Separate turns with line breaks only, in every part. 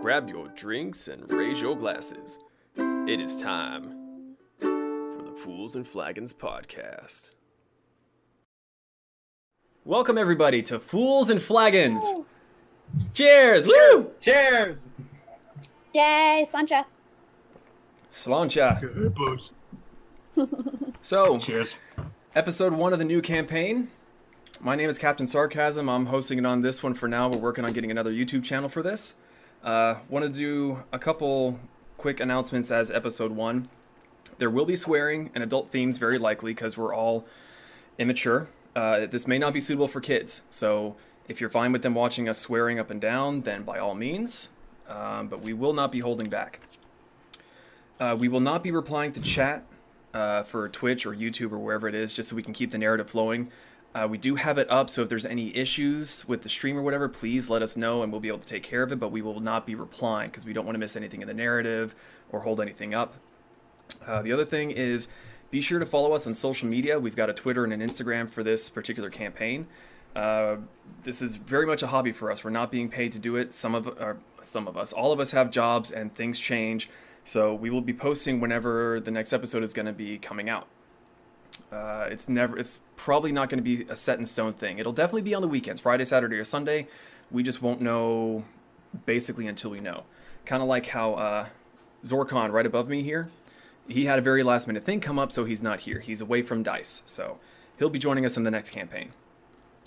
grab your drinks and raise your glasses. It is time for the Fools and Flagons podcast. Welcome, everybody, to Fools and Flagons. Cheers! Woo!
Cheers!
Yay, Sancha.
Slancha. So,
Cheers.
episode one of the new campaign. My name is Captain Sarcasm. I'm hosting it on this one for now. We're working on getting another YouTube channel for this. Uh, Want to do a couple quick announcements as episode one. There will be swearing and adult themes, very likely, because we're all immature. Uh, this may not be suitable for kids. So if you're fine with them watching us swearing up and down, then by all means. Um, but we will not be holding back. Uh, we will not be replying to chat uh, for Twitch or YouTube or wherever it is, just so we can keep the narrative flowing. Uh, we do have it up, so if there's any issues with the stream or whatever, please let us know and we'll be able to take care of it. But we will not be replying because we don't want to miss anything in the narrative or hold anything up. Uh, the other thing is be sure to follow us on social media. We've got a Twitter and an Instagram for this particular campaign. Uh, this is very much a hobby for us. We're not being paid to do it. Some of or some of us, all of us have jobs and things change. So we will be posting whenever the next episode is going to be coming out. Uh, it's never. It's probably not going to be a set in stone thing. It'll definitely be on the weekends, Friday, Saturday, or Sunday. We just won't know basically until we know. Kind of like how uh, Zorkon right above me here. He had a very last minute thing come up, so he's not here. He's away from Dice, so he'll be joining us in the next campaign.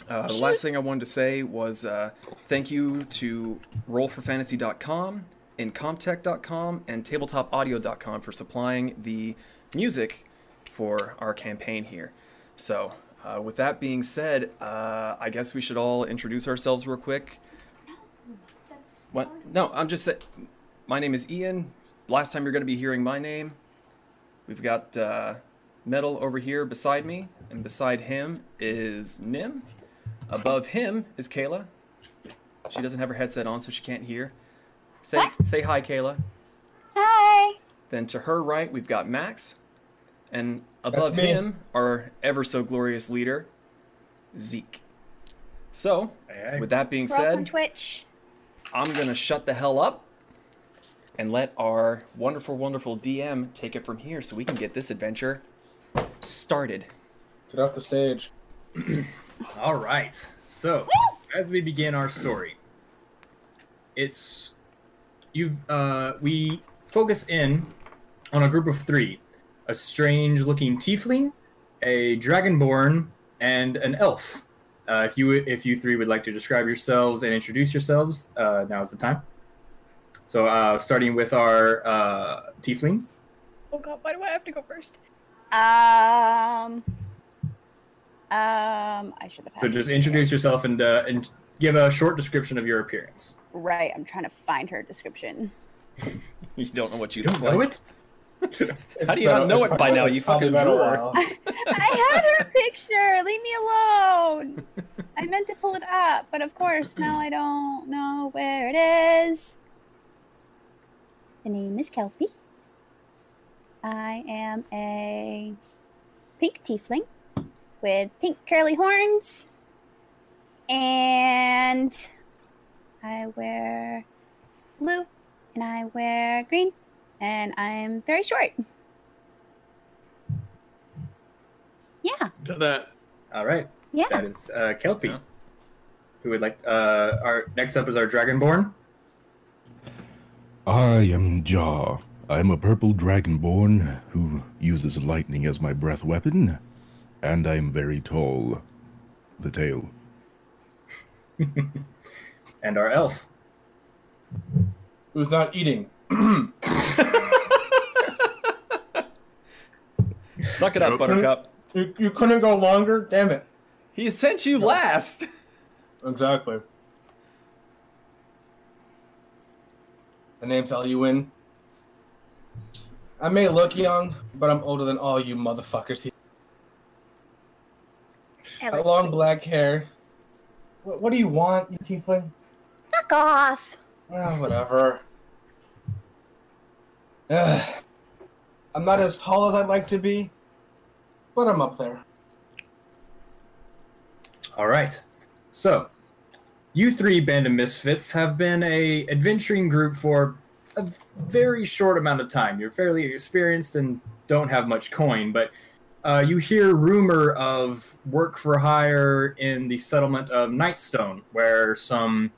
Uh, the last thing I wanted to say was uh, thank you to rollforfantasy.com, incomtech.com, and tabletopaudio.com for supplying the music for our campaign here. So, uh, with that being said, uh, I guess we should all introduce ourselves real quick. What? No, I'm just saying. My name is Ian. Last time you're going to be hearing my name. We've got uh, Metal over here beside me, and beside him is Nim. Above him is Kayla. She doesn't have her headset on, so she can't hear. Say
What?
say hi, Kayla.
Hi.
Then to her right, we've got Max. And above
me.
him, our ever so glorious leader, Zeke. So,
Hey, hey.
with that being
We're also on
said,
Twitch.
I'm going to shut the hell up and let our wonderful, wonderful DM take it from here so we can get this adventure started.
Get off the stage.
All right. So, as we begin our story, it's you. Uh, we focus in on a group of three: a strange-looking tiefling, a dragonborn, and an elf. Uh, if you if you three would like to describe yourselves and introduce yourselves, uh, now is the time. So, uh, starting with our uh, tiefling.
Oh god, why do I have to go first?
Um. Um. I should have.
So
had-
just introduce yourself and uh, and give a short description of your appearance.
Right. I'm trying to find her description.
You don't know what you look like.
it?
How do you not know it by now? You fucking drooler.
I had her picture. Leave me alone. I meant to pull it up, but of course now I don't know where it is. The name is Kelpie. I am a pink tiefling with pink curly horns, and I wear blue, and I wear green, and I'm very short. Yeah,
All right,
yeah.
that is uh, Kelpie.
Yeah.
Who would like? Uh, our next up is our Dragonborn.
I am Jar. I am a purple dragonborn who uses lightning as my breath weapon, and I am very tall. The tail.
and our elf.
Who's not eating?
Suck it up, Buttercup.
You, you couldn't go longer? Damn it.
He sent you last.
Exactly. The name's L-U-N. I may look young, but I'm older than all you motherfuckers here. Got long black hair. What, what do you want, you tiefling?
Fuck off.
Ah, whatever. Ugh. I'm not as tall as I'd like to be, but I'm up there.
All right. So, You three, Band of Misfits, have been a adventuring group for a very short amount of time. You're fairly experienced and don't have much coin, but uh, you hear rumor of work for hire in the settlement of Nightstone, where some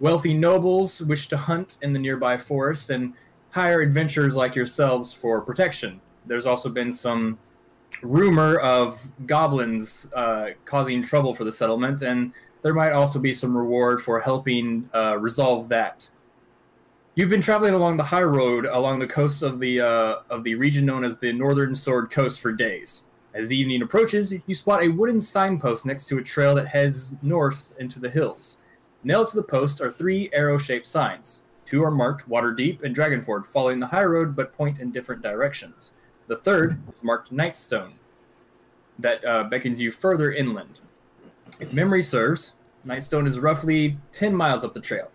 wealthy nobles wish to hunt in the nearby forest and hire adventurers like yourselves for protection. There's also been some rumor of goblins uh, causing trouble for the settlement, and there might also be some reward for helping uh, resolve that. You've been traveling along the high road along the coast of the uh, of the region known as the Northern Sword Coast for days. As evening approaches, you spot a wooden signpost next to a trail that heads north into the hills. Nailed to the post are three arrow-shaped signs. Two are marked Waterdeep and Dragonford, following the high road but point in different directions. The third is marked Nightstone, that uh, beckons you further inland. If memory serves, Nightstone is roughly 10 miles up the trail.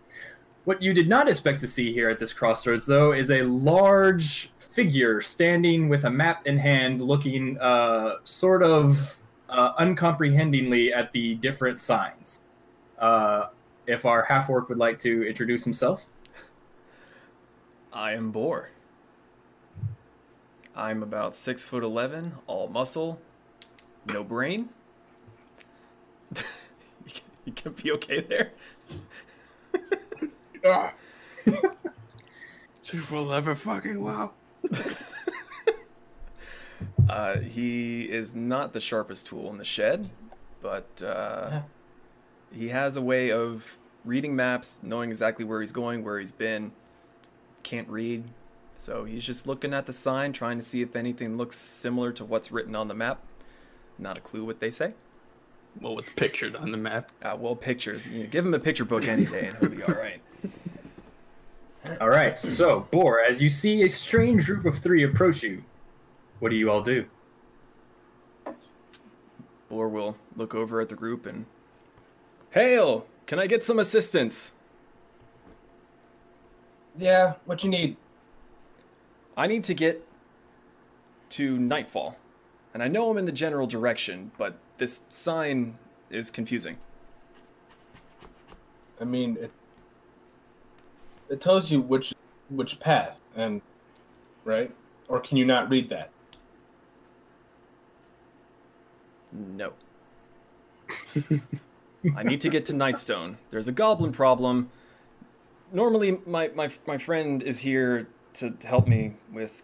What you did not expect to see here at this crossroads, though, is a large figure standing with a map in hand, looking uh, sort of uh, uncomprehendingly at the different signs. Uh, if our half orc would like to introduce himself,
I am Boar. I'm about six foot eleven, all muscle, no brain. you, can, you can be okay there.
Super lever fucking wow.
Uh, he is not the sharpest tool in the shed, but uh, he has a way of reading maps, knowing exactly where he's going, where he's been. Can't read, so he's just looking at the sign, trying to see if anything looks similar to what's written on the map. Not a clue what they say.
Well, what's pictured on the map?
Uh, well, pictures. You know, give him a picture book any day, and he'll be all right.
All right. So, Boar, as you see a strange group of three approach you, what do you all do?
Or will look over at the group and, hail! Can I get some assistance?
Yeah, what you need?
I need to get to Nightfall. And I know I'm in the general direction, but this sign is confusing.
I mean, it it tells you which which path and right? Or can you not read that?
No. I need to get to Nightstone. There's a goblin problem. Normally, my, my, my friend is here to help me with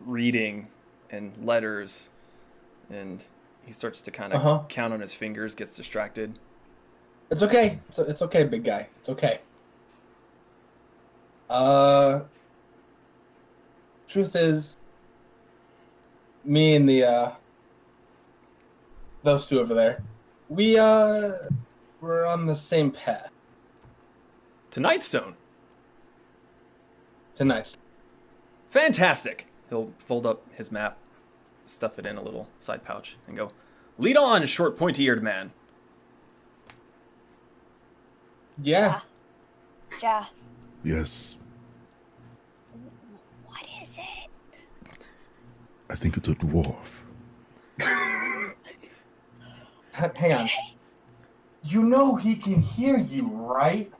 reading and letters, and he starts to kind of
Uh-huh.
count on his fingers, gets distracted.
It's okay. It's, it's okay, big guy. It's okay. Uh, truth is, me and the uh, those two over there, we uh, we're on the same path
To Nightstone!
tonight.
Fantastic! He'll fold up his map, stuff it in a little side pouch, and go, Lead on, short, pointy eared man!
Yeah.
Yeah.
Yes,
What is it?
I think it's a dwarf.
H- hang on. You know he can hear you, right?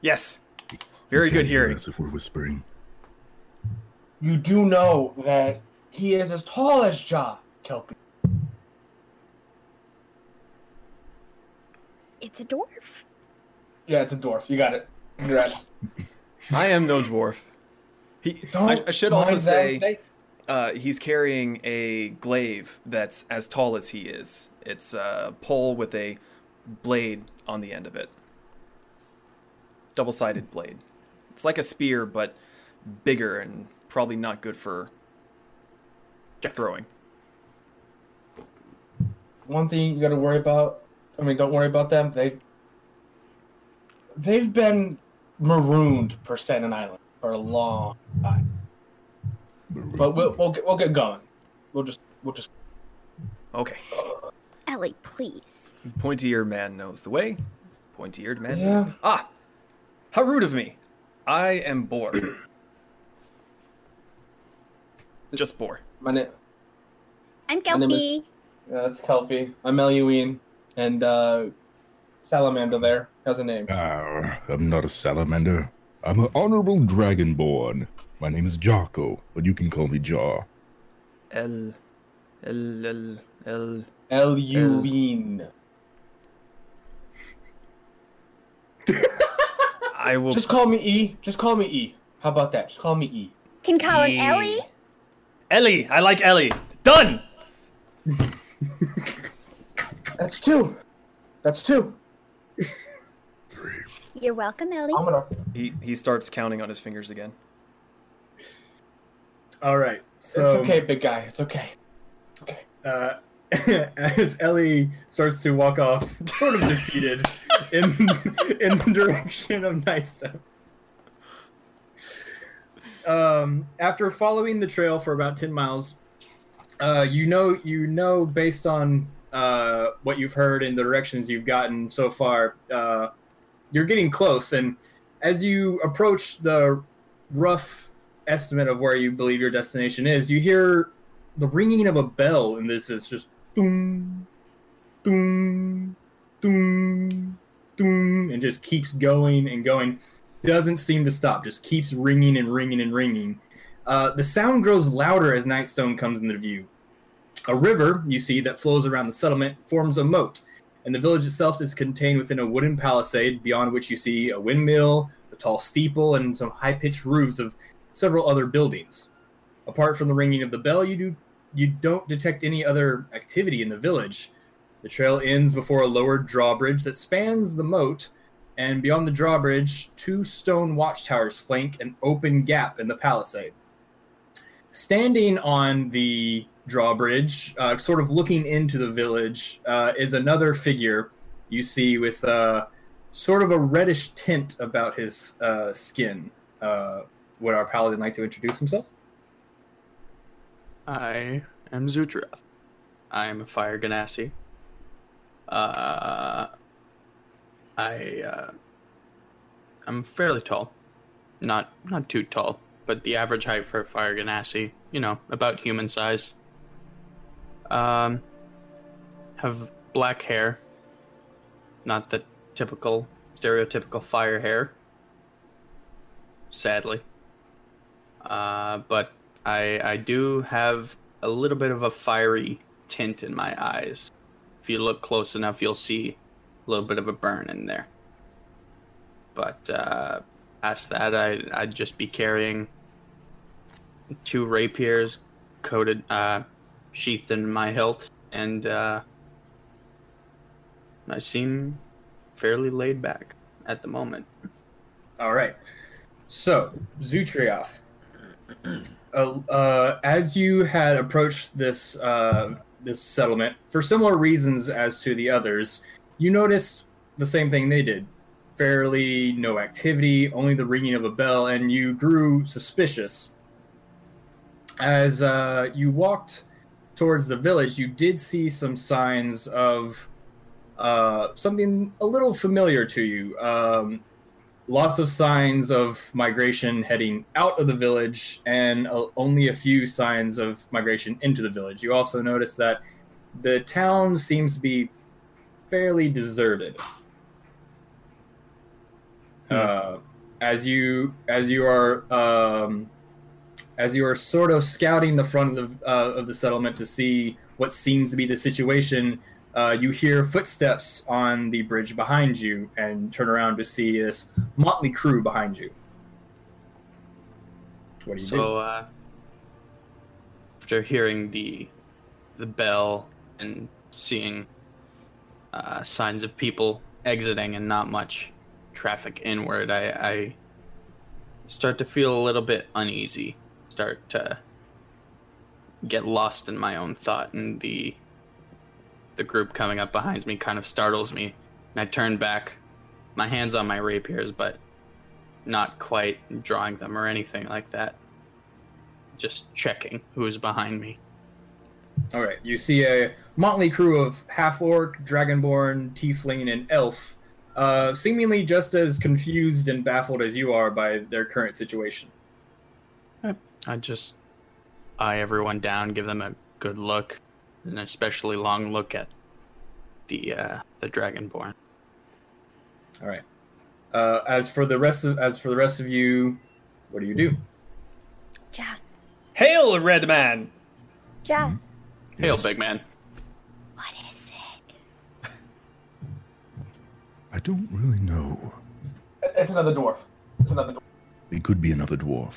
Yes! Very
Can't
good
hear
hearing.
us If we're whispering,
You do know that he is as tall as Ja, Kelpie.
It's a dwarf.
Yeah, it's a dwarf. You got it. Congrats.
I am no dwarf. He,
Don't
I, I should also
mind them.
say.
They-
Uh, he's carrying a glaive that's as tall as he is. It's a pole with a blade on the end of it. Double sided blade. It's like a spear, but bigger and probably not good for throwing.
one thing you got to worry about. I mean, don't worry about them. They they've been marooned per se on an island for a long time. But we'll we'll get, we'll get going. We'll just we'll just
Okay.
Ellie, please.
Pointy eared man knows the way. Pointy eared man
Yeah.
knows. The- ah! How rude of me! I am bored. Just bored.
my name.
I'm
My name is-
Kelpie.
Yeah, that's Kelpie. I'm Eluine, and uh, salamander there has a name.
Ah, I'm not a salamander. I'm an honorable dragonborn. My name is Jocko, but you can call me Jar.
L. L. L. L.
Eluine.
I will.
Just call me E. Just call me E. How about that? Just call me E.
Can call him
E.
Ellie.
Ellie! I like Ellie! Done!
That's two. That's two.
You're welcome, Ellie.
I'm gonna.
He, he starts counting on his fingers again.
All right. So,
it's okay, big guy. It's okay.
Uh, as Ellie starts to walk off, sort of defeated, in in the direction of Nightstep. Um, after following the trail for about ten miles, uh, you know you know based on uh, what you've heard and the directions you've gotten so far, uh, you're getting close. And as you approach the rough estimate of where you believe your destination is, you hear the ringing of a bell and this is just doom, doom, doom, doom, and just keeps going and going. Doesn't seem to stop. Just keeps ringing and ringing and ringing. Uh, the sound grows louder as Nightstone comes into view. A river you see that flows around the settlement forms a moat, and the village itself is contained within a wooden palisade beyond which you see a windmill, a tall steeple, and some high-pitched roofs of several other buildings. Apart from the ringing of the bell, you do you don't detect any other activity in the village. The trail ends before a lower drawbridge that spans the moat, and beyond the drawbridge, two stone watchtowers flank an open gap in the palisade. Standing on the drawbridge, uh, sort of looking into the village, uh, is another figure you see with uh, sort of a reddish tint about his uh, skin. Uh, would our paladin like to introduce himself?
I am Zutrath. I am a fire ganassi. Uh, I uh, I'm fairly tall, not not too tall, but the average height for a fire ganassi, you know, about human size. Um, have black hair, not the typical stereotypical fire hair. Sadly. Uh, but I I do have a little bit of a fiery tint in my eyes. If you look close enough, you'll see a little bit of a burn in there. But uh, past that, I I'd just be carrying two rapiers coated uh, sheathed in my hilt, and uh, I seem fairly laid back at the moment.
All right. So, Zutrioff, uh, uh, as you had approached this uh, this settlement, for similar reasons as to the others, you noticed the same thing they did. Fairly no activity, only the ringing of a bell, and you grew suspicious. As uh, you walked towards the village, you did see some signs of uh, something a little familiar to you. Um, lots of signs of migration heading out of the village and uh, only a few signs of migration into the village. You also notice that the town seems to be fairly deserted. Uh, as you as you are um, as you are sort of scouting the front of the uh, of the settlement to see what seems to be the situation, uh, you hear footsteps on the bridge behind you and turn around to see this motley crew behind you. What do you do?
So uh, after hearing the the bell and seeing uh, signs of people exiting and not much traffic inward, I, I start to feel a little bit uneasy. Start to get lost in my own thought, and the the group coming up behind me kind of startles me, and I turn back, my hands on my rapiers, but not quite drawing them or anything like that. Just checking who's behind me.
All right, you see a motley crew of half orc, dragonborn, tiefling, and elf, uh, seemingly just as confused and baffled as you are by their current situation.
I just eye everyone down, give them a good look, an especially long look at the uh, the dragonborn.
All right. Uh, as for the rest of as for the rest of you, what do you do?
Ja,
Hail, red man!
ja.
Hmm.
Hail,
Yes.
big man.
What is it?
I don't really know.
It's another dwarf. It's another dwarf.
It could be another dwarf.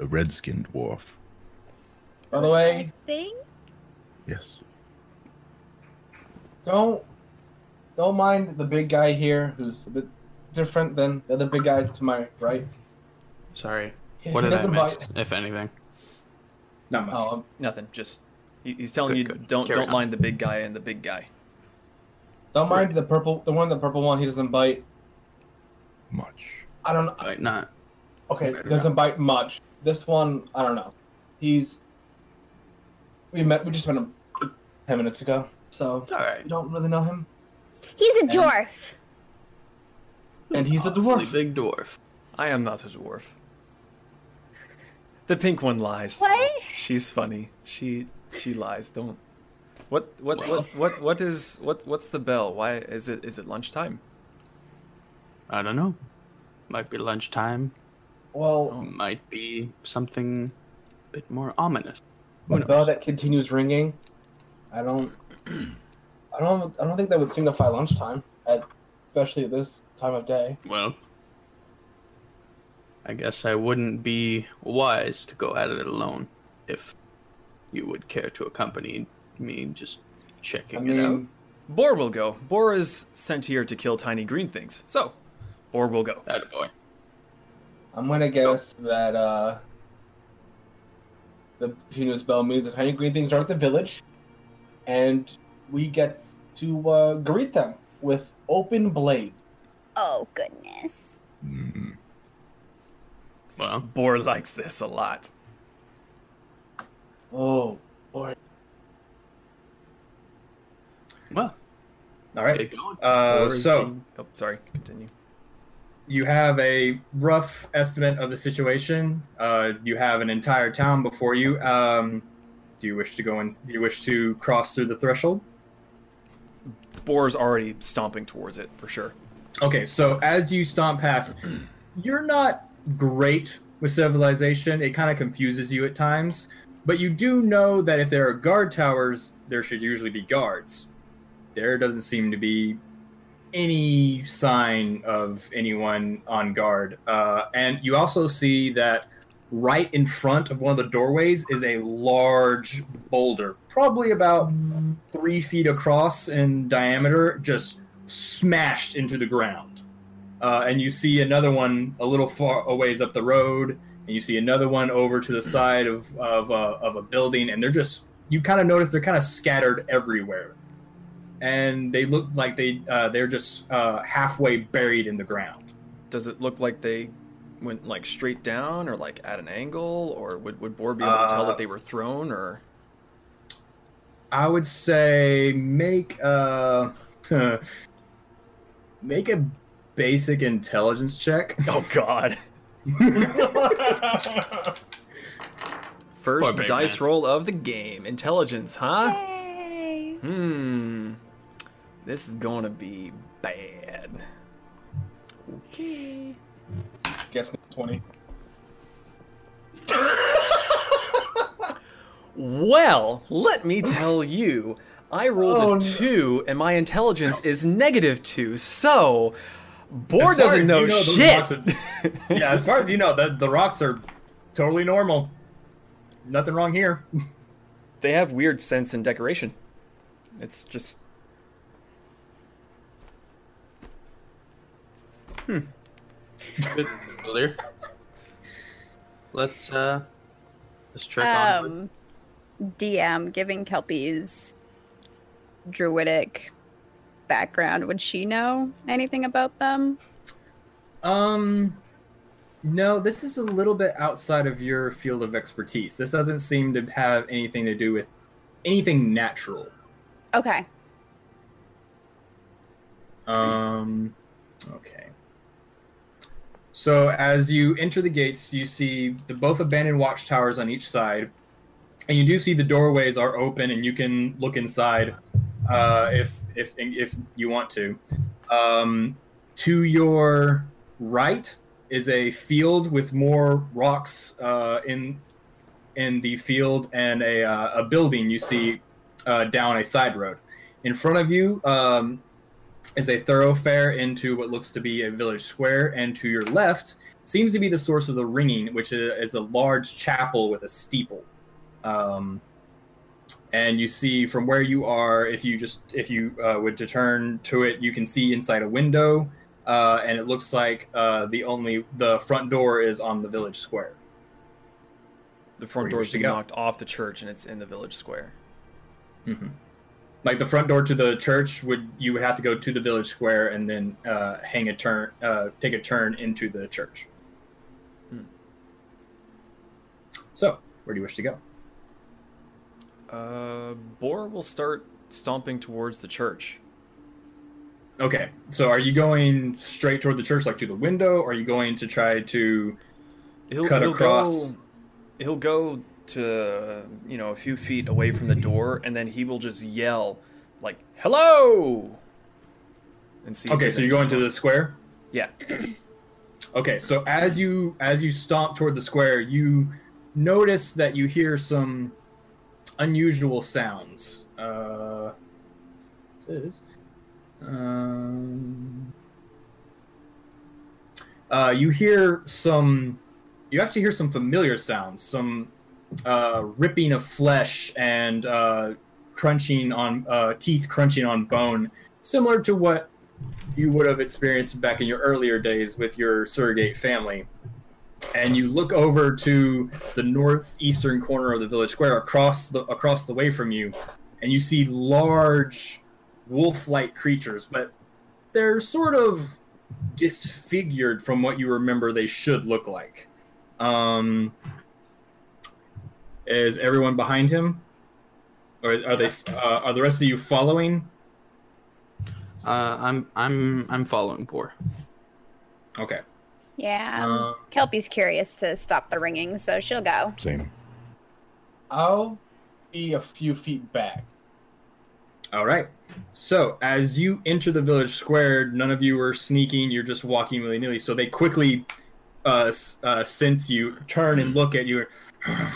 A red skinned dwarf.
By the way,
Thing?
Yes.
don't don't mind the big guy here who's a bit different than the other big guy to my right.
Sorry.
He,
What
he
did I
doesn't
miss,
bite.
if anything?
Not much.
Oh, um,
Nothing. Just he, he's telling
Good,
you
good.
don't
Carry
don't
on.
mind the big guy and the big guy.
don't mind the purple, the one, the purple one. He doesn't bite.
Much.
I don't.
Like, not.
Okay,
Right
doesn't bite much. This one, I don't know. He's we met. We just met him ten minutes ago, so
It's all right.
I don't really know him.
He's a
And-
dwarf.
And he's a
Awfully
dwarf.
Big dwarf.
I am not a dwarf. The pink one lies.
What?
She's funny. She she lies. Don't. What what
Well.
what what what is what what's the bell? Why is it is it lunchtime?
I don't know. Might be lunchtime.
Well,
Might be something a bit more ominous.
a
Who
bell
knows?
that continues ringing. I don't. I don't. I don't think that would signify lunchtime, at, especially at this time of day.
Well, I guess I wouldn't be wise to go at it alone if you would care to accompany me just checking
I
it out.
mean,
Boar will go. Boar is sent here to kill tiny green things. So, Boar will go.
That boy.
I'm gonna guess that uh, the Pino's Bell means the tiny green things are at the village, and we get to uh, greet them with open blades.
Oh goodness.
Mm.
Well,
Boar likes this a lot.
Oh, boy!
well,
All right.
get going.
Uh,
Boar is
so
being- oh, sorry. Continue.
you have a rough estimate of the situation. Uh, you have an entire town before you. Um, do you wish to go in? Do you wish to cross through the threshold?
Boar's already stomping towards it for sure.
Okay, so as you stomp past, you're not great with civilization. It kind of confuses you at times, but you do know that if there are guard towers, there should usually be guards. There doesn't seem to be any sign of anyone on guard. Uh, and you also see that right in front of one of the doorways is a large boulder, probably about three feet across in diameter, just smashed into the ground. Uh, and you see another one a little far a ways up the road, and you see another one over to the side of of, uh, of a building, and they're just you kind of notice they're kind of scattered everywhere, and they look like they uh, they're just uh, halfway buried in the ground.
Does it look like they went like straight down or like at an angle or would, would Boar be able to tell
Uh,
that they were thrown or
I would say make uh make a basic intelligence check.
Oh god.
Poor
First
big
dice
man.
roll of the game. Intelligence, huh?
Yay.
Hmm. This is going to be bad. Okay.
Guess twenty.
Well, let me tell you, I rolled
Oh,
a
no.
two, and my intelligence is negative two. So, Boar
As far
doesn't
as
know,
you those
shit.
rocks are- yeah, as far as you know, the, the rocks are totally normal. Nothing wrong here.
They have weird sense and decoration. It's just.
Good, clear. Let's uh, let's trek on.
Um, DM giving Kelpie's druidic background. Would she know anything about them?
Um, no, this is a little bit outside of your field of expertise. This doesn't seem to have anything to do with anything natural.
Okay.
Um, okay. So as you enter the gates, you see the both abandoned watchtowers on each side, and you do see the doorways are open, and you can look inside uh, if if if you want to. Um, To your right is a field with more rocks uh, in in the field and a, uh, a building you see uh, down a side road. In front of you um, is a thoroughfare into what looks to be a village square, and to your left seems to be the source of the ringing, which i- is a large chapel with a steeple. Um, and you see from where you are, if you just if you uh, would to turn to it, you can see inside a window, uh, and it looks like uh, the only the front door is on the village square.
The
Where
front
you wish
door's
to
been
go.
knocked off the church and it's in the village square.
Mm-hmm. like the front door to the church would you would have to go to the village square and then uh, hang a turn uh, take a turn into the church so where do you wish to go
Uh, Boar will start stomping towards the church.
okay so are you going straight toward the church like to the window or are you going to try to
He'll,
Cut
he'll
across.
Go, he'll go to you know a few feet away from the door, and then he will just yell like "Hello!" and see. if
okay
there's
so you're
any
going to the square
Yeah.
Okay, so as you as you stomp toward the square, you notice that you hear some unusual sounds. Uh, this is, um, uh, you hear some. You actually hear some familiar sounds, some uh, ripping of flesh and uh, crunching on uh, teeth, crunching on bone, similar to what you would have experienced back in your earlier days with your surrogate family. And you look over to the northeastern corner of the village square, across the across the way from you, and you see large wolf-like creatures, but they're sort of disfigured from what you remember they should look like. Um, is everyone behind him, or are they? Uh, are the rest of you following?
Uh, I'm I'm I'm following poor.
Okay.
Yeah. um,
Uh,
Kelpie's curious to stop the ringing, so she'll go.
Same.
I'll be a few feet back.
All right. So as you enter the village square, none of you are sneaking. You're just walking willy nilly. So they quickly uh, s- uh, sense you, turn and look at you,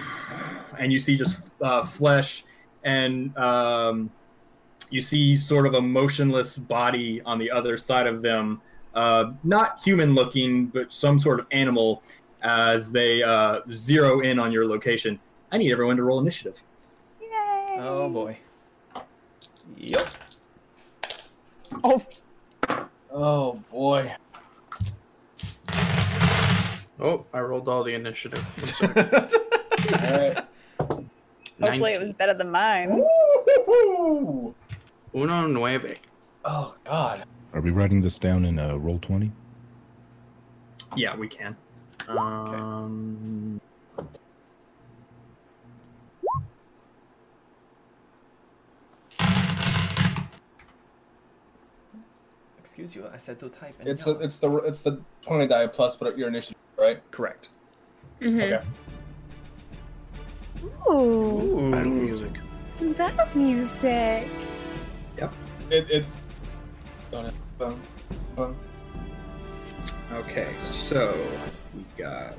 and you see just uh, flesh, and um, you see sort of a motionless body on the other side of them, uh, not human looking, but some sort of animal. As they uh, zero in on your location, I need everyone to roll initiative.
Yay!
Oh boy. Yep.
Oh boy.
Oh, I rolled all the initiative.
All right.
Hopefully, it was better than mine.
Woo-hoo-hoo!
Uno nueve.
Oh god.
Are we writing this down in uh, roll twenty?
Yeah, we can. Um,
Excuse you. I said to type. And
It's
yell.
the it's the it's the twenty die plus but your initiative, right?
correct.
Mhm. Ooh,
Ooh.
music.
that music.
It it's Dun, dun, dun.
Okay, so we got.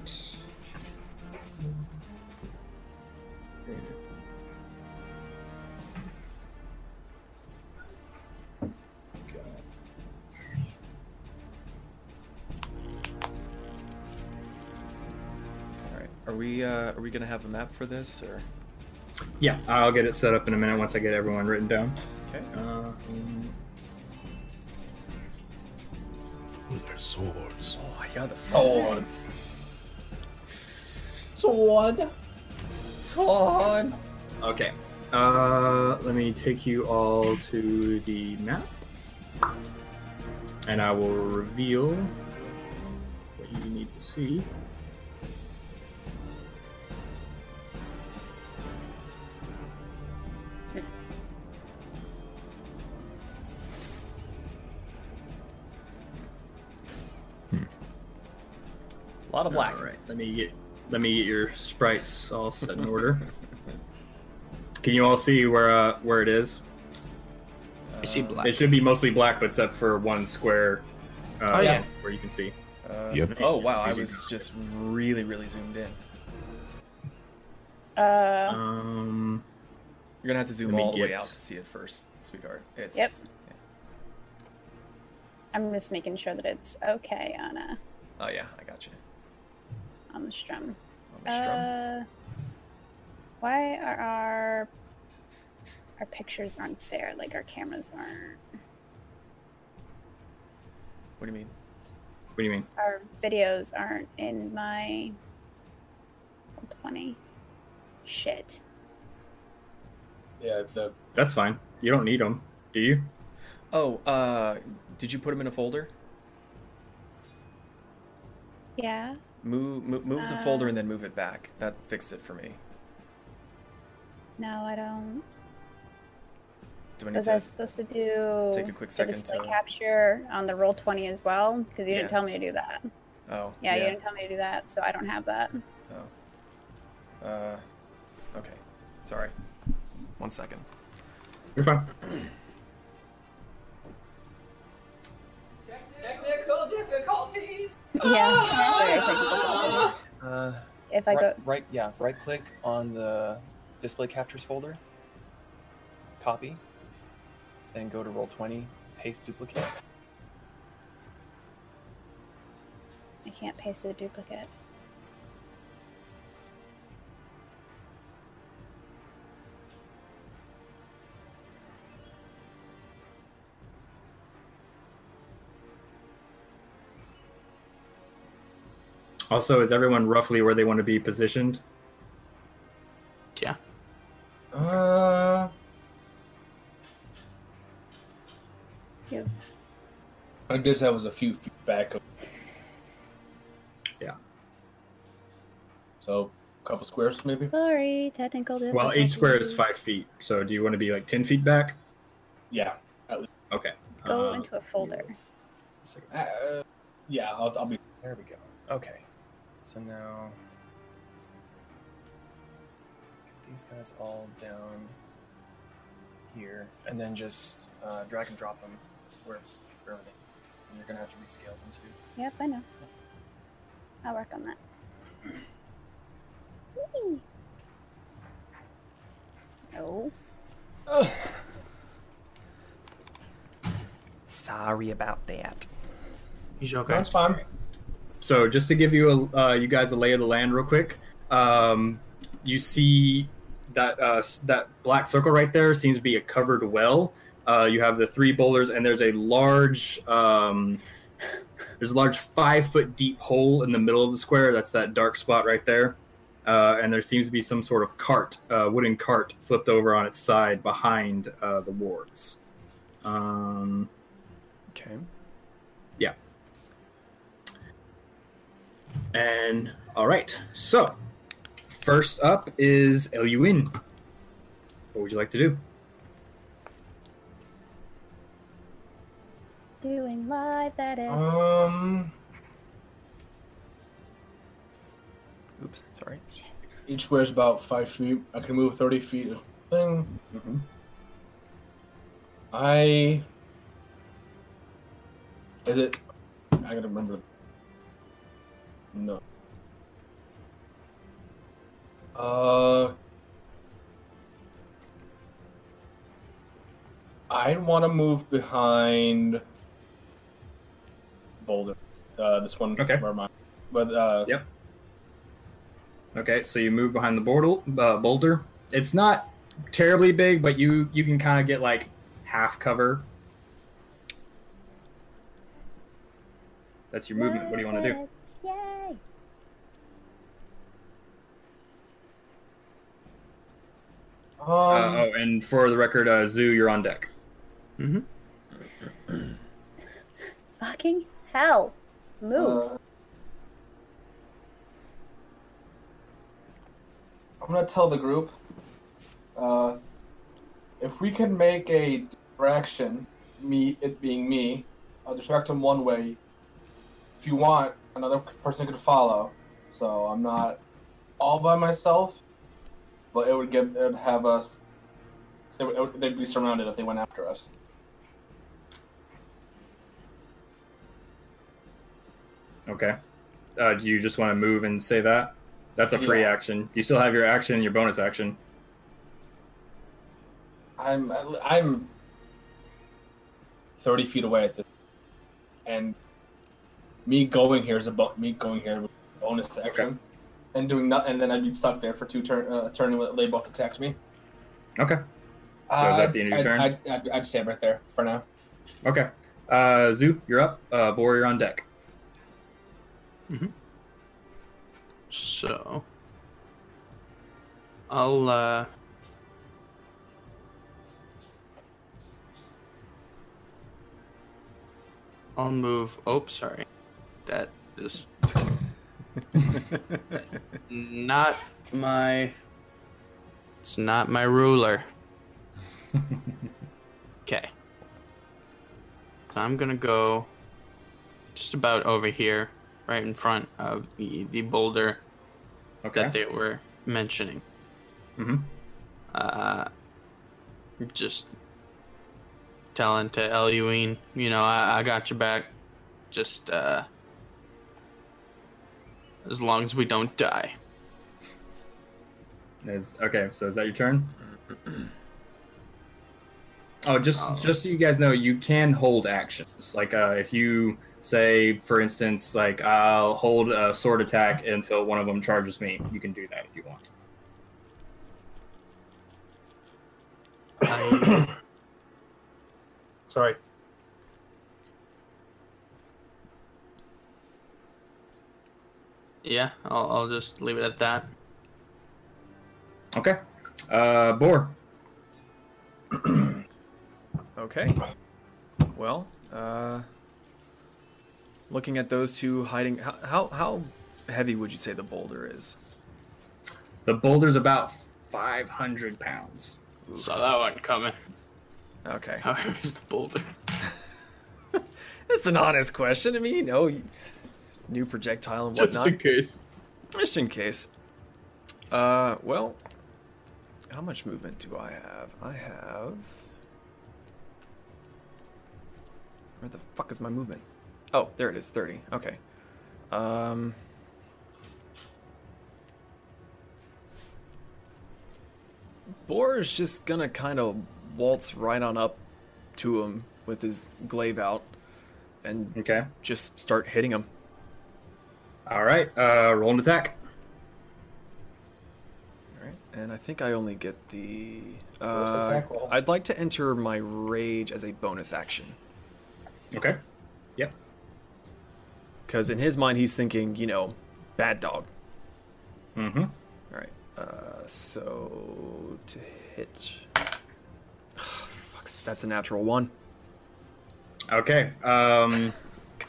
All right. Are we uh, are we gonna have a map for this or?
Yeah, I'll get it set up in a minute once I get everyone written down.
Okay.
Um,
With their swords.
Oh, I got the
Sword. Sword.
Sword.
okay. Uh, let me take you all to the map, and I will reveal what you need to see.
A lot of black.
All right, let me get let me get your sprites all set in order. Can you all see where uh, where it is?
I see black.
It should be mostly black, but except for one square Uh,
Oh, yeah.
Where you can see.
Uh,
Yep.
Oh wow, I was just really, really zoomed in.
Uh,
Um,
You're gonna have to zoom
Let me
all the way
get-
out to see it first, sweetheart. It's
Yep. I'm just making sure that it's okay on a
Oh yeah, I got you.
on the strum.
I'm a strum.
Uh, why are our our pictures aren't there? Like our cameras aren't.
What do you mean?
what do you mean?
Our videos aren't in my Hold twenty. Shit.
Yeah, the
That's fine. You don't need them, do you?
Oh, uh, did you put them in a folder?
Yeah.
Move, move, move the
Uh,
folder and then move it back. That fixed it for me.
No, I don't.
Do I need
Was
to?
I supposed to do
Take a quick
the
second
display
to-
capture on the roll twenty as well? Because you
Yeah.
didn't tell me to do that.
Oh,
Yeah, you didn't tell me to do that, so I don't have that.
Oh. Uh, okay. Sorry. One second.
You're fine.
Yeah.
Uh,
if I go,
right, right, yeah, right click on the display captures folder, copy, then go to roll 20, paste duplicate.
I can't paste a duplicate.
Also, is everyone roughly where they want to be positioned?
Yeah.
uh,
You-
I guess I was a few feet back.
Yeah.
So a couple squares maybe.
Sorry, technical difficulty.
Well, each square is five feet. So, do you want to be like ten feet back?
Yeah.
Okay.
Go
Uh,
into a folder.
Uh, yeah, I'll, I'll be.
There we go. Okay. So now. Get these guys all down here, and then just uh, drag and drop them where, wherever they And you're going to have to rescale them too.
Yep, I know. I'll work on that. Whee! No.
Sorry about that.
He's okay.
That's fine.
So just to give you a, uh, you guys a lay of the land real quick, um, you see that uh, s- that black circle right there seems to be a covered well. Uh, you have the three boulders, and there's a large um, there's a large five foot deep hole in the middle of the square. That's that dark spot right there, uh, and there seems to be some sort of cart, uh, wooden cart, flipped over on its side behind uh, the wards. Um,
Okay.
And all right, so first up is Eluin. What would you like to do?
Doing live that is.
Oh,
Um,
Oops. Sorry.
each square is about five feet. I can move thirty feet. of Thing.
Mhm.
I. Is it? I gotta remember. No. Uh. I want to move behind Boulder. Uh, this one.
Okay.
Where am I? But uh,
Yep. Okay, so you move behind the border, uh, boulder. It's not terribly big, but you you can kind of get like half cover. That's your movement. What do you want to do?
Yay!
um,
Uh, oh, and for the record, uh, Zoo, you're on deck.
Fucking hell! Move.
Uh, I'm gonna tell the group. Uh, if we can make a distraction, me it being me, I'll distract him one way. If you want, another person could follow. So I'm not all by myself, but it would give it would have us. They would, it would- they'd be surrounded if they went after us.
Okay. Uh, do you just want to move and say that? That's a free
Yeah.
action. You still have your action and your bonus action.
I'm I'm thirty feet away at this, and me going here is about me going here with bonus action, and doing nothing, and then I'd be stuck there for two turn uh, turn when they both attacked me.
Okay.
uh,
is that the end of your turn?
I'd, I'd, I'd, I'd stand right there for now.
Okay. Uh, Zoo, you're up. Uh, Bor, you're on deck.
So I'll uh I'll move oh sorry. That is not my it's not my ruler. okay. So I'm gonna go just about over here, right in front of the, the boulder
Okay.
that they were mentioning.
Mhm.
Uh, just telling to Eluine, you know, I, I got your back. Just uh, as long as we don't die.
Is okay. So is that your turn? Oh, just
Oh.
just so you guys know, you can hold actions. Like uh, if you say, for instance, like I'll hold a sword attack until one of them charges me. You can do that if you want.
I,
Sorry.
yeah, I'll, I'll just leave it at that.
Okay. Uh, Bor.
Okay. Well, uh, looking at those two hiding, how, how how heavy would you say the boulder is?
The boulder's about 500 pounds.
Saw that one coming.
Okay,
How heavy is the boulder?
that's an honest question. I mean, you know, you- new projectile and whatnot,
case.
just in case. Uh, well, how much movement do I have? I have. Where the fuck is my movement? Oh, there it is, thirty. Okay. Um. Boar is just gonna kind of waltz right on up to him with his glaive out and
Okay.
just start hitting him.
All right. Uh, roll an attack.
Alright, and I think I only get the.
First
Uh,
attack roll.
I'd like to enter my rage as a bonus action.
Okay. Yep.
Because in his mind, he's thinking, you know, bad dog.
Mm-hmm.
Alright, uh, so to hit. fucks, that's a natural one.
Okay. Um,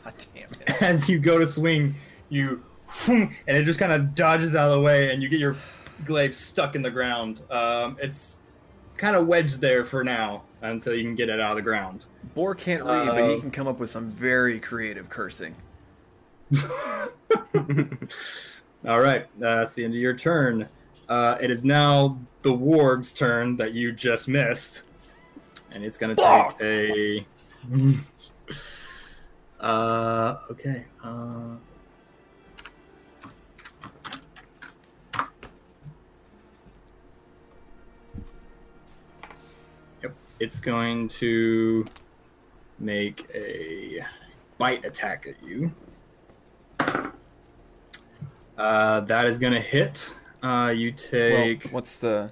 God damn it.
as you go to swing, you and it just kind of dodges out of the way, and you get your glaive stuck in the ground. Um, it's kind of wedged there for now until you can get it out of the ground.
Boar can't read, but he
Uh,
can come up with some very creative cursing.
All right, that's the end of your turn. Uh, it is now the warg's turn that you just missed, and it's gonna take a. uh, okay. Uh... Yep, it's going to make a bite attack at you. Uh, that is gonna hit. Uh, you
Well,
take
what's the.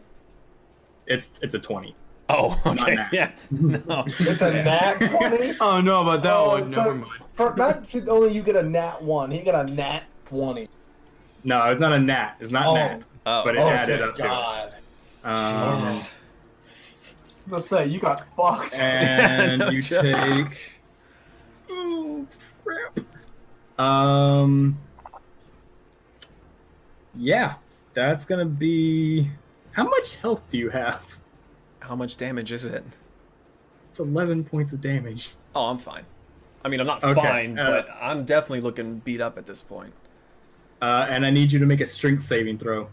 it's it's a twenty.
Oh, okay.
that.
Yeah. No.
It's a nat twenty.
Oh no, but that
Oh,
one.
so-
Never mind.
For not should only you get a nat one. He got a nat twenty.
No, it's not a nat. It's not
Oh.
nat.
Oh,
But it
oh
added
good
up to it.
God.
Um,
Jesus.
Let's say you got fucked.
And
No
you
joke.
take. Ooh, crap. Um. Yeah, that's gonna be. How much health do you have?
How much damage is it?
It's eleven points of damage.
Oh, I'm fine. I mean, I'm not
Okay,
fine,
uh,
but I'm definitely looking beat up at this point.
Uh, and I need you to make a strength saving throw.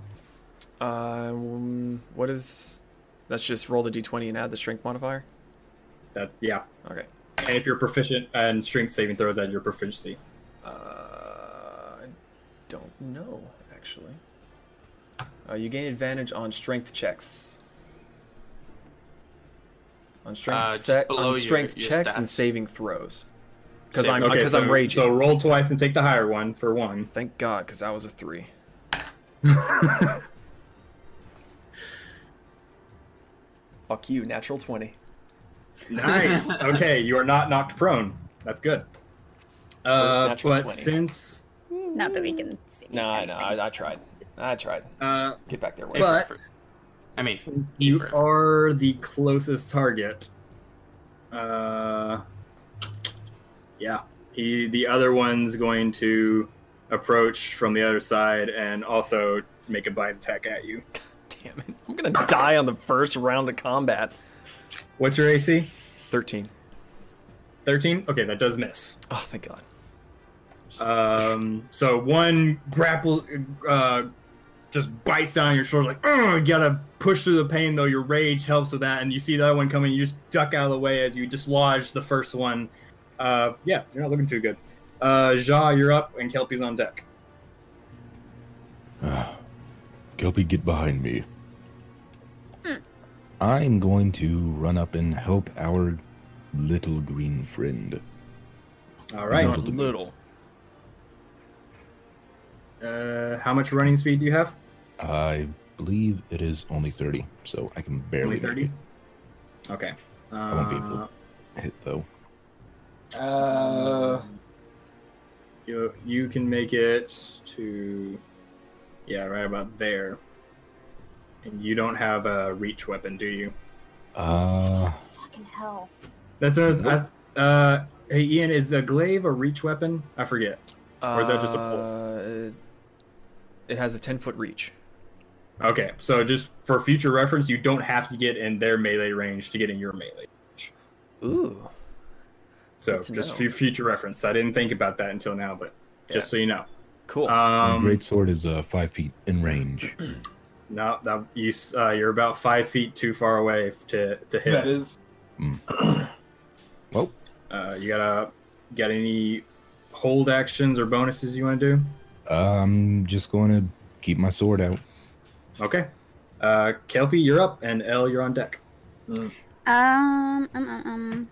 Um, what is? Let's just roll the d20 and add the strength modifier.
That's yeah.
Okay.
And if you're proficient and strength saving throws, add your proficiency.
Uh, No, actually. Uh, you gain advantage on strength checks. On strength
Uh, just
set,
below
on
your-
strength
your
checks and
stats.
saving throws. Because
Saving-
I'm
Okay,
because I'm raging.
So roll twice and take the higher one for one.
Thank God, because that was a three. Fuck you, natural twenty.
Nice. okay, you are not knocked prone. That's good. Uh,
natural
but
20.
since
Oh.
Not that we can see.
No, I know. I, I tried. I tried.
uh,
Get back there. Wade.
but
I mean,
since you
Ephraim.
are the closest target, uh, yeah, he, the other one's going to approach from the other side and also make a bite attack at you.
Damn it! I'm gonna die on the first round of combat.
What's your AC?
Thirteen.
13? Okay, that does miss.
Oh, thank God.
Um, so one grapple, uh, just bites down on your shoulder, like, oh, you gotta push through the pain, though. Your rage helps with that. And you see the other one coming, you just duck out of the way as you dislodge the first one. Uh, yeah, you're not looking too good. Uh, Ja, you're up, and Kelpie's on deck.
Kelpie, get behind me. Hmm. I'm going to run up and help our little green friend.
All right.
Not
little.
Uh, how much running speed do you have?
I believe it is only 30, so I can
Only
barely make
30? Okay.
won't be able
Uh,
to- it hit, though.
Uh,
you, you can make it to, yeah, right about there. And you don't have a reach weapon, do you?
Uh,
Fucking hell.
That's a. I, uh, hey, Ian, is a glaive a reach weapon? I forget. Or is that just a pull?
Uh, it has a ten foot reach.
Okay, so just for future reference, you don't have to get in their melee range to get in your melee.
Ooh.
So
Good to
just
know.
for future reference, I didn't think about that until now, but just so you know.
Cool.
the
Um,
great sword is uh, five feet in range.
No, that you s- uh, you're about five feet too far away f- to to hit.
That is
well,
Uh, you gotta got any hold actions or bonuses you want to do?
I'm just going to keep my sword out.
Okay, uh, Kelpie, you're up, and L, you're on deck.
Um, um, um,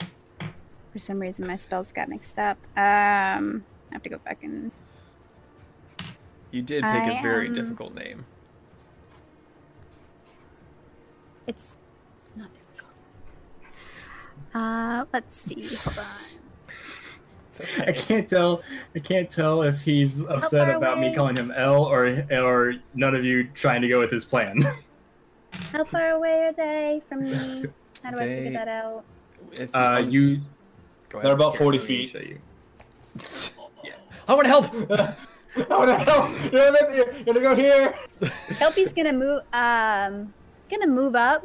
um. For some reason, my spells got mixed up. Um, I have to go back and.
you did pick a
I,
very
um,
difficult name.
It's not difficult. Uh, let's see. Hold on.
It's okay.
I can't tell. I can't tell if he's upset
far
about
away?
me calling him L or or none of you trying to go with his plan.
How far away are they from me? How do I
They-
figure that out?
If-
Uh,
um,
you
go
they're
ahead.
about forty feet.
I want to help.
Oh no! You're gonna, you're gonna go here.
Kelpie's gonna move. Um, gonna move up,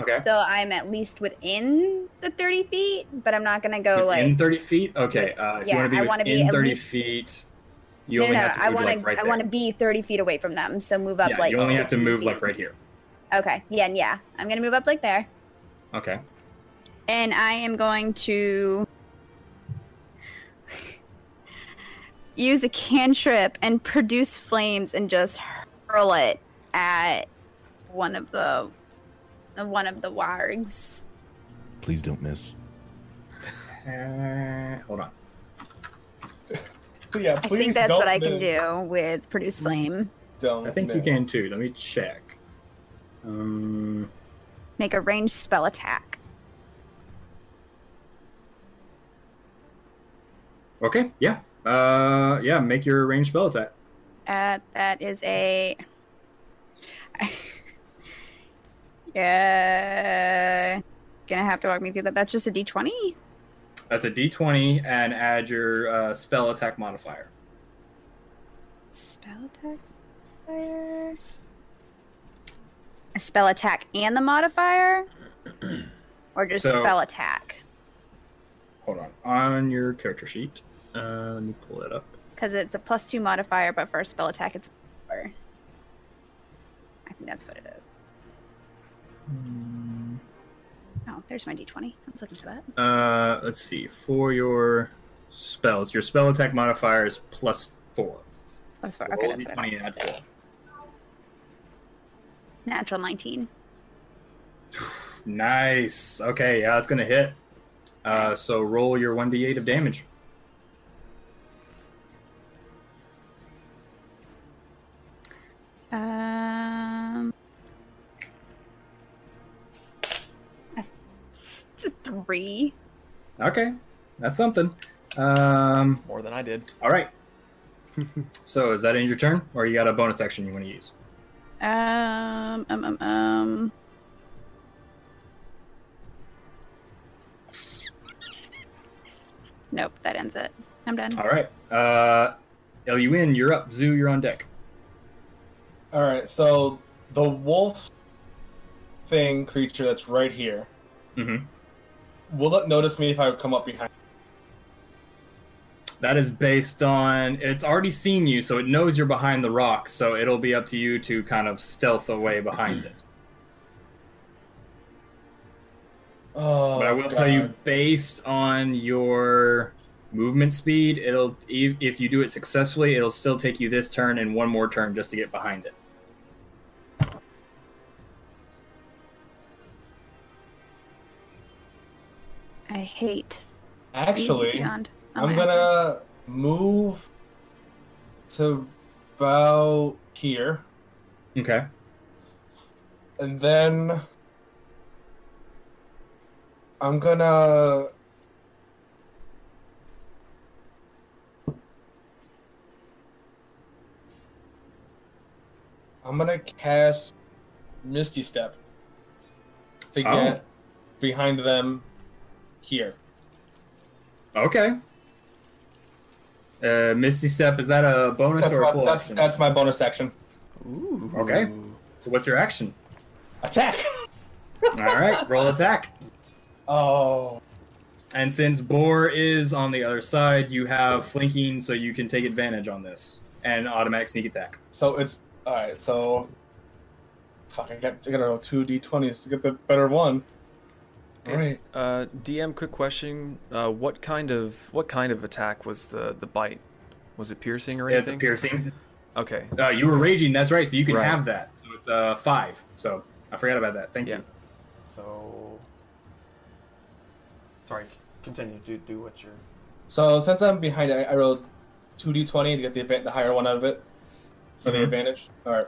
Okay.
so I'm at least within the 30 feet, but I'm not gonna go
within
like.
thirty feet. Okay. Uh, if
Yeah, I
you want
wanna
to
be
be within
at
thirty
least-
feet, you
No, no,
only
no.
have to
I
move
want to.
like right
I
there.
want to be 30 feet away from them, so move up
yeah,
like.
you only have to
15
move
feet.
like right here.
Okay. Yeah. Yeah. I'm gonna move up like there.
Okay.
And I am going to use a cantrip and produce flames and just hurl it at one of the one of the wargs.
Please don't miss.
Uh, hold on.
Yeah,
I
please
think that's
don't
what I can
miss.
do with produce
Mm-hmm.
flame.
Don't
I think you
miss.
can too. Let me check. Um,
Make a ranged spell attack.
okay. Yeah. Uh, yeah. Make your range spell attack.
Uh, that is a. yeah. Gonna have to walk me through that. That's just a d20.
That's a D20 and add your uh, spell attack modifier.
Spell attack modifier. A spell attack and the modifier? or just
So-
spell attack?
Hold on. On your character sheet. Uh, let me pull that up.
Because it's a plus two modifier, but for a spell attack, it's four. I think that's what it is.
Hmm.
Oh, there's my d20. I was looking for that.
Uh, let's see. For your spells, your spell attack modifier is plus four.
Plus four. Okay,
Roll a
that's what I meant.
d20 and add four.
Natural 19.
Nice. Okay, yeah, it's gonna hit. Uh, so roll your one d8 of damage.
Um, a- it's a three.
Okay, that's something. Um,
More than I did.
all right. so is that in your turn, or you got a bonus action you want to use?
Um, um, um, um. Nope, that ends it. I'm done.
All right. Uh, Lun, you're up. Zoo, you're on deck.
All right, so the wolf thing creature that's right here
Mm-hmm.
will it notice me if I come up behind?
That is based on it's already seen you, so it knows you're behind the rock. So it'll be up to you to kind of stealth away behind it.
Oh,
But I will
God.
tell you, based on your movement speed, it'll e- if you do it successfully, it'll still take you this turn and one more turn just to get behind it.
I hate being
Actually,
beyond. Oh
I'm
my
gonna move to about here,
Okay.
and then I'm gonna. I'm gonna cast Misty Step to
Oh.
get behind them here.
Okay. Uh, Misty Step is that a bonus
That's
or a
my,
full
that's,
action?
that's my bonus action.
Ooh.
Okay. So what's your action?
Attack!
All right, roll attack.
Oh.
And since Boar is on the other side, you have flanking, so you can take advantage on this and automatic sneak attack.
So it's all right. So fuck, I got I gotta roll two d20s to get the better one. All right.
Uh, DM, quick question. Uh, what kind of what kind of attack was the the bite? Was it piercing or
It's
anything?
a piercing.
Okay.
Uh, you were raging. That's right. So you can
Right.
have that. So it's uh, five. So I forgot about that. Thank
Yeah.
you.
So. Sorry, continue. Do, do what you're.
So since I'm behind, I, I rolled two d20 to get the advan- the higher one out of it for the
Mhm.
advantage. All right.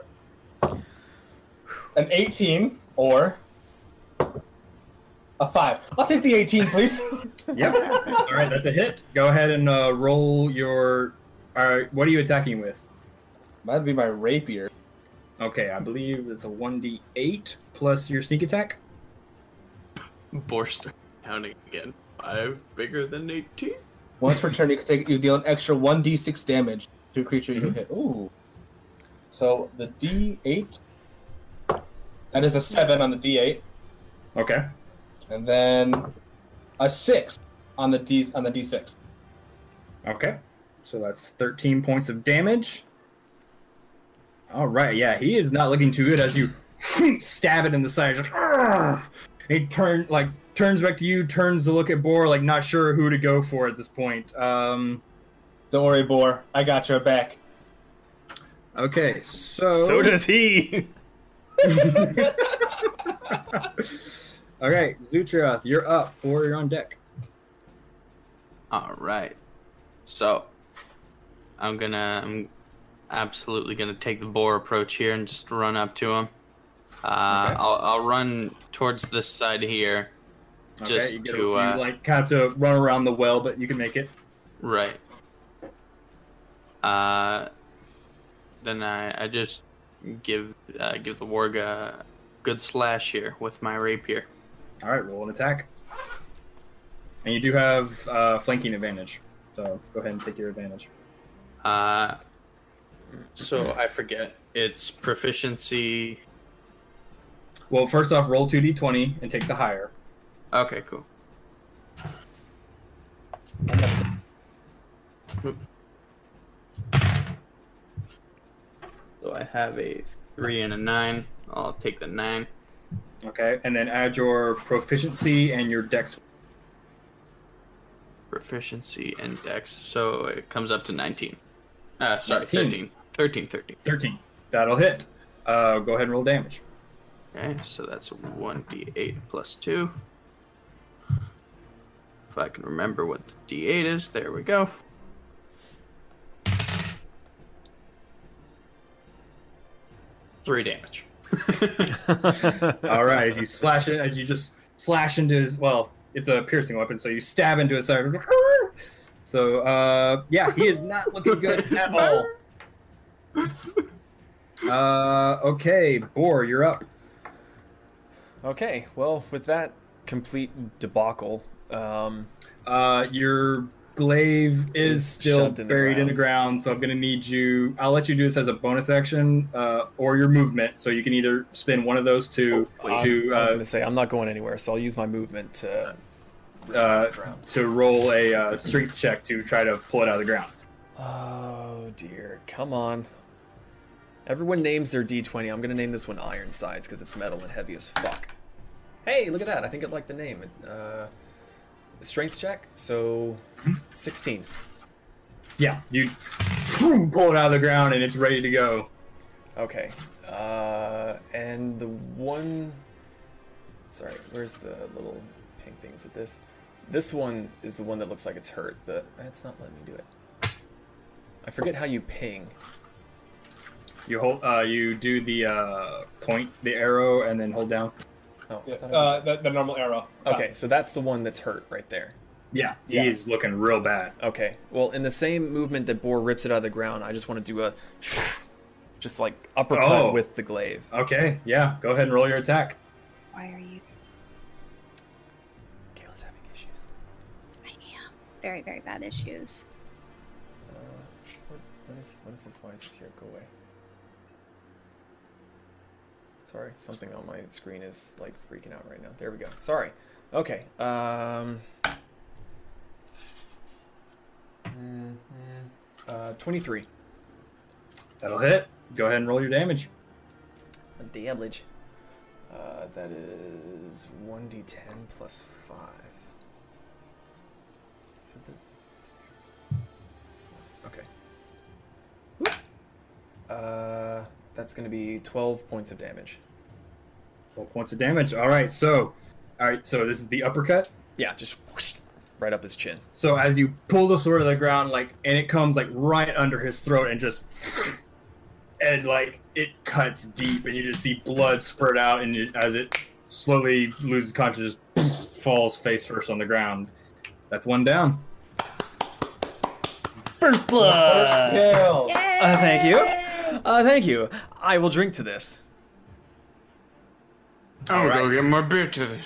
An 18 or a five. I'll take the 18, please.
Yep. All right, that's a hit. Go ahead and uh, roll your. All right, what are you attacking with?
That'd be my rapier.
Okay, I believe it's a one d eight plus your sneak attack.
Borster counting again. Five bigger than eighteen.
Once per turn, you can take you deal an extra 1d6 damage to a creature
Mm-hmm.
you hit. Ooh. So the d8. That is a seven on the d8,
Okay.
and then a six on the d on the d6.
Okay. So that's thirteen points of damage. All right. Yeah, he is not looking too good as you stab it in the side. Just, "Argh." he turn like turns back to you, turns to look at Boar, like not sure who to go for at this point. Um.
Don't worry, Boar. I got your back.
Okay, so
So does he!
All right, Zutrath, you're up, or you're on deck.
All right. So I'm gonna, I'm absolutely gonna take the boar approach here and just run up to him. Uh,
Okay.
I'll, I'll run towards this side here.
Okay,
Just
you, get,
to,
you
uh,
like have to run around the well, but you can make it.
Right. Uh, then I, I just give uh, give the warg a good slash here with my rapier.
All right, roll an attack, and you do have uh, flanking advantage. So go ahead and take your advantage.
Uh, so I forget it's proficiency.
Well, first off, roll two d20 and take the higher.
Okay, cool. So I have a three and a nine. I'll take the nine.
Okay, and then add your proficiency and your dex.
Proficiency and dex, so it comes up to nineteen. Uh, sorry,
13.
13. 13, 13.
13. That'll hit. Uh, go ahead and roll damage.
Okay, so that's 1d8 plus 2. If I can remember what the d8 is, there we go. Three damage.
All right, as you slash it, as you just slash into his. Well, it's a piercing weapon, so you stab into his side. So, uh, yeah, he is not looking good at all. Uh, okay, Boar, you're up.
Okay, well, with that complete debacle, um,
Uh, your glaive is
Is
still
shoved in the
buried in
ground.
the ground, so I'm gonna need you. I'll let you do this as a bonus action uh, or your movement, so you can either spin one of those two to
I was
uh,
gonna say I'm not going anywhere, so I'll use my movement to.
uh, to roll a uh, strength check to try to pull it out of the ground.
Oh dear, come on. Everyone names their D20. I'm gonna name this one Ironsides because it's metal and heavy as fuck. Hey, look at that! I think it liked the name. It, uh, strength check. So,
Hmm?
16.
Yeah, you pull it out of the ground and it's ready to go.
Okay. Uh, and the one. Sorry, where's the little pink thing? Is it this? This one is the one that looks like it's hurt. The it's not letting me do it. I forget how you ping.
You hold. Uh, you do the uh, point, the arrow, and then hold down.
Oh, I
Yeah,
thought I
uh, the, the normal arrow.
did- okay. So that's the one that's hurt right there.
Yeah, he
Yeah.
is looking real bad.
Okay. Well, in the same movement that Boar rips it out of the ground, I just want to do a, just like uppercut
Oh.
with the glaive.
Okay, yeah, go ahead and roll your attack.
Why are you?
Kayla's having issues.
I am very, very bad issues.
Uh, what, what is what is this? Why is this here? Go away. Sorry, something on my screen is like freaking out right now. There we go. Sorry. Okay. Um. mm, mm, Uh, 23.
That'll hit. Go ahead and roll your damage.
Damage. Uh, that is 1d10 plus 5. Is it the... it's not- Okay. Whoop. Uh, that's going to be 12 points of damage.
Twelve points of damage. All right, so, all right, so this is the uppercut.
Yeah, just whoosh, right up his chin.
So as you pull the sword to the ground, like, and it comes like right under his throat, and just, and like it cuts deep, and you just see blood spurt out, and it, as it slowly loses consciousness, falls face first on the ground. That's one down.
First blood!
Kill.
Yeah.
Uh, thank you. Uh, thank you. I will drink to this.
I'm gonna get my beer to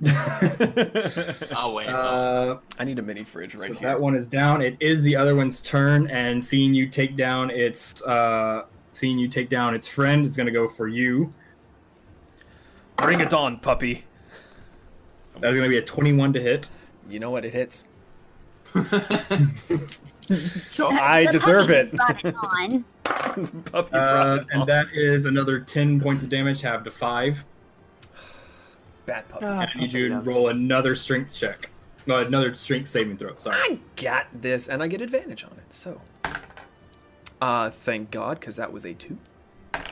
this. Oh, wait.
Uh,
I need a mini fridge right
so
here.
that one is down. It is the other one's turn, and seeing you take down its, uh, seeing you take down its friend, is gonna go for you.
Bring it on, puppy.
That's gonna be a twenty-one to hit.
You know what? It hits.
So-
I deserve it.
Got it on.
puppy brought
Uh,
it
and
on.
that is another 10 points of damage, halved to 5.
Bad puppy.
And I need you to roll another strength check. No, another strength saving throw, sorry.
I got this, and I get advantage on it. So, uh, thank God, because that was a two.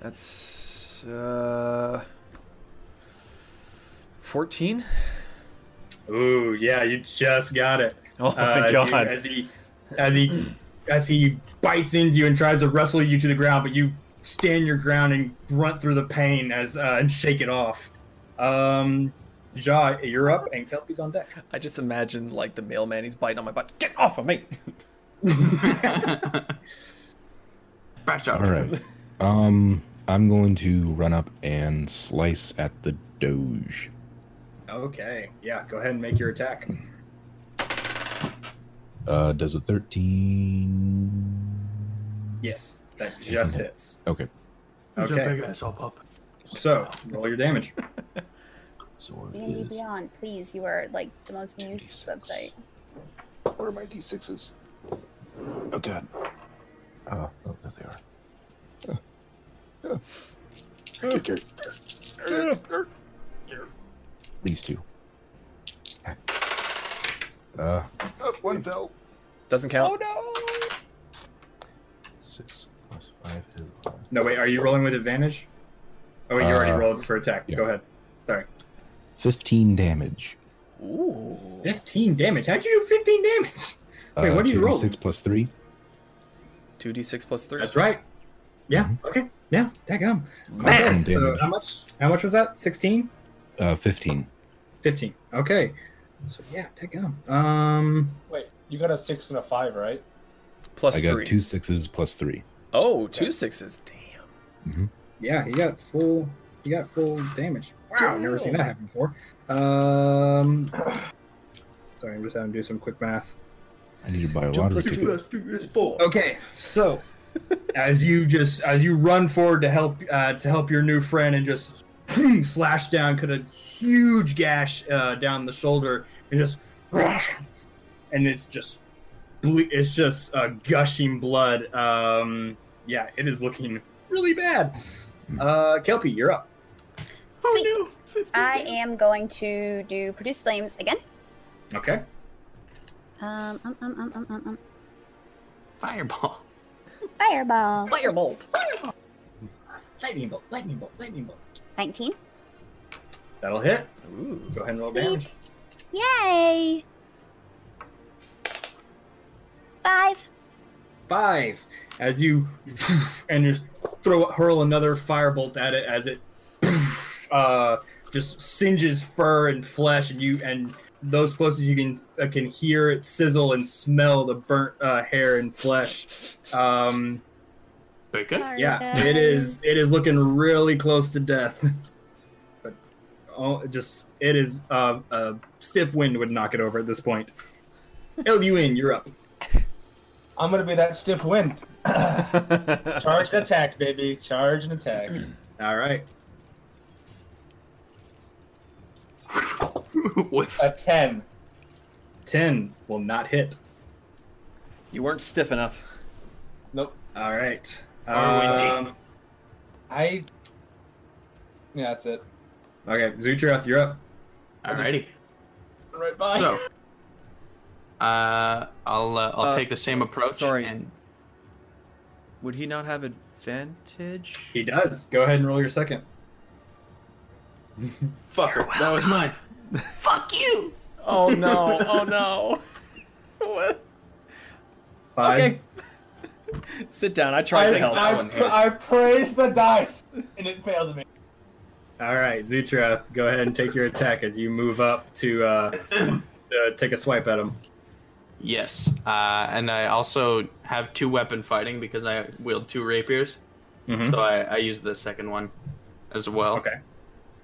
That's uh, fourteen.
Ooh, yeah, you just got it.
Oh,
Uh,
thank
as you-
God.
as he, as he, as he bites into you and tries to wrestle you to the ground, but you stand your ground and grunt through the pain as uh, and shake it off. Um, Ja, you're up, and Kelpie's on deck.
I just imagine like the mailman. He's biting on my butt. Get off of me!
Back up.
All right. Um, I'm going to run up and slice at the Doge.
Okay, yeah, go ahead and make your attack.
Uh, does a 13?
Yes, that just hits.
Okay.
Okay.
Jump that ass up, up.
So roll your damage.
Sword
You need to be on, please. You are like the most used website.
Where are my d6s? Oh god. Oh, oh there they are. These two. Uh, one fell.
Doesn't count.
Oh,
no! six plus five is eleven.
No, wait. Are you rolling with advantage? Oh, wait. You already
Uh,
rolled for attack.
yeah.
Go ahead. Sorry.
Fifteen damage.
Ooh.
15 damage. How'd you do 15 damage? Wait, what do you roll?
Uh, Six plus three.
2d6 plus 3.
That's right. Yeah. Okay. Yeah. Daggum.
Man.
Okay, so
Damage.
how much? How much was that? 16?
Uh, Fifteen.
15. Okay. So yeah, daggum. Um.
Wait, you got a six and a five, right?
Plus
I got
3.
two sixes plus three.
Oh, two sixes. Damn.
Yeah, he got full. He got full damage. Wow, never seen that happen before. Um. Sorry, I'm just having to do some quick math.
I need to buy a lottery
plus
ticket.
Okay, so as you just as you run forward to help uh, to help your new friend and just slash down, cut a huge gash uh, down the shoulder and just and it's just ble- it's just uh, gushing blood. Um, yeah, it is looking really bad. Uh, Kelpie, you're up.
Sweet. I am going to do produce flames again.
Okay.
Um, um, um, um, um, um, um.
Fireball.
Fireball.
Fire bolt.
Lightning bolt, lightning bolt, lightning bolt.
19.
That'll hit.
Ooh.
Go ahead
Oh,
and roll
Sweet.
damage.
Yay! Five.
five as you and just throw hurl another firebolt at it as it uh, just singes fur and flesh and you and those closest you can uh, can hear it sizzle and smell the burnt uh, hair and flesh um,
Very good.
Sorry,
yeah
guys.
it is it is looking really close to death but oh it just it is uh, a stiff wind would knock it over at this point Elwin, you're up
I'm gonna be that stiff wind. Charge and attack, baby. Charge and attack.
all right
Whiff.
A ten.
10 will not hit
You weren't stiff enough.
Nope.
All right.
Or windy.
Um,
I. Yeah, that's it.
okay, Zutrath, you're up.
Alrighty.
Right
So, uh, I'll uh, I'll
Uh,
take the same approach.
sorry.
And
Would he not have advantage?
He does. Go ahead and roll your second.
fucker, that was mine.
Fuck you.
Oh no! Oh no! What?
Five.
Okay. Sit down. I tried
I,
to help.
that
I,
one
pra-
hit.
I praised the dice, and it failed me.
All right, Zutrath, go ahead and take your attack as you move up to uh, to take a swipe at him.
Yes. Uh, and I also have two weapon fighting because I wield two rapiers.
Mhm.
So I, I use the second one as well.
Okay.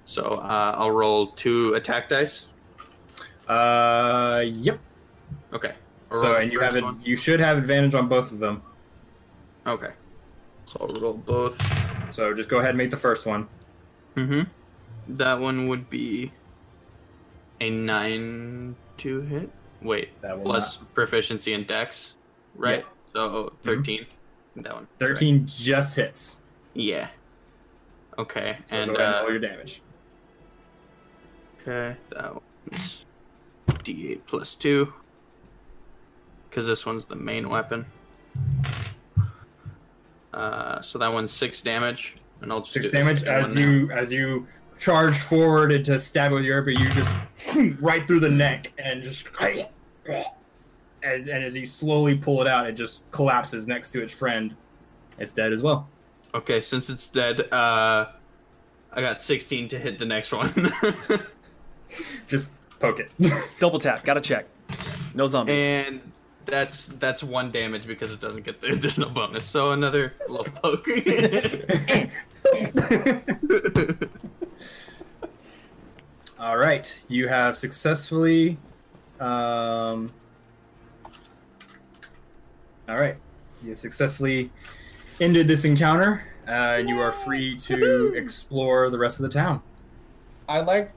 So uh, I'll roll two attack dice.
Uh, yep.
Okay. I'll roll
So
the
and you have
first
it.
one.
You should have advantage on both of them.
Okay. So I'll roll both.
So just go ahead and make the first one.
Mm-hmm. That one would be a nine to hit. Wait,
That will
plus proficiency in dex, right?
Yeah. Mm-hmm.
So 13 That one. That's right.
Thirteen just hits.
Yeah. Okay.
So
and
go ahead and
uh,
roll your damage.
okay, that one's d8 plus two. Because this one's the
Mm-hmm.
main weapon. Uh, so that one's six damage, and I'll just
six
do this
damage
one
as
now.
you as you charge forward and to stab it with your rapier. You just right through the neck and just as, and as you slowly pull it out, it just collapses next to its friend. It's dead as well.
Okay, since it's dead, uh, I got 16 to hit the next one.
Just poke it.
Double tap. Gotta check. No zombies.
and that's that's one damage because it doesn't get the additional bonus. So another little poke.
All right, you have successfully. Um, all right, you successfully ended this encounter, uh, and you are free to explore the rest of the town.
I like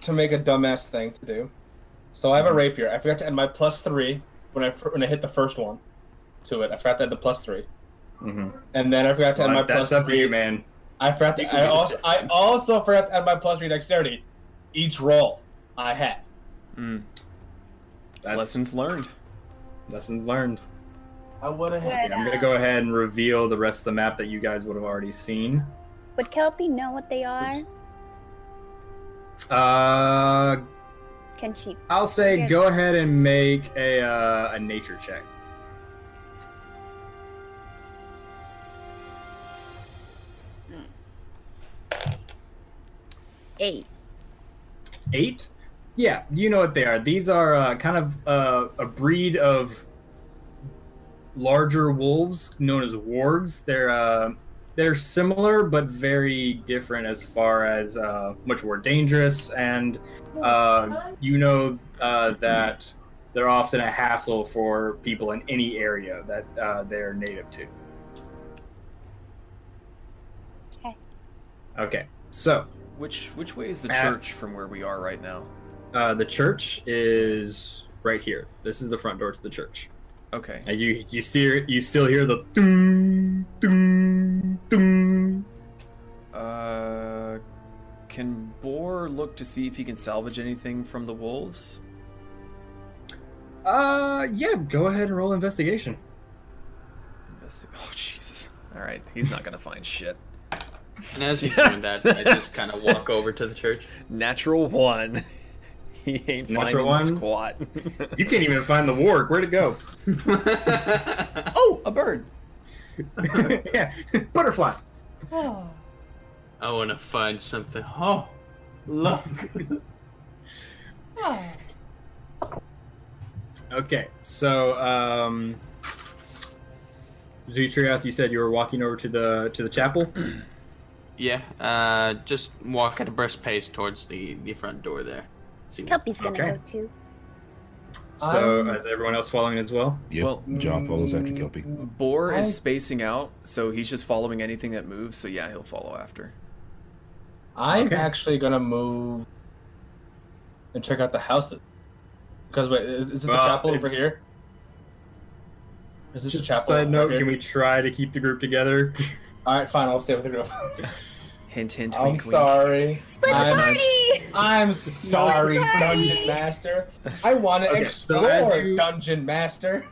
to make a dumbass thing to do. So I have a rapier. I forgot to add my plus three when I fir- when I hit the first one to it. I forgot to add the plus three,
Mm-hmm.
and then I forgot to add my
that's
plus
up to
three.
you, man.
I forgot.
You
To,
can
I
do the
also
same
I
thing.
also forgot to add my plus three dexterity. Each roll I had.
Mm,
That's
Lessons learned.
lesson learned.
I would have.
Would,
Yeah, I'm gonna
uh,
go ahead and reveal the rest of the map that you guys would have already seen.
Would Kelpie know what they are?
Uh,
Can she?
I'll say
Yes.
go ahead and make a uh, a nature check.
Eight.
Eight. Yeah, you know what they are. These are uh, kind of uh, a breed of larger wolves known as wargs. They're uh, they're similar but very different as far as uh, much more dangerous, and uh, you know uh, that they're often a hassle for people in any area that uh, they're native to.
Okay.
Okay. So
Which which way is the
Uh,
church from where we are right now?
uh, the church is right here. This is the front door to the church.
Okay.
And you you steer you still hear the doom doom doom.
Uh, can Boar look to see if he can salvage anything from the wolves?
Uh yeah, go ahead and roll investigation.
Investi- Oh Jesus! All right, he's not gonna find shit.
And as he's doing that, I just kind of walk over to the church.
Natural one. He ain't
Natural
finding
one?
squat.
You can't even find the warg. Where'd it go?
oh, a bird.
yeah, butterfly.
I want to find something. Oh, look.
Okay, so um, Zutrioth, you said you were walking over to the to the chapel.
yeah, uh, just walk at a brisk pace towards the, the front door there. See what-
Kelpie's gonna
Okay.
go too.
So
I'm-
is everyone else following as well? mm.
Yep.
Well-
John follows after Kelpie.
Boar
I-
is spacing out, so he's just following anything that moves. So yeah, he'll follow after.
I'm
Okay.
actually gonna move and check out the houses. Because wait, is, is it the
Well,
chapel
if-
over here? Is this
Just
the
a
chapel?
side note:
over
Can
here?
we try to keep the group together?
All right, fine. I'll stay with the group.
Hint, hint.
I'm
wink, wink.
sorry.
Split the
I'm-
party!
I'm sorry,
sorry.
Dungeon Master. I want to
Okay, so
explore,
as you-
Dungeon Master.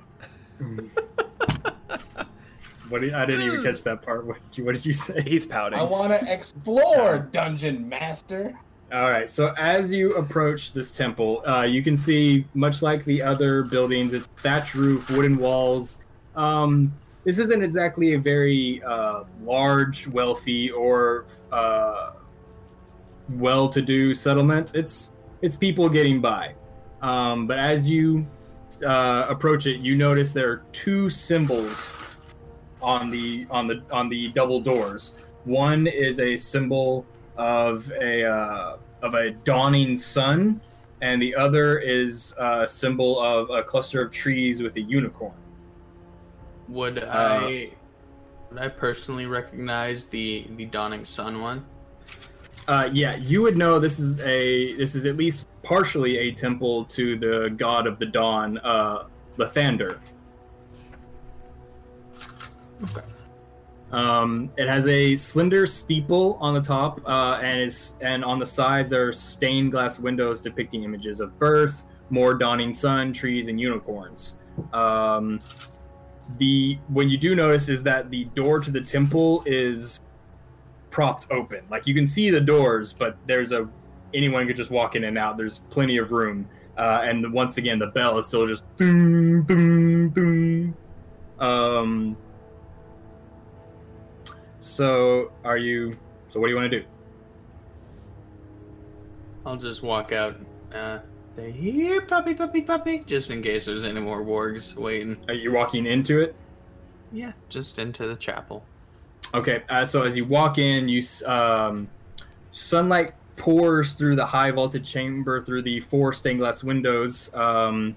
What did, I didn't even catch that part. What, did you- what did you say?
He's
I
pouting.
want to explore, Dungeon Master.
All right. So as you approach this temple, uh, you can see, much like the other buildings, it's thatch roof, wooden walls. Um, this isn't exactly a very uh, large, wealthy, or uh, well-to-do settlement. It's it's people getting by. Um, but as you uh, approach it, you notice there are two symbols on the on the on the double doors. One is a symbol of a uh, of a dawning sun, and the other is a symbol of a cluster of trees with a unicorn.
Would I would I personally recognize the the dawning sun one?
Uh, yeah, you would know this is a this is at least partially a temple to the god of the dawn, uh, Lathander.
Okay.
Um, it has a slender steeple on the top, uh, and is and on the sides there are stained glass windows depicting images of birth, more dawning sun, trees, and unicorns. Um, the what you do notice is that the door to the temple is propped open. Like you can see the doors, but there's a anyone could just walk in and out. There's plenty of room. Uh, and once again, the bell is still just boom, boom, boom. Um. So are you? So what do you want to do?
I'll just walk out. Uh, say, here, puppy, puppy, puppy, just in case there's any more wargs waiting.
Are you walking into it?
Yeah, just into the chapel.
Okay, uh, so as you walk in, you s- um, sunlight pours through the high vaulted chamber through the four stained glass windows. Um,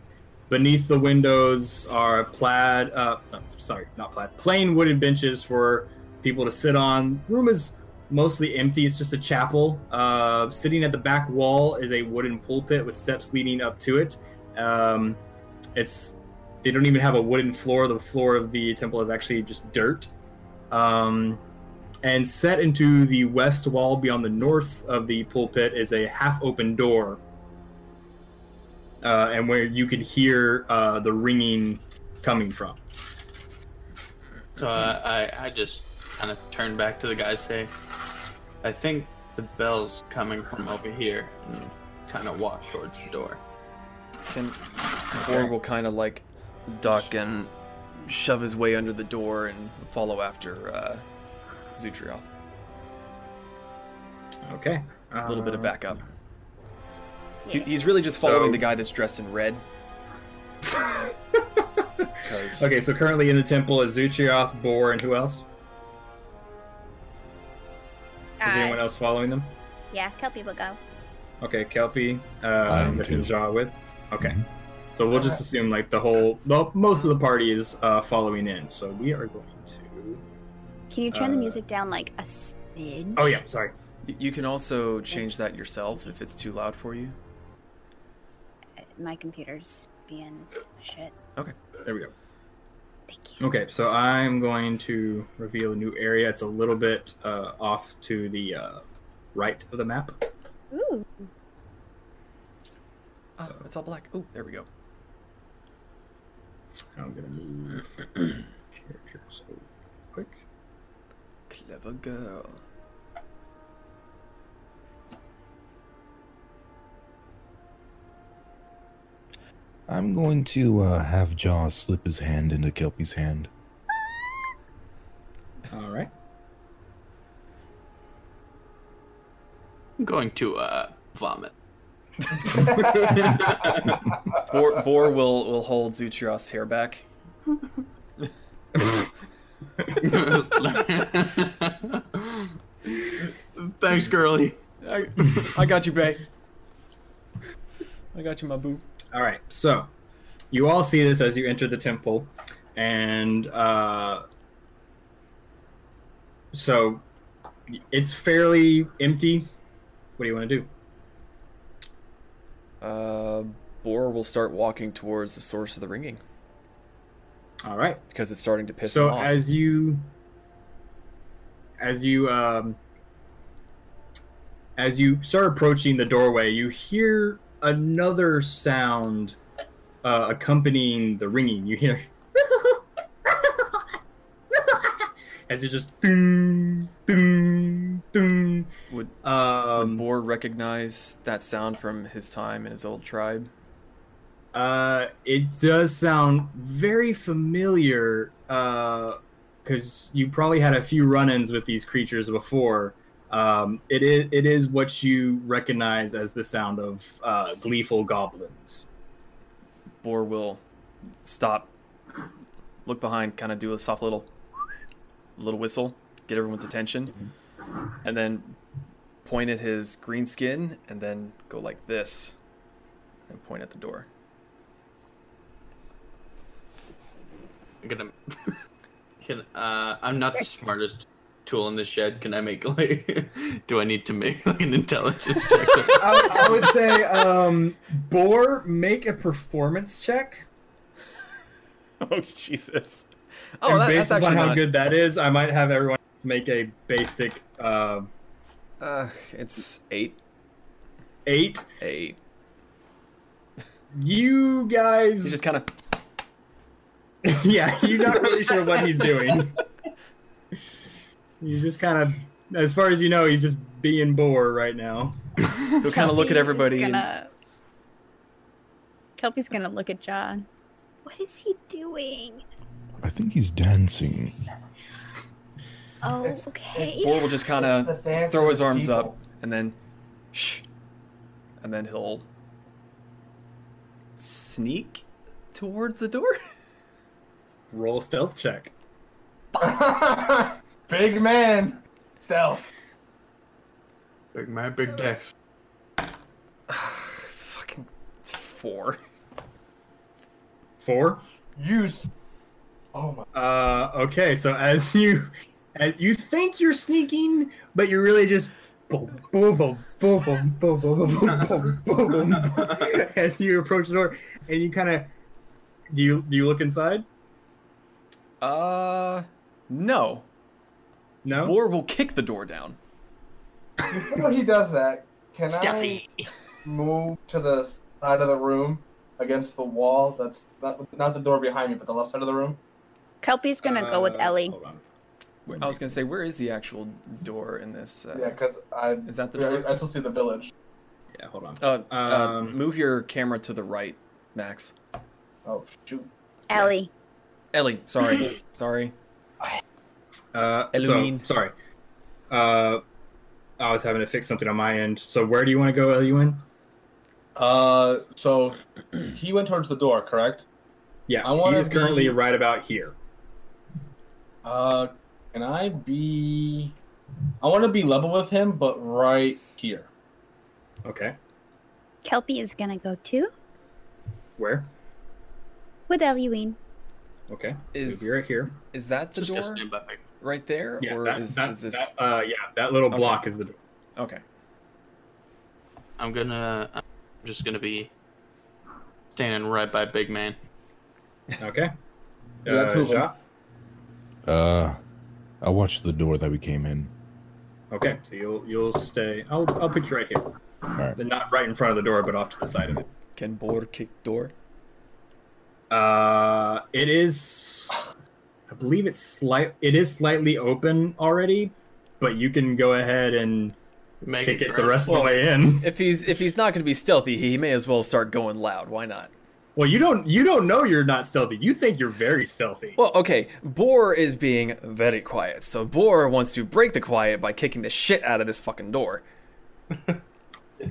beneath the windows are plaid, uh, no, sorry, not plaid, plain wooden benches for people to sit on. Room is mostly empty. It's just a chapel. Uh, sitting at the back wall is a wooden pulpit with steps leading up to it. Um, it's they don't even have a wooden floor. The floor of the temple is actually just dirt um, and set into the west wall beyond the north of the pulpit is a half-open door, uh, and where you could hear uh, the ringing coming from.
So Uh, I, I, I just kind of turn back to the guy, say, "I think the bell's coming from over here," and kind of walk towards the door.
And Borg will kind of like duck and shove his way under the door and follow after uh, Zutrioth.
Okay.
A little bit
Um,
of
Uh,
backup. He, he's really just following
So-
the guy that's dressed in red. 'Cause-
Okay, so currently in the temple is Zuchioth, Boar, and who else? Is
Uh,
anyone else following them?
yeah, Kelpie will go.
Okay, Kelpie,
I
uh,
am
Mr.
too. Mm-hmm.
Jaw with. Okay. So we'll just assume like the whole, well, most of the party is uh, following in. So we are going to.
Can you turn the
Uh,
music down like a smidge?
Oh yeah, sorry.
Y- You can also change that yourself if it's too loud for you.
My computer's being shit.
There we go.
Thank you.
Okay, so I'm going to reveal a new area. It's a little bit uh, off to the uh, right of the map.
Ooh.
Ah, it's all black. Oh, there we go.
I'm gonna move characters over quick.
Clever girl.
I'm going to uh, have Jaws slip his hand into Kelpie's hand.
All right.
I'm going to uh, vomit.
Bor, Bor will, will hold Zutrioth's hair back.
Thanks, girly.
I, I got you, Bay. I got you, my boo.
All right. So you all see this as you enter the temple, and uh, so it's fairly empty. What do you want to do?
Uh, Bor will start walking towards the source of the ringing
All right.
because it's starting to piss
so
him off.
as you as you um as you start approaching the doorway you hear another sound uh, accompanying the ringing you hear as you just ding, ding, ding.
Would
um
Bor recognize that sound from his time in his old tribe?
Uh, it does sound very familiar, because you probably had a few run-ins with these creatures before. Um, it is it is what you recognize as the sound of uh, gleeful goblins.
Bor will stop, look behind, kind of do a soft little, little whistle, get everyone's attention, and then point at his green skin, and then go like this, and point at the door.
I'm gonna. Can uh, I'm not the smartest tool in the shed. Can I make like? do I need to make like an intelligence check?
I, I would say, um, Boar, make a performance check.
Oh Jesus!
and
Oh, that,
based
that's actually
upon how
not.
good that is, I might have everyone make a basic uh,
Uh, it's eight,
eight.
eight.
You guys
He's just kind of.
yeah, you're not really sure what he's doing. He's just kind of, as far as you know, he's just being bored right now.
He'll kind of look at everybody. and-
Gonna... Kelpie's gonna look at John. What is he doing?
I think he's dancing.
Oh,
It's-
okay.
Or will just kind
The
of
dance
throw
of
his
the
arms up
people.
and then shh. And then he'll sneak towards the door.
Roll stealth check.
Big man. Stealth.
big my big dex.
Fucking four.
Four.
Use. Oh my.
Uh, okay, so as you, as you think you're sneaking, but you're really just boom, boom, boom, boom, boom, boom, boom, boom, boom, boom, boom, boom, as you approach the door, and you kind of, do you do you look inside?
Uh no.
No.
Boar will kick the door down.
Before he does that, can I move to the side of the room against the wall? That's not, not the door behind me, but the left side of the room.
Kelpie's gonna go with
Uh,
Ellie.
Hold on.
I was gonna say, where is the actual door in this? Uh,
Yeah, because I
Is that the
I,
door?
I still see the village.
Yeah, hold on.
Uh, uh,
Um,
move your camera to the right, Max.
Oh shoot!
Ellie.
Ellie, sorry, sorry.
Uh, so,
Elohim.
sorry. Uh, I was having to fix something on my end. So where do you want to go, Elun?
Uh, so he went towards the door, correct?
Yeah,
I wanna
he is currently
be-
right about here.
Uh, can I be? I want to be level with him, but right here.
Okay,
Kelpie is gonna go too
where?
with Eluine.
Okay,
Is-
so you're right here.
Is that the
Just
door
just nearby.
right there,
Yeah,
or
that,
is
that-
is this?
that, uh, yeah, that little block is the door.
Okay.
I'm gonna. I'm just gonna be standing right by Big Man.
Okay.
We got two of them.
Ja?
Uh, I watched the door that we came in.
Okay, so you'll you'll stay. I'll I'll put you right here.
Alright.
Then Not right in front of the door, but off to the side of it.
Can Bor kick door?
Uh, it is. I believe it's slight. It is slightly open already, but you can go ahead and
Make
kick it the
grow.
rest of the way in.
If he's if he's not gonna be stealthy, he may as well start going loud. Why not?
Well, you don't you don't know you're not stealthy. You think you're very stealthy.
Well, okay. Bor is being very quiet, so Bor wants to break the quiet by kicking the shit out of this fucking door.
Go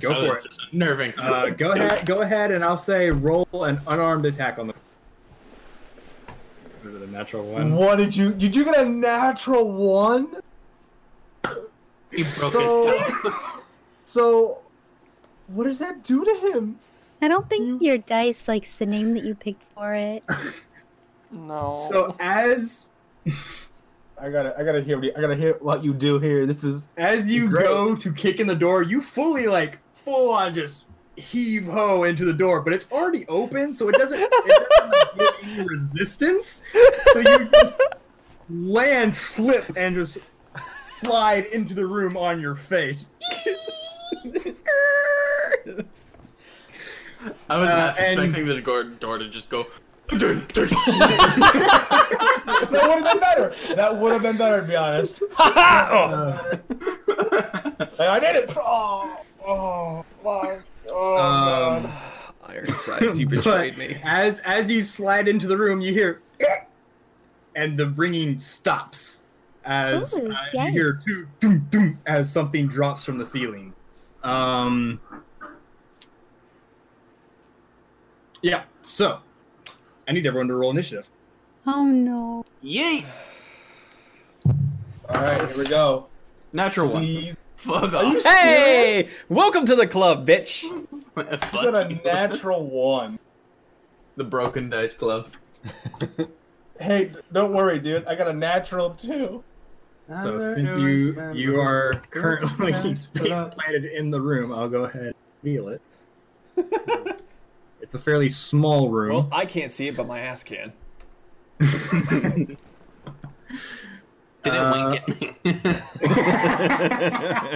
So
for
it's
it.
just Nerving.
Uh, go ahead, go ahead, and I'll say roll an unarmed attack on the. Was it a natural one?
What did you? Did you get a natural one?
he broke
so-
his toe.
So, what does that do to him?
I don't think your dice likes the name that you picked for it.
No.
So as
I gotta, I gotta hear, what you- I gotta hear what you do here. This is
as you
Great.
go to kick in the door, you fully like full on just heave ho into the door, but it's already open, so it doesn't, it doesn't like, give any resistance. So you just land, slip, and just slide into the room on your face.
I was
Uh,
half
and-
expecting the door, door to just go.
that would have been better. That would have been better, to be honest. Like, I did it. Oh, oh, my, oh
Um,
God.
Ironsides, you
But
betrayed me.
As as you slide into the room, you hear, and the ringing stops. As
Ooh,
uh,
yay.
you hear two doom doom as something drops from the ceiling. Um. Yeah. So, I need everyone to roll initiative.
Oh no.
Yeet!
All right, here we go.
Natural one.
Please,
Fuck
are
off.
you serious?
Hey, welcome to the club, bitch.
Fuck
You got a
you.
natural one.
The broken dice club.
Hey, don't worry, dude. I got a natural two.
So since you you are currently face planted in the room, I'll go ahead and reveal it. it's a fairly small room.
Well, I can't see it, but my ass can.
Did it wink at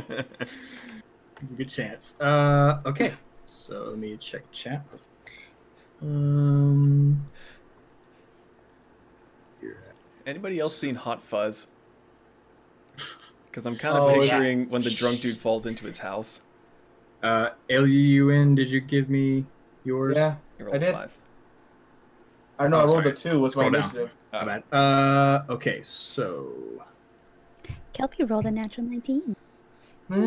me?
Good chance. Uh, okay. So let me check chat. Um,
Anybody else seen Hot Fuzz? Because I'm kind of
Oh, yeah.
picturing when the drunk dude falls into his house.
uh, LUN, did you give me yours?
Yeah,
You
I
rolled
did.
five.
I know. I
Oh,
rolled
sorry.
a two. What's my
Scroll down.
initiative?
My bad. Uh, okay. So
Kelpie rolled a natural 19.
Yeah,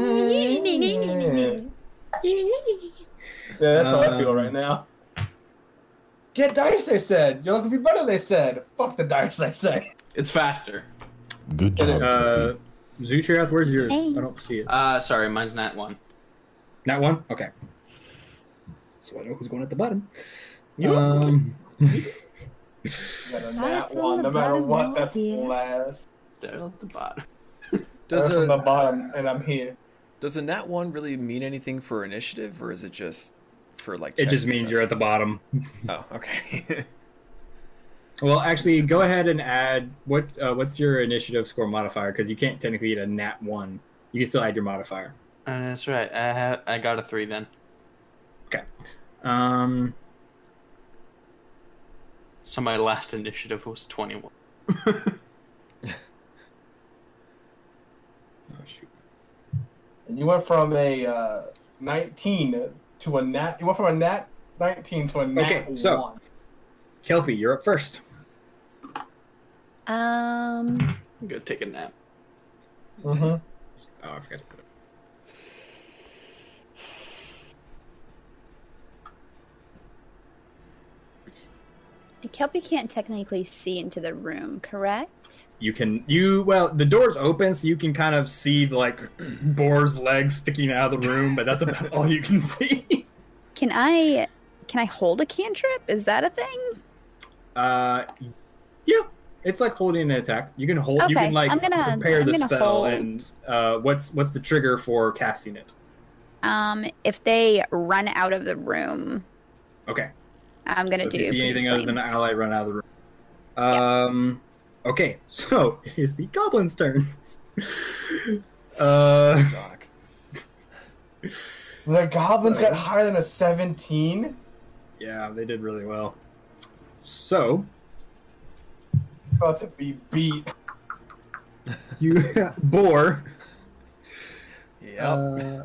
that's how I feel
Um,
right now. Get dice, they said. You're looking to be better, they said. Fuck the dice, I say.
it's faster.
Good
Get it.
job.
uh, Zutrath, where's yours?
Hey.
I don't see it.
Uh, sorry, mine's not one.
Not one. Okay. So I know who's going at the bottom. Um,
You got a
Start
nat
from
one,
the
no matter
bottom
what,
now,
that's
dear.
last.
Still at the bottom.
Does
Start from the
a
bottom, and I'm here.
does a nat one really mean anything for initiative, or is it just for like?
it
checks
just
and
means
such?
you're at the bottom.
Oh, okay.
Well, actually, go ahead and add what uh, what's your initiative score modifier because you can't technically get a nat one. You can still add your modifier.
Uh, that's right. I have. I got a three then.
Um,
So my last initiative was twenty-one.
oh,
And you went from a uh, 19 to a nat. You went from a nat 19 to a nat
Okay, so-
one.
Kelpie, you're up first.
Um,
I'm gonna take a nap.
Mm-hmm.
Oh, I forgot to put it.
Kelpie can't technically see into the room, correct?
You can you well the door's open so you can kind of see like Boar's legs sticking out of the room, but that's about all you can see.
Can I can I hold a cantrip? Is that a thing?
Uh, yeah, it's like holding an attack. You can hold. You
Okay,
can like
I'm gonna-
prepare
I'm
the
gonna
spell
hold.
and uh, what's what's the trigger for casting it?
Um, if they run out of the room,
Okay.
I'm gonna
So if
do.
you see anything
pretty
other
slim.
than an ally run out of the room. Um. Okay, so it is the goblin's turn. uh,
Zoc.
The goblins got higher than a 17.
yeah, they did really well. So
About to be beat.
you bore.
Yep.
Uh,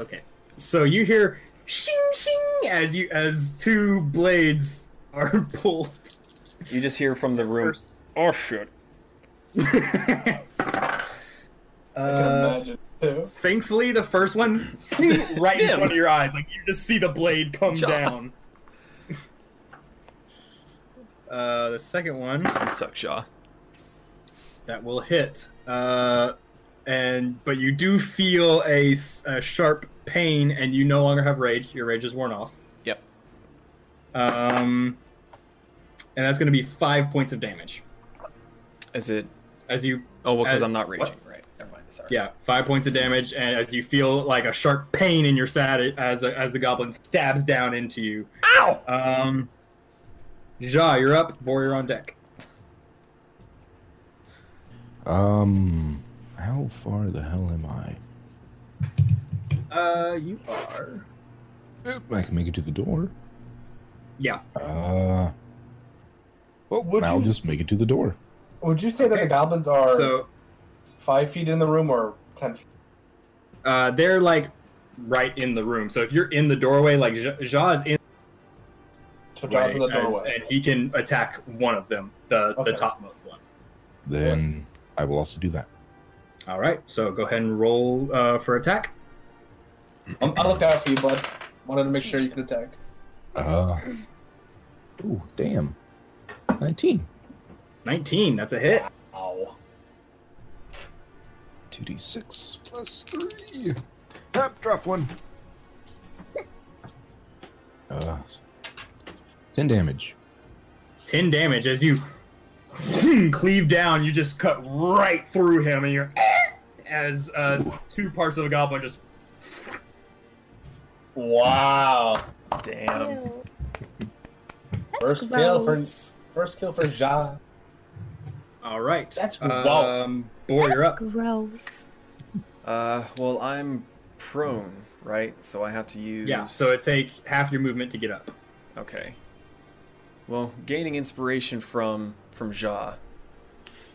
okay. So you hear shing shing as you as two blades are pulled.
you just hear from the room.
First.
Oh shit.
I can
Uh,
imagine too.
thankfully, the first one right in
Damn.
front of your eyes, like you just see the blade come
John.
down. Uh, the second one
You suck, Shaw.
that will hit, uh, and but you do feel a, s- a sharp pain, and you no longer have rage. Your rage is worn off.
Yep.
Um, and that's going to be five points of damage.
Is it?
As you,
Oh well, because
Uh,
I'm not raging.
what?
Right. Never mind. Sorry.
yeah, five points of damage, and as you feel like a sharp pain in your side as as the goblin stabs down into you. Ow! Um, Ja, you're up. Bor, you're on deck.
Um, how far the hell am I?
Uh, you are.
Oop, I can make it to the door.
Yeah.
Uh,
What would
I'll
you
just make it to the door.
would you say that
Okay.
the goblins are
So
five feet in the room or ten feet?
uh, they're like right in the room. So if you're in the doorway, like Ja, ja is in
So John's in the
way as-
doorway.
and he can attack one of them, the
Okay.
the topmost one.
Then I will also do that.
All right. So go ahead and roll uh, for attack.
Um, I looked out for you, bud. Wanted to make sure you could attack.
Uh, ooh, damn. 19.
19. That's a hit.
Ow.
2d6 plus 3. Tap, drop one. Uh, 10 damage.
10 damage as you cleave down you just cut right through him and you're as uh, two parts of a goblin just
Wow.
Damn.
Ew.
First kill for first kill for Ja.
all right
That's
um boy you're up
Gross.
Uh, well, I'm prone, right? So I have to use.
yeah so it take half your movement to get up
Okay. Well, gaining inspiration from from Ja,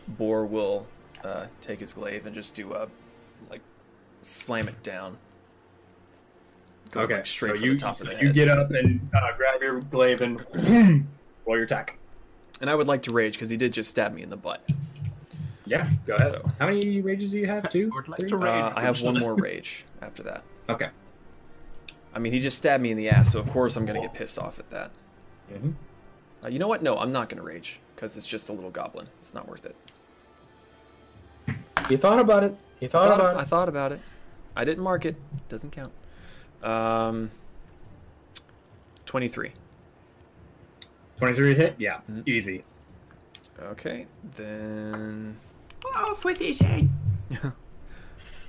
Boar will uh, take his glaive and just do a like slam it down. Go,
okay
like, straight
so
for
you
the top
so
of the
you
head.
get up and uh, grab your glaive and roll your attack
And I would like to rage because he did just stab me in the butt.
yeah go ahead
So-
how many rages do you have two
would like
Three?
to
Uh,
Rage
I have
first.
one more rage after that.
okay
I mean, he just stabbed me in the ass, so of course I'm gonna get pissed off at that.
Mhm.
Uh, you know what? No, I'm not gonna rage because it's just a little goblin. It's not worth it.
He thought about it. He thought,
Thought-
about
I
it.
thought about it. I didn't mark it. Doesn't count. Um, twenty-three.
23 hit yeah
Mm-hmm.
easy
Okay, then
Off with his head.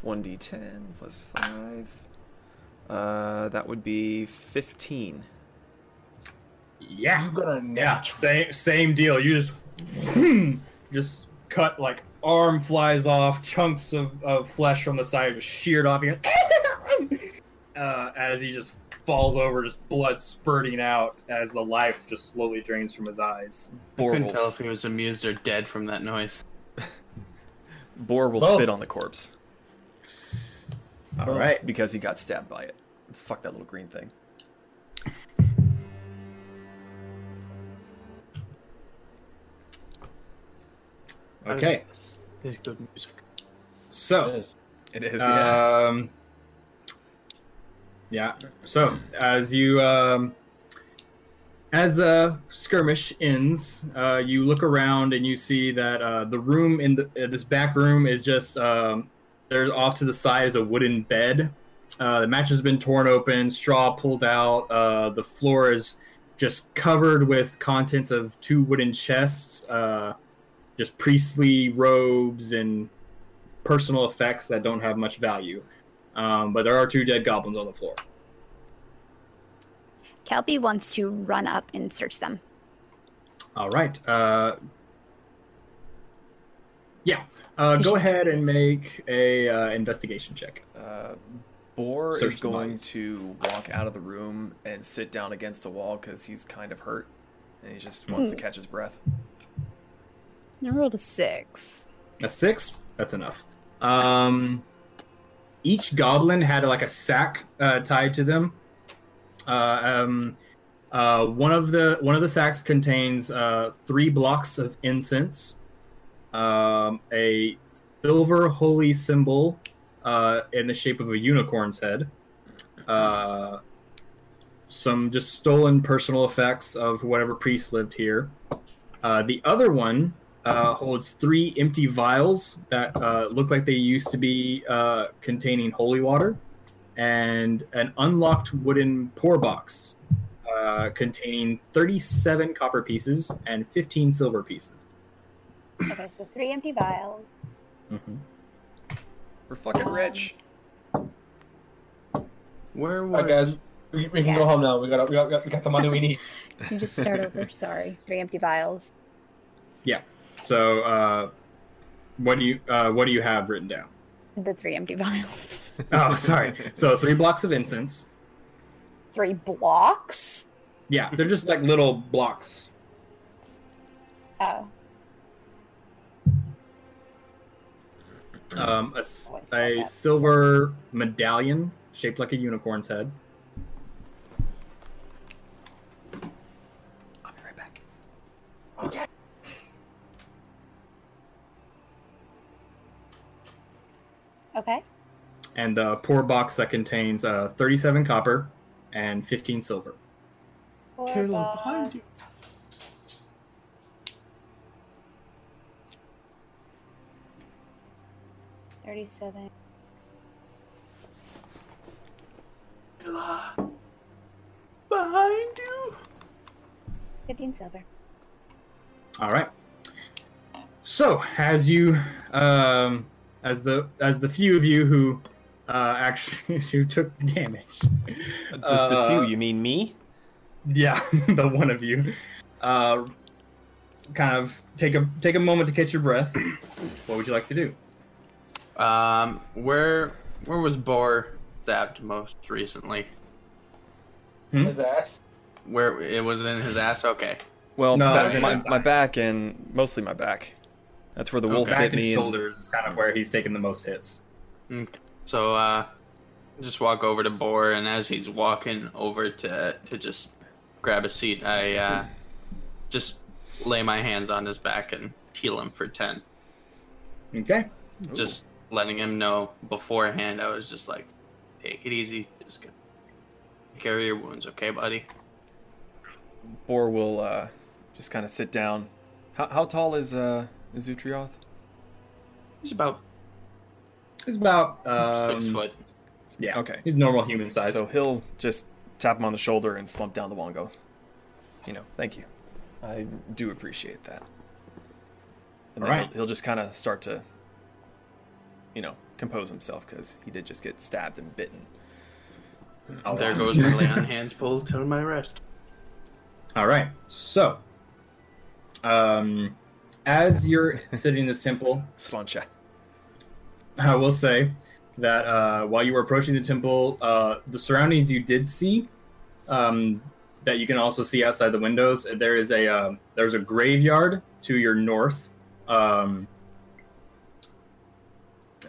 one d10 plus five. Uh, that would be fifteen.
yeah
You got a
Yeah,
natural.
same same deal. You just just cut like arm flies off, chunks of, of flesh from the side are just sheared off you. uh, as he just falls over, just blood spurting out as the life just slowly drains from his eyes.
Couldn't tell if
Borble,
he was amused or dead from that noise.
Bor will
Both.
spit on the corpse
All right.
because he got stabbed by it. Fuck that little green thing.
Okay.
There's good music.
So.
It is. yeah.
Um, yeah. So as you um, as the skirmish ends, uh, you look around and you see that uh, the room in the uh, this back room is just um, there's off to the side is a wooden bed. Uh, the match has been torn open, straw pulled out. Uh, the floor is just covered with contents of two wooden chests, uh, just priestly robes and personal effects that don't have much value. Um, but there are two dead goblins on the floor.
Kelpie wants to run up and search them.
All right. Uh, yeah. Uh, go ahead and make a uh, investigation check.
Uh, Bor
Search
is
the
going
bodies.
to walk out of the room and sit down against a wall because he's kind of hurt, and he just wants to catch his breath.
I rolled a six.
A six. That's enough. Um, each goblin had like a sack uh, tied to them. Uh, um, uh, one of the one of the sacks contains uh, three blocks of incense, um, a silver holy symbol uh, in the shape of a unicorn's head, uh, some just stolen personal effects of whatever priest lived here. Uh, the other one uh, holds three empty vials that uh, look like they used to be uh, containing holy water, and an unlocked wooden pour box uh, containing 37 copper pieces and 15 silver pieces.
Okay, so three empty vials.
We're fucking rich.
Where was?
Alright, guys, we, we can
Yeah.
go home now. We got we got we got the money we need.
You just start over. Sorry, three empty vials.
So, uh, what do you uh, what do you have written down?
The three empty vials.
Oh, sorry. So three blocks of incense.
Three blocks.
Yeah, they're just like little blocks.
Oh,
Um, a, s-
Oh, I saw
a
that.
silver medallion shaped like a unicorn's head.
I'll be right back.
Okay.
okay.
and the pour box that contains uh, 37 copper and 15 silver.
Four
Carol,
box.
behind you.
Thirty-seven.
Behind you.
Fifteen silver.
All right. So as you, um, as the as the few of you who uh, actually who took damage,
The,
Uh,
the few, you mean me?
yeah, the one of you, uh, kind of take a take a moment to catch your breath. What would you like to do?
Um, where where was Bor stabbed most recently?
His ass.
Where it was in his ass. Okay.
Well,
No,
ba-
I was in
my,
his
my back and mostly my back. That's where the wolf
Back
bit
and
me. and-
shoulders is kind of where he's taking the most hits.
So uh, just walk over to Bor, and as he's walking over to to just grab a seat, I uh, just lay my hands on his back and heal him for ten.
Okay.
Just letting him know beforehand. I was just like, take it easy. Just go. Take care of your wounds, okay, buddy?
Bor will uh, just kind of sit down. How, how tall is uh, is Utrioth?
He's about
He's about um,
six foot.
Yeah.
Okay.
He's normal human size.
So he'll just tap him on the shoulder and slump down the wall and go, you know, thank you. I do appreciate that. And
All
then
right.
he'll, he'll just kind of start to, you know, compose himself because he did just get stabbed and bitten.
There goes my lay on hands pull to my wrist.
All right. So, um, as you're sitting in this temple,
Slancha.
I will say that uh, while you were approaching the temple, uh, the surroundings you did see um, that you can also see outside the windows. There is a um, there's a graveyard to your north um,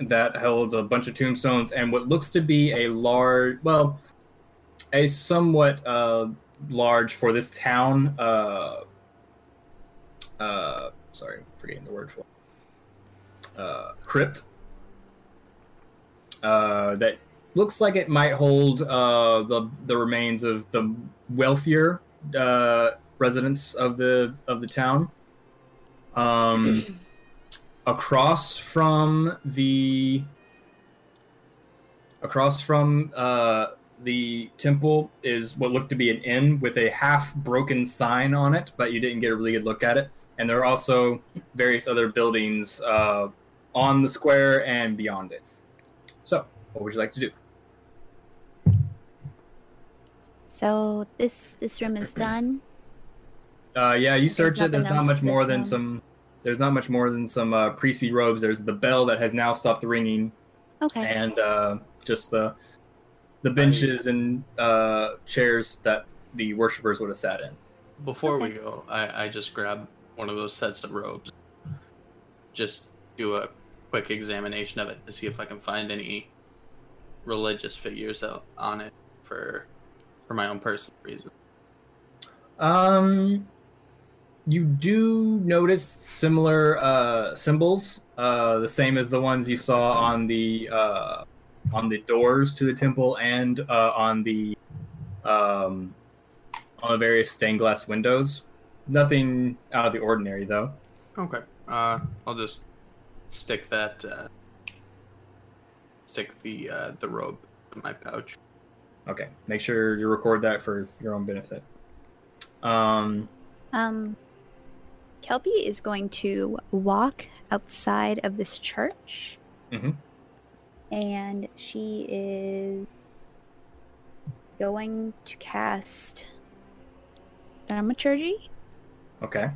that holds a bunch of tombstones and what looks to be a large, well, a somewhat uh, large for this town. Uh, uh, sorry, forgetting the word for it. uh, crypt. Uh, that looks like it might hold uh, the the remains of the wealthier uh, residents of the of the town. Um, across from the across from uh, the temple is what looked to be an inn with a half broken sign on it, but you didn't get a really good look at it. And there are also various other buildings uh, on the square and beyond it. So, what would you like to do?
So this this room is done.
Uh, yeah, you
There's
search it.
nothing
There's not
else
much
this
more than
one.
some. There's not much more than some uh, precy robes. There's the bell that has now stopped ringing,
Okay.
and uh, just the the benches and uh, chairs that the worshippers would have sat in.
Before we
Okay.
go, I, I just grab one of those sets of robes. Just do a quick examination of it to see if I can find any religious figures out on it for for my own personal reason.
Um, you do notice similar uh, symbols, uh, the same as the ones you saw on the uh, on the doors to the temple and uh, on the um, on the various stained glass windows. Nothing out of the ordinary, though.
Okay. Uh, I'll just stick that uh, stick the uh, the robe in my pouch.
Okay, make sure you record that for your own benefit. Um,
Um, Kelby is going to walk outside of this church,
Mhm.
and she is going to cast thaumaturgy
okay.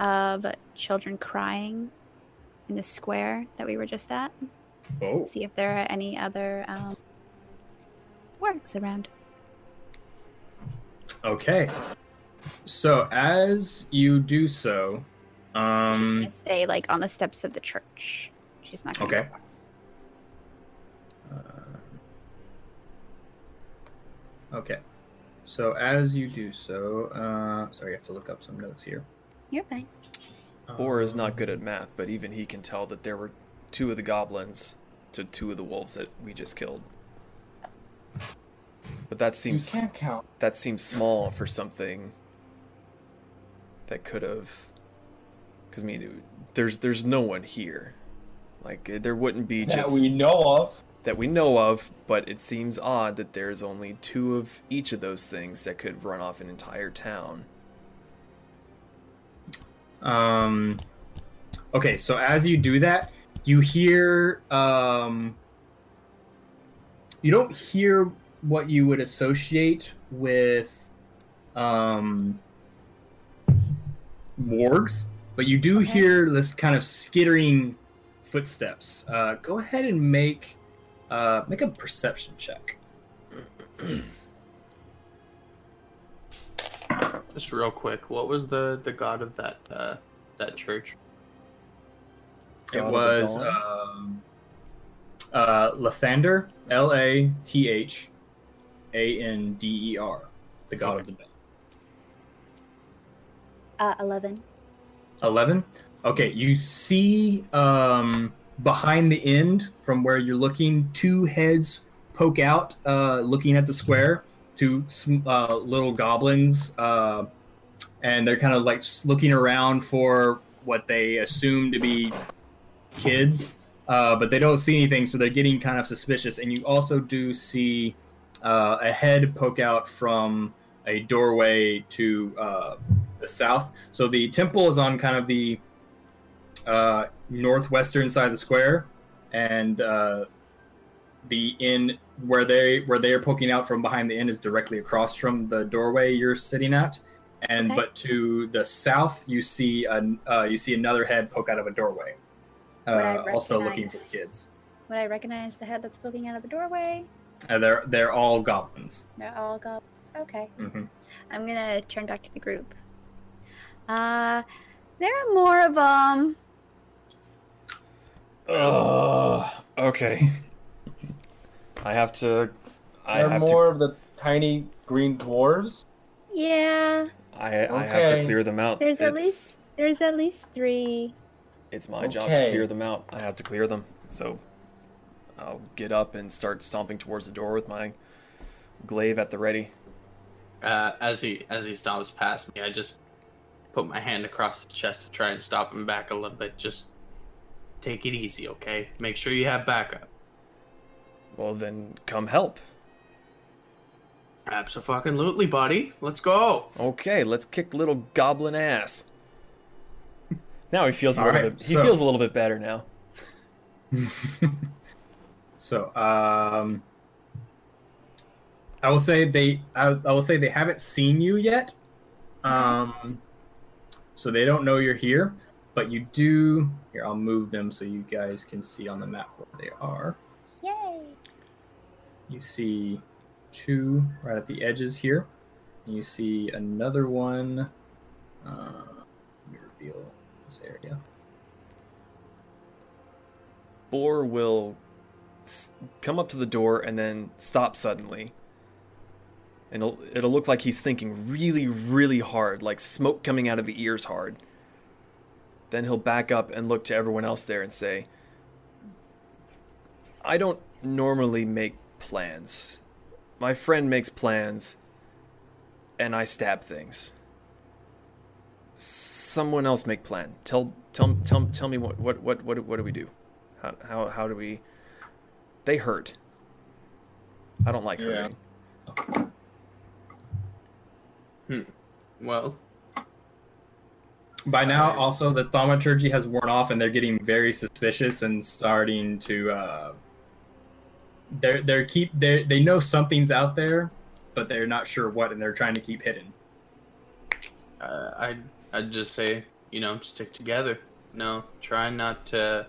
of children crying in the square that we were just at.
Oh,
See if there are any other um, works around.
okay. So as you do so, um,
I stay like on the steps of the church. She's not going.
Okay. Uh, okay. So as you do so, uh, sorry, I have to look up some notes here.
You're fine.
Bor is not good at math, but even he can tell that there were two of the goblins to two of the wolves that we just killed. But that
You
seems
can't count.
that seems small for something that could have because I mean it- there's there's no one here like eh, there wouldn't be
That
just
we know of.
that we know of but it seems odd that there's only two of each of those things that could run off an entire town
Um, okay, so as you do that, you hear. Um, you don't hear what you would associate with um, wargs, but you do hear this kind of skittering footsteps. Uh, go ahead and make uh, make a perception check.
Just real quick, what was the the god of that uh, that church?
It
God of the
was
Dawn?
um, uh, Lathander, L A T H A N D E R, the god of the dawn.
Uh, Eleven.
11. Okay, you see um, behind the end from where you're looking, two heads poke out, uh, looking at the square, two sm- uh, little goblins, uh, and they're kind of like s- looking around for what they assume to be kids, uh, but they don't see anything, so they're getting kind of suspicious. And you also do see uh, a head poke out from a doorway to uh, the south. So the temple is on kind of the uh, northwestern side of the square, and uh, the inn where they where they are poking out from behind the inn is directly across from the doorway you're sitting at. And
Okay.
but to the south, you see an, uh, you see another head poke out of a doorway,
What I
uh, also looking for
recognize.
the kids.
Would I recognize the head that's poking out of the doorway?
And they're they're Uh, all goblins.
They're all goblins. Okay.
Mm-hmm.
I'm gonna turn back to the group. Uh, there are more of them.
Ugh. Okay. I have to. I
There are
have
more
to.
of the tiny green dwarves.
Yeah,
I, I have to
Okay.
clear them out.
there's
it's,
at least there's at least three.
It's my job to
Okay.
clear them out. I have to clear them. So I'll get up and start stomping towards the door with my glaive at the ready.
Uh, as he as he stomps past me, I just put my hand across his chest to try and stop him back a little bit. Just take it easy, okay? Make sure you have backup.
Well, then come help.
Absolutely, buddy. Let's go.
Okay, let's kick little goblin ass. Now he feels a
All
little
right,
bit. He
so-
feels a little bit better now.
So, um, I will say they, I, I will say they haven't seen you yet, um, so they don't know you're here. But you do. Here, I'll move them so you guys can see on the map where they are.
Yay!
You see two right at the edges here, and you see another one. Uh, let me reveal this area.
Boar will s- come up to the door and then stop suddenly. And it'll, it'll look like he's thinking really, really hard, like smoke coming out of the ears hard. Then he'll back up and look to everyone else there and say, I don't normally make plans. My friend makes plans, and I stab things. Someone else make plan. Tell tell tell tell me what what what what, what do we do? How, how how do we? They hurt. I don't like
Yeah.
hurting.
Well,
By now, also the thaumaturgy has worn off, and they're getting very suspicious and starting to. Uh, they're they're keep they they know something's out there, but they're not sure what, and they're trying to keep hidden.
uh, I I'd just say you know stick together. No, try not to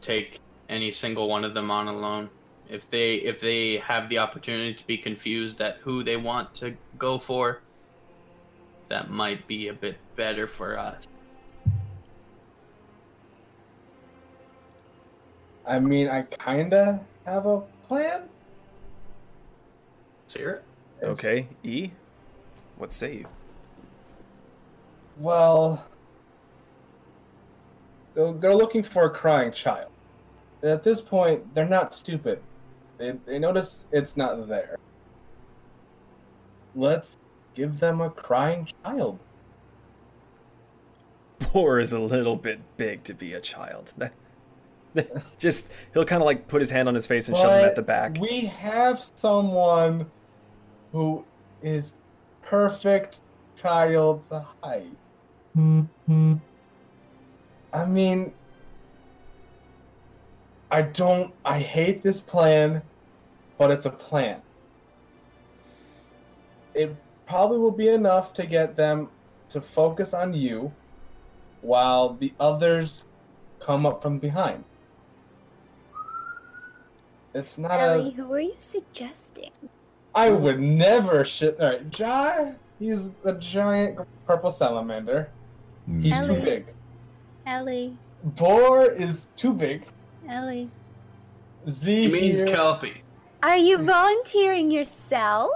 take any single one of them on alone. If they if they have the opportunity to be confused at who they want to go for, that might be a bit better for us.
I mean, I kinda have a plan.
Sierra?
It's-
Okay, E. What say you?
Well, they're, they're looking for a crying child. And at this point, they're not stupid. They, they notice it's not there. Let's give them a crying child.
Boar is a little bit big to be a child. That- that- Just he'll kind of like put his hand on his face and shove him at
But
the back.
We have someone who is perfect child to hide. I mean, I don't. I hate this plan, but it's a plan. It probably will be enough to get them to focus on you while the others come up from behind. It's not a.
Ellie, who are you suggesting?
I would never shit. All right, Jai. He's a giant purple salamander. He's too
Ellie.
big.
Ellie,
Boar is too big.
Ellie,
Z
He means
here-
Kelpie.
are you volunteering yourself?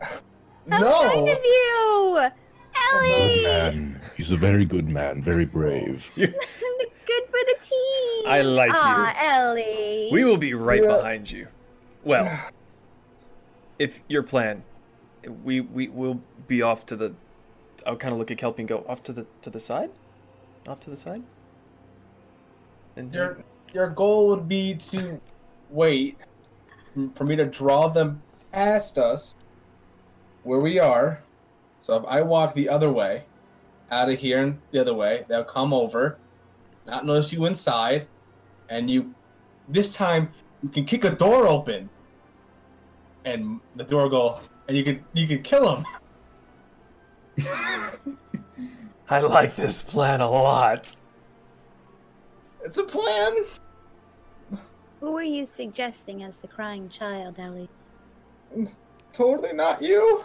How kind
No.
of you,
Good
Ellie.
man. He's a very good man, very brave.
Good for the team.
I like
Aw, Ellie.
you. We will be right
Yeah.
behind you. Well, if your plan, we we will be off to the. I'll kind of look at Kelpie and go off to the to the side, off to the side. And
Your your goal would be to wait for me to draw them past us, where we are. So if I walk the other way, out of here and the other way, they'll come over, not notice you inside, and you. This time you can kick a door open, and the door go, and you can you can kill them.
I like this plan a lot.
It's a plan.
Who are you suggesting as the crying child, Ellie?
Totally not you.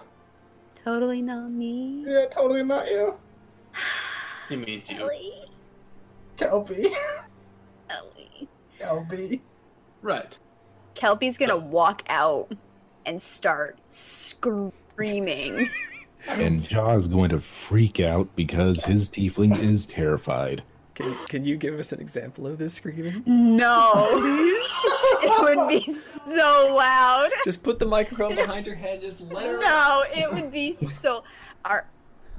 Totally not me.
Yeah, totally not you.
He means you.
Ellie.
Kelpie.
Ellie.
Kelpie.
Right.
Kelpie's gonna walk out and start screaming.
And Jaw is going to freak out because his tiefling is terrified.
Can, can you give us an example of this screaming?
no. it would be so loud.
Just put the microphone behind your head. Just let her.
No, it would be so. Our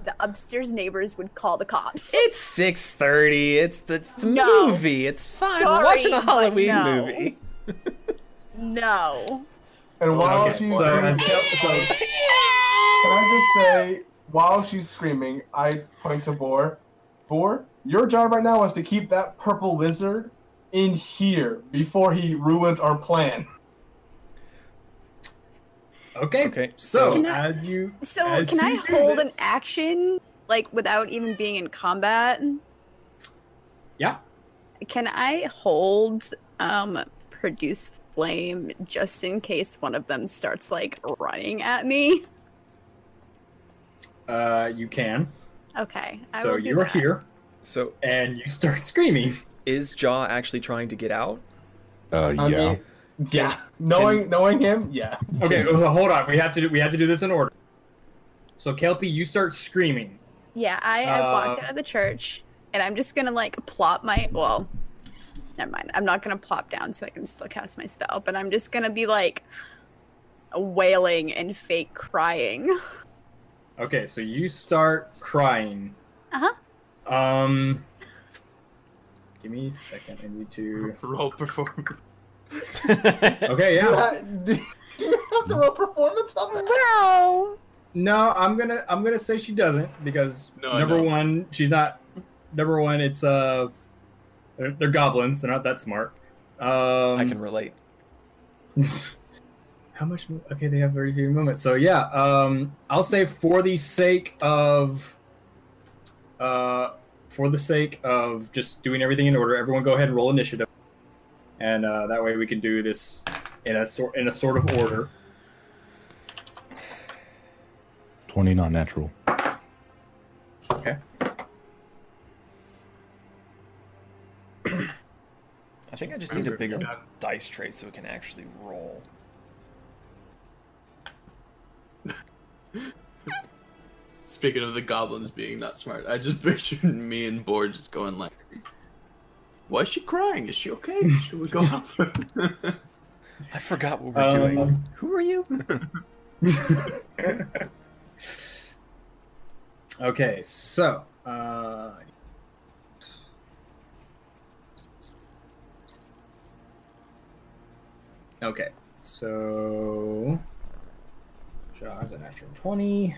the upstairs neighbors would call the cops.
It's six thirty. It's the it's a
No.
movie. It's fine.
Sorry,
We're watching a
but
Halloween
no.
movie.
No.
And while
Okay,
she's
so
screaming,
as Kel- so
can I just say, while she's screaming, I point to Boar. Boar, your job right now is to keep that purple lizard in here before he ruins our plan.
okay.
Okay,
So,
so-
as you
So
as
can I
you do
hold an
this-
action like without even being in combat?
Yeah.
Can I hold um produce flame just in case one of them starts like running at me?
Uh, you can.
Okay. I
so
will do
you're
that.
here
So
and you start screaming.
is Jaw actually trying to get out?
Uh,
I
yeah.
mean, yeah. Knowing knowing him, yeah.
Okay, well, hold on. We have to do, we have to do this in order. So Kelpie, you start screaming.
Yeah, I, I walked
Uh,
out of the church and I'm just gonna like plop my well never mind. I'm not gonna plop down so I can still cast my spell, but I'm just gonna be like wailing and fake crying.
Okay, so you start crying. Uh-huh. Um Give me a second. I need to
Roll performance.
Okay, yeah.
do you have to roll performance on that?
No.
No, I'm going to I'm going to say she doesn't because
No, I
number
know.
1, she's not number 1, it's uh they're, they're goblins. They're not that smart. Um
I can relate.
How much? mo- Okay, they have 33 movement. So yeah, um, I'll say for the sake of, uh, for the sake of just doing everything in order, everyone go ahead and roll initiative, and uh, that way we can do this in a sort in a sort of order.
20 not natural.
Okay.
I think I just need a bigger dice tray so it can actually roll.
Speaking of the goblins being not smart, I just pictured me and Board just going like, "Why is she crying? Is she okay? Should we go help her?"
I forgot what we're
Um,
doing. Who are you?
Okay, so uh, okay, so Jaws an extra twenty.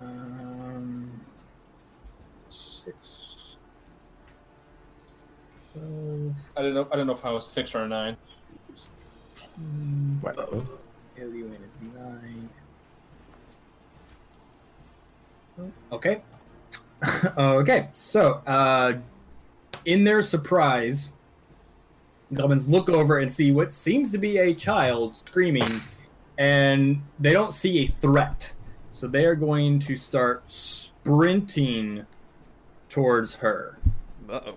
Um, six. Twelve.
I don't know. I don't know if I was six or nine.
What?
Alien is nine. Okay. okay. So, uh, in their surprise, goblins look over and see what seems to be a child screaming, and they don't see a threat. So they are going to start sprinting towards her.
Uh oh.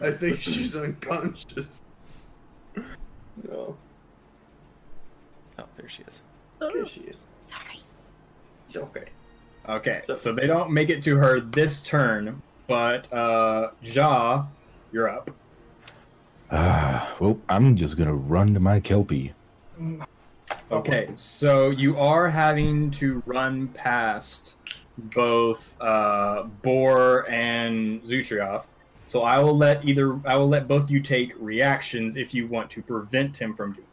I think she's unconscious. No,
Oh, there she is.
here she is.
Sorry.
It's okay.
Okay, so,
So-
they don't make it to her this turn, but uh, Ja, you're up.
Ah, well, I'm just going to run to my Kelpie.
Okay, so you are having to run past both uh, Boar and Zutrioff. So I will let either I will let both you take reactions if you want to prevent him from doing.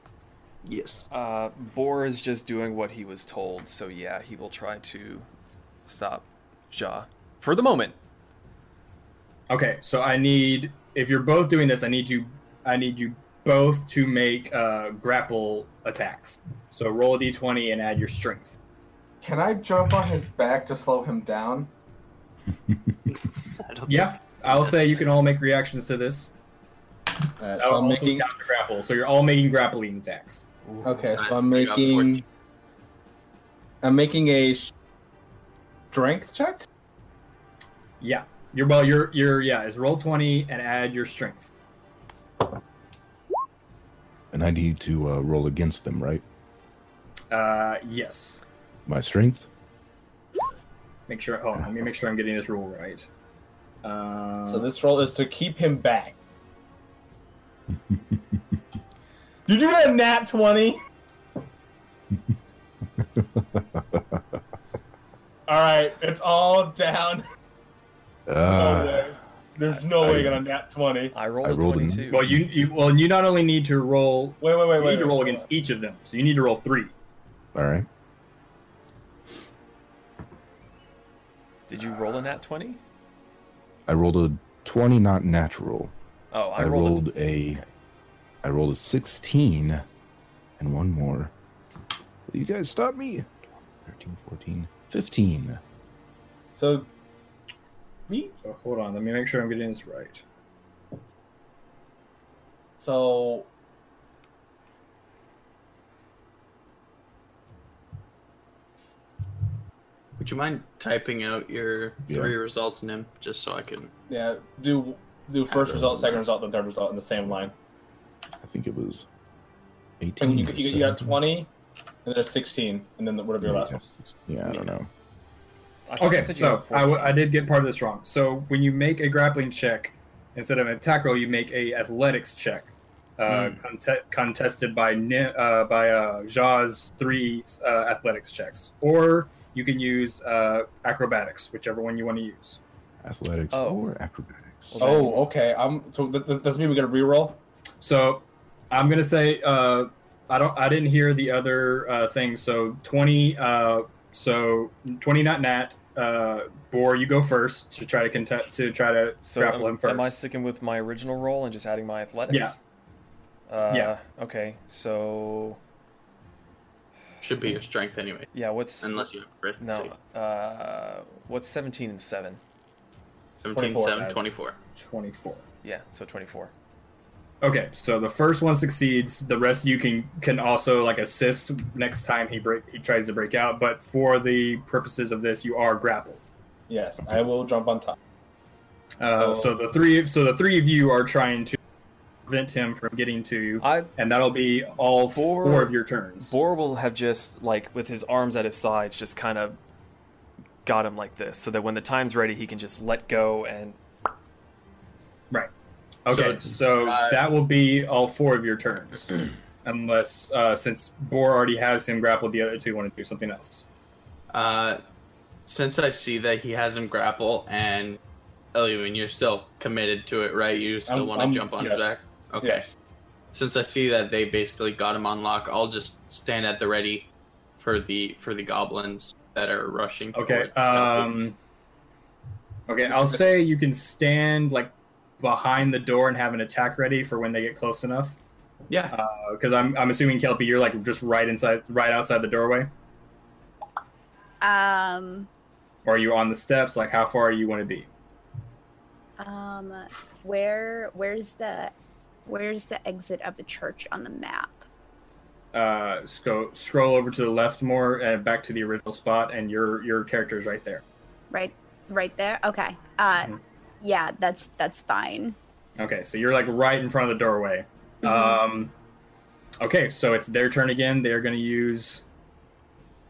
Yes.
Uh, Boar is just doing what he was told, so yeah, he will try to stop Jaw for the moment.
Okay, so I need if you're both doing this, I need you I need you both to make uh, grapple attacks. So roll a d20 and add your strength.
Can I jump on his back to slow him down?
I don't
Yeah, I'll say you can all make reactions to this.
Alright,
That
Uh, so
would
I'm
also
making.
count to grapple. So you're all making grappling attacks.
Okay, so
Uh,
I'm
you got
making.
14.
I'm making a strength check.
Yeah. You're well. You're you're yeah. It's roll twenty and add your strength.
And I need to uh, roll against them, right?
Uh, yes.
My strength?
Make sure. Oh, let me make sure I'm getting this rule right. Uh,
So this roll is to keep him back. Did you get a nat twenty? all right, it's all down. Oh, No
Uh,
way. There's no
I-
way you're gonna nat twenty.
I rolled,
I rolled
a
an-
22.
Well, you, you well you not only need to roll.
Wait, wait, wait,
You
wait.
need to
wait,
roll
wait.
against each of them, so you need to roll three.
all right.
Did you roll a nat 20?
I rolled a 20, not natural.
Oh, I,
I
rolled,
rolled a, I rolled a 16, and one more. Will you guys stop me? 13, 14, 15.
So
So hold on, let me make sure I'm getting this right.
So.
Would you mind typing out your
Yeah.
three results, Nim, just so I can?
Yeah, do do first result, second result, then third result in the same line.
I think it was 18.
And you,
or
you, you got
17.
20, and then 16, and then whatever your last one.
Yeah, I don't know.
I thought
Okay,
you said you
so
rolled
I, w-
14.
I did get part of this wrong. So when you make a grappling check, instead of an attack roll, you make a athletics check, uh,
Hmm.
conte- contested by Ni- uh, by uh, Ja's three uh, athletics checks, or you can use uh, acrobatics, whichever one you want to use.
Athletics
Oh.
or acrobatics.
Well,
Oh, okay. I'm so th- th- does mean we get a reroll?
So I'm gonna say uh, I don't I didn't hear the other uh, thing. So twenty uh, so twenty not nat. Uh, Bor, you go first to try to contest to try to
So
grapple
am,
him first.
am I sticking with my original roll and just adding my athletics? Yeah. Uh,
Yeah.
Okay, so
Should be your strength anyway,
yeah, what's
unless you have crit.
no? Uh, what's seventeen and seven?
17,
24,
7,
guys.
24.
24.
Yeah, so twenty-four.
Okay, so the first one succeeds. The rest you can can also like assist next time he break he tries to break out. But for the purposes of this, you are grappled.
Yes, I will jump on top.
Uh,
So-
so the three so the three of you are trying to prevent him from getting to you,
I
and that'll be all
Bor-
four of your turns.
Bor will have just like with his arms at his sides, just kind of got him like this, so that when the time's ready, he can just let go and
Right. Okay, so,
So- uh,
that will be all four of your turns, unless uh, since Bor already has him grappled, the other two want to do something else.
Uh, since I see that he has him grapple and Elwin, you're still committed to it, right? You still
I'm-
want to
I'm-
jump on
yes.
Zach? Okay.
Yes.
Since I see that they basically got him on lock, I'll just stand at the ready for the for the goblins that are rushing.
Okay.
towards Elwyn.
Um, okay, I'll say you can stand like behind the door and have an attack ready for when they get close enough.
yeah.
Uh,
Because I'm I'm assuming Kelpie, you're like just right inside, right outside the doorway,
Um,
or are you on the steps? Like, how far you want to be?
um, where, where's the, where's the exit of the church on the map?
Uh, sco- scroll over to the left more, and back to the original spot, and your your character's right there.
Right, right there. Okay. Uh,
Mhm.
yeah, that's that's fine.
Okay, so you're like right in front of the doorway.
Mm-hmm.
Um, okay, so it's their turn again. They're going to use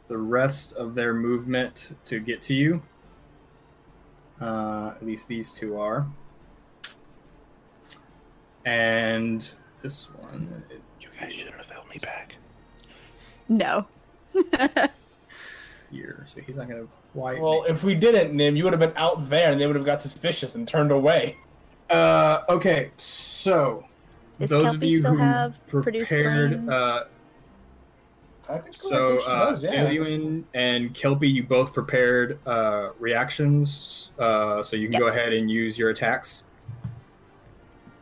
the rest of their movement to get to you. Uh, at least these two are. And this one.
You guys shouldn't have held me back.
No.
Here, so he's not gonna quite.
Well, if we didn't, Nim, you would have been out there, and they would have got suspicious and turned away.
uh, okay, so
Does
those of
Kelpie
you
still
who
have produced
prepared
flames?
uh,
Technically, I
So,
think she
uh,
does, yeah.
Illuin and Kelpie, you both prepared uh, reactions, uh, so you can
Yep.
go ahead and use your attacks.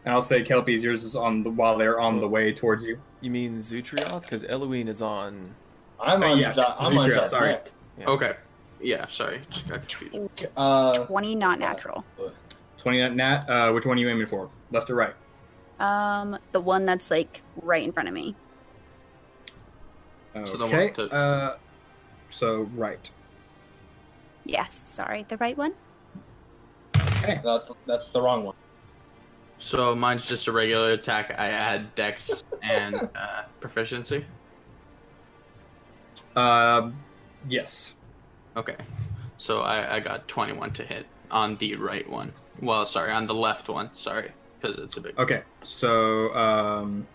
And I'll say Kelpie's yours is on the while they're on the way towards you.
you mean Zutrioth because Eloine is on.
I'm
uh,
on
yeah,
job. I'm on
Zutra,
job.
sorry.
Nick.
okay. Yeah, sorry. Just got confused.
Uh,
Twenty not natural.
uh, Twenty nat, nat uh, which one are you aiming for? Left or right?
Um, the one that's like right in front of me.
So the one
Okay.
to-
uh, so right.
Yes, sorry, the right one.
That's that's the wrong one.
So mine's just a regular attack. I add dex and uh, proficiency.
Um, yes.
Okay. So I, I got 21 to hit on the right one. Well, sorry, on the left one. Sorry, because it's a big.
Okay. So um,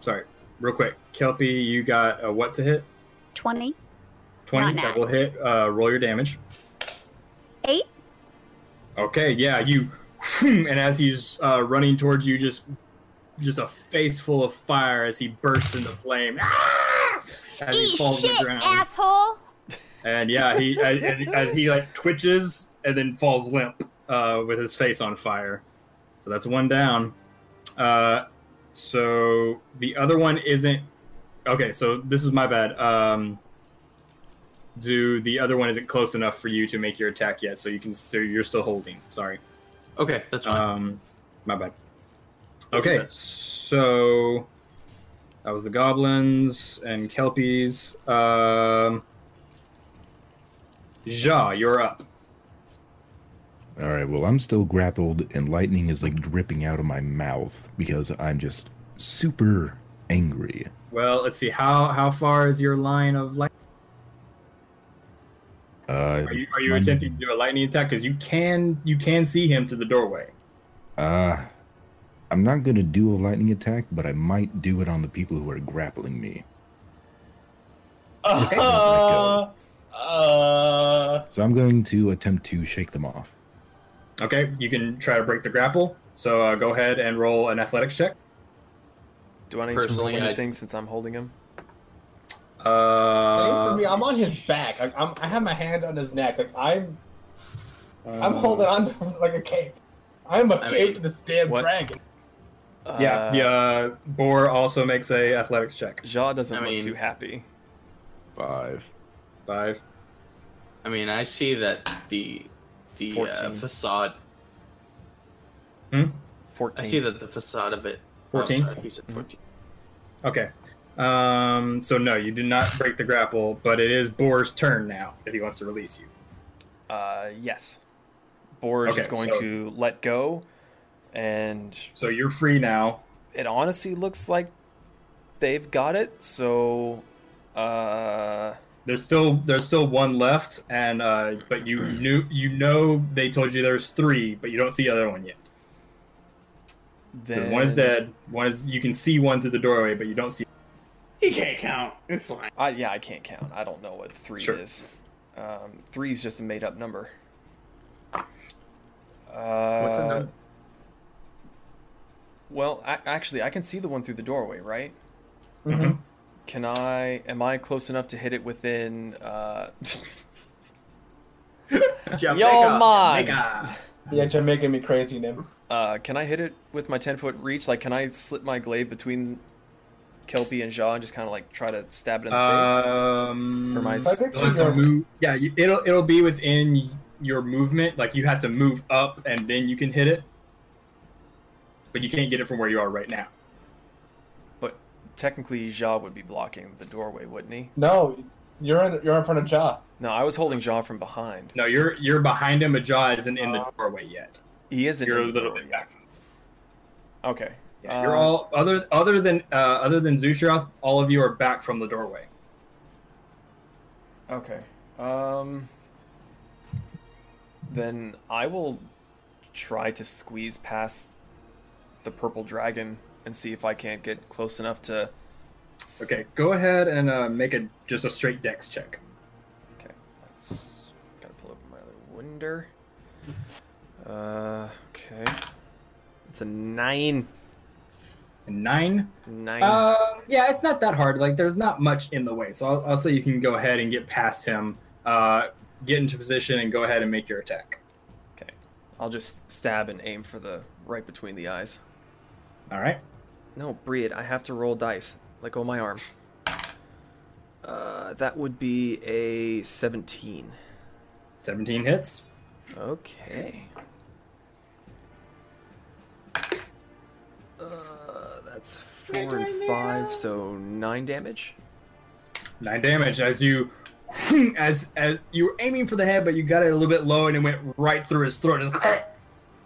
sorry. Real quick, Kelpie, you got a what to hit?
Twenty
Twenty.
Not
That will hit. Uh, roll your damage.
eight.
Okay, yeah, you, and as he's uh, running towards you, just, just a face full of fire as he bursts into flame. Ah! As he
Eat
falls to
shit,
the ground,
asshole.
and yeah, he as, and as he like twitches and then falls limp uh, with his face on fire. So that's one down. Uh, so the other one isn't. Okay, so this is my bad. Um, do the other one isn't close enough for you to make your attack yet? So you can. So you're still holding. Sorry. Oh.
Okay, that's fine.
Um, my bad. Okay, so that was the goblins and kelpies. Um, Ja, you're up.
All right, well, I'm still grappled, and lightning is like dripping out of my mouth because I'm just super angry.
Well, let's see how how far is your line of light?
Uh,
Are you are you attempting to do a lightning attack? Because you can you can see him through the doorway.
Uh, I'm not going to do a lightning attack, but I might do it on the people who are grappling me. Okay.
Uh, uh,
So I'm going to attempt to shake them off.
Okay, you can try to break the grapple. So uh, go ahead and roll an athletics check.
Do I need
Personally,
to roll
I-
anything since I'm holding him?
Uh,
same for me. I'm on his back. Like, I'm, I have my hand on his neck. Like, I'm
um,
I'm holding on to him like a cape. I'm a
I
cape
mean,
to this damn
what-
dragon.
Yeah, yeah. Uh, Boar also makes a athletics check.
Jaw doesn't
I
look
mean-
too happy.
Five.
Five.
I mean, I see that the the uh,
14.
facade.
Hmm?
Fourteen.
I see that the facade of it. oh,
14?
sorry, he said 14.
Okay. Um, so no, you did not break the grapple, but it is Boar's turn now if he wants to release you.
Uh, yes. Boar is
Okay,
just going
so-
to let go, and
So you're free now.
it honestly looks like they've got it. So, uh,
There's still there's still one left, and uh, but you knew you know they told you there's three, but you don't see the other one yet.
then
One is dead. One is you can see one through the doorway, but you don't see.
He can't count. It's fine.
I, yeah, I can't count. I don't know what three
Sure.
is. Um, three is just a made-up number. Uh,
What's a number?
Well, I, actually, I can see the one through the doorway, right?
Mhm.
Can I? Am I close enough to hit it within? Uh, Yo, man.
Yeah, you're making me crazy, Nim.
uh, can I hit it with my ten foot reach? Like, can I slip my glaive between Kelpie and Jaw and just kind of like try to stab it in the face?
Um,
Or my
I think
You'll have to
you're-
move- Yeah, you, it'll it'll be within your movement. Like you have to move up, and then you can hit it. But you can't get it from where you are right now.
But technically, Jaw would be blocking the doorway, wouldn't he?
No, you're in you're in front of Ja.
No, I was holding Jaw from behind.
No, you're you're behind him. Ajaw isn't in the doorway yet.
He isn't.
You're
Uh,
a
in the
little
doorway
bit
yet.
back.
Okay.
Yeah, you're
Uh,
all other other than uh, other than Zushiroth, all of you are back from the doorway.
Uh, Okay. Um. Then I will try to squeeze past the purple dragon and see if I can't get close enough to. s-
Okay, go ahead and uh, make a just a straight dex check.
Okay. Let's gotta pull up my other winder. Uh. Okay. It's a nine.
Nine.
Nine.
Um, yeah, it's not that hard. Like, there's not much in the way, so I'll, I'll say you can go ahead and get past him, uh, get into position, and go ahead and make your attack.
okay. I'll just stab and aim for the right between the eyes.
All right.
No, Breed, I have to roll dice. Let go of my arm. Uh, that would be a 17.
17 hits.
Okay. Uh, That's four and five, so nine damage.
Nine damage as you, as as you were aiming for the head, but you got it a little bit low, and it went right through his throat. As,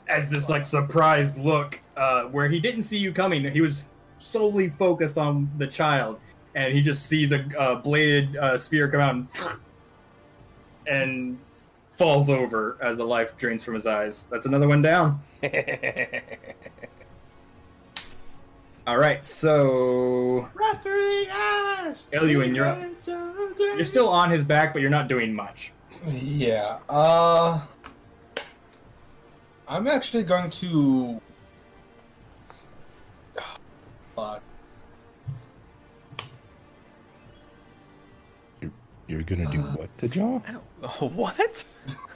as this like surprised look, uh, where he didn't see you coming. He was solely focused on the child, and he just sees a, uh bladed uh, spear come out and, and falls over as the life drains from his eyes. That's another one down. All right, so
Referee ass.
Eluin, you're up. You're still on his back, but you're not doing much.
Yeah. Uh, I'm actually going to. Fuck.
You're gonna do what to Jaw?
what?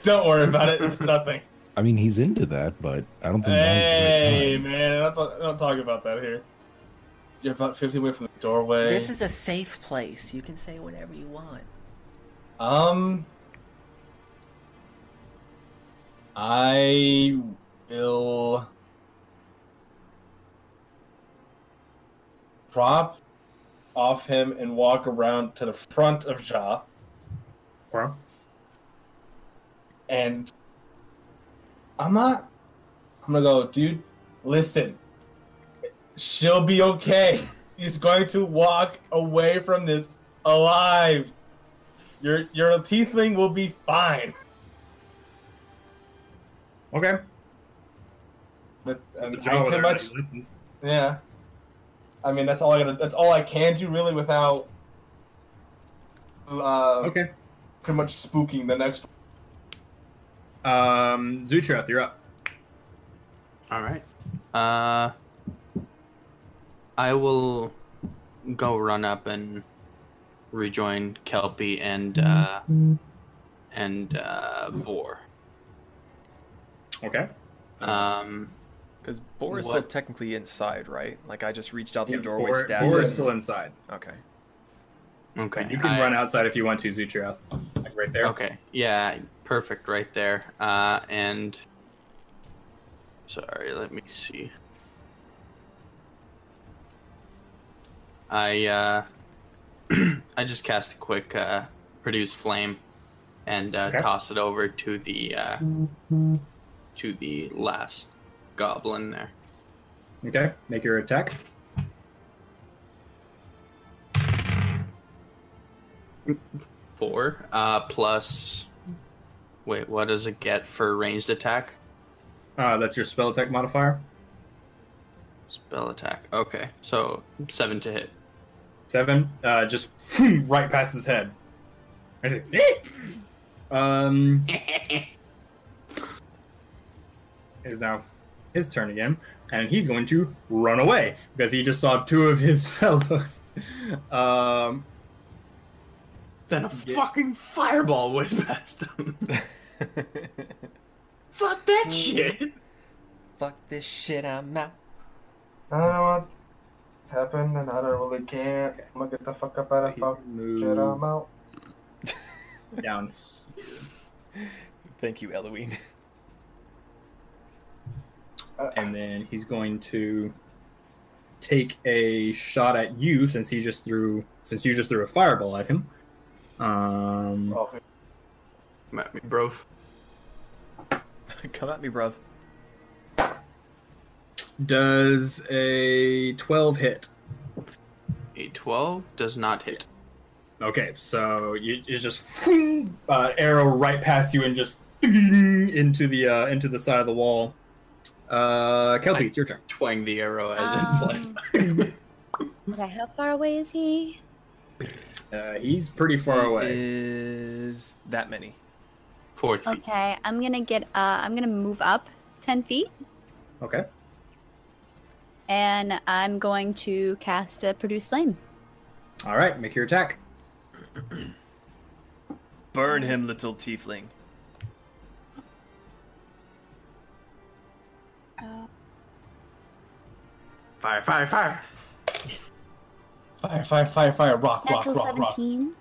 Don't worry about it. It's nothing.
I mean, he's into that, but I don't think. mine's
Hey,
worth
man, don't talk, don't talk about that here. You're about 50 away from the doorway.
This is a safe place. You can say whatever you want.
Um. I will. Prop off him and walk around to the front of Ja
Well,
and. I'm not. I'm gonna go, dude, listen. She'll be okay. He's going to walk away from this alive. Your your tiefling will be fine.
Okay.
But and um, I
Jaw
pretty
already
much,
listens.
yeah. I mean, that's all I gotta. That's all I can do really without. Uh,
Okay.
Pretty much spooking the next.
Um, Zutrath, you're up. Mm-hmm.
All right. Uh, I will go run up and rejoin Kelpie and uh, and uh, Boar.
Okay.
Um,
Because Boar is still
What?
technically inside, right? Like I just reached out the
Yeah,
doorway,
Boar-
stabbed
Boar
him.
is still inside.
Okay.
okay.
You can
I-
run outside if you want to, Zutrath. Like right there.
Okay. Yeah. Perfect. Right there. Uh, and sorry. Let me see. I uh, I just cast a quick uh, produce flame, and uh,
Okay.
toss it over to the uh, to the last goblin there.
Okay. Make your attack.
Four. Uh, plus. Wait. What does it get for ranged attack?
Uh, that's your spell attack modifier.
Spell attack. Okay. So seven to hit.
Seven. Uh, just right past his head. I say, "Eh." Um, it is now his turn again, and he's going to run away because he just saw two of his fellows. Um,
Then a fucking fireball whizzed past him. Fuck that shit.
Fuck this shit. I'm out.
I don't know what happened, and I don't really care. I'm gonna get the fuck up out of
he's
fuck
gonna
shit. I'm
move
out.
down.
Thank you, Eloine.
Uh,
and then he's going to take a shot at you since he just threw since you just threw a fireball at him. Um,
Oh,
Come at me, bro.
Come at me, bruv.
does a twelve hit?
A twelve does not hit.
Okay, so you, it's just uh, arrow right past you and just into the uh, into the side of the wall. Uh, Kelpie, it's your turn.
Twang the arrow as
Um,
it flies by.
Okay, how far away is he?
Uh, he's pretty far away.
Is that many?
Forty feet.
Okay, I'm gonna get. Uh, I'm gonna move up ten feet,
Okay.
and I'm going to cast a produce flame.
All right, make your attack.
Burn him, little tiefling.
Fire, fire, fire.
fire, fire, fire, fire! Rock, rock,
Natural
rock, rock.
seventeen.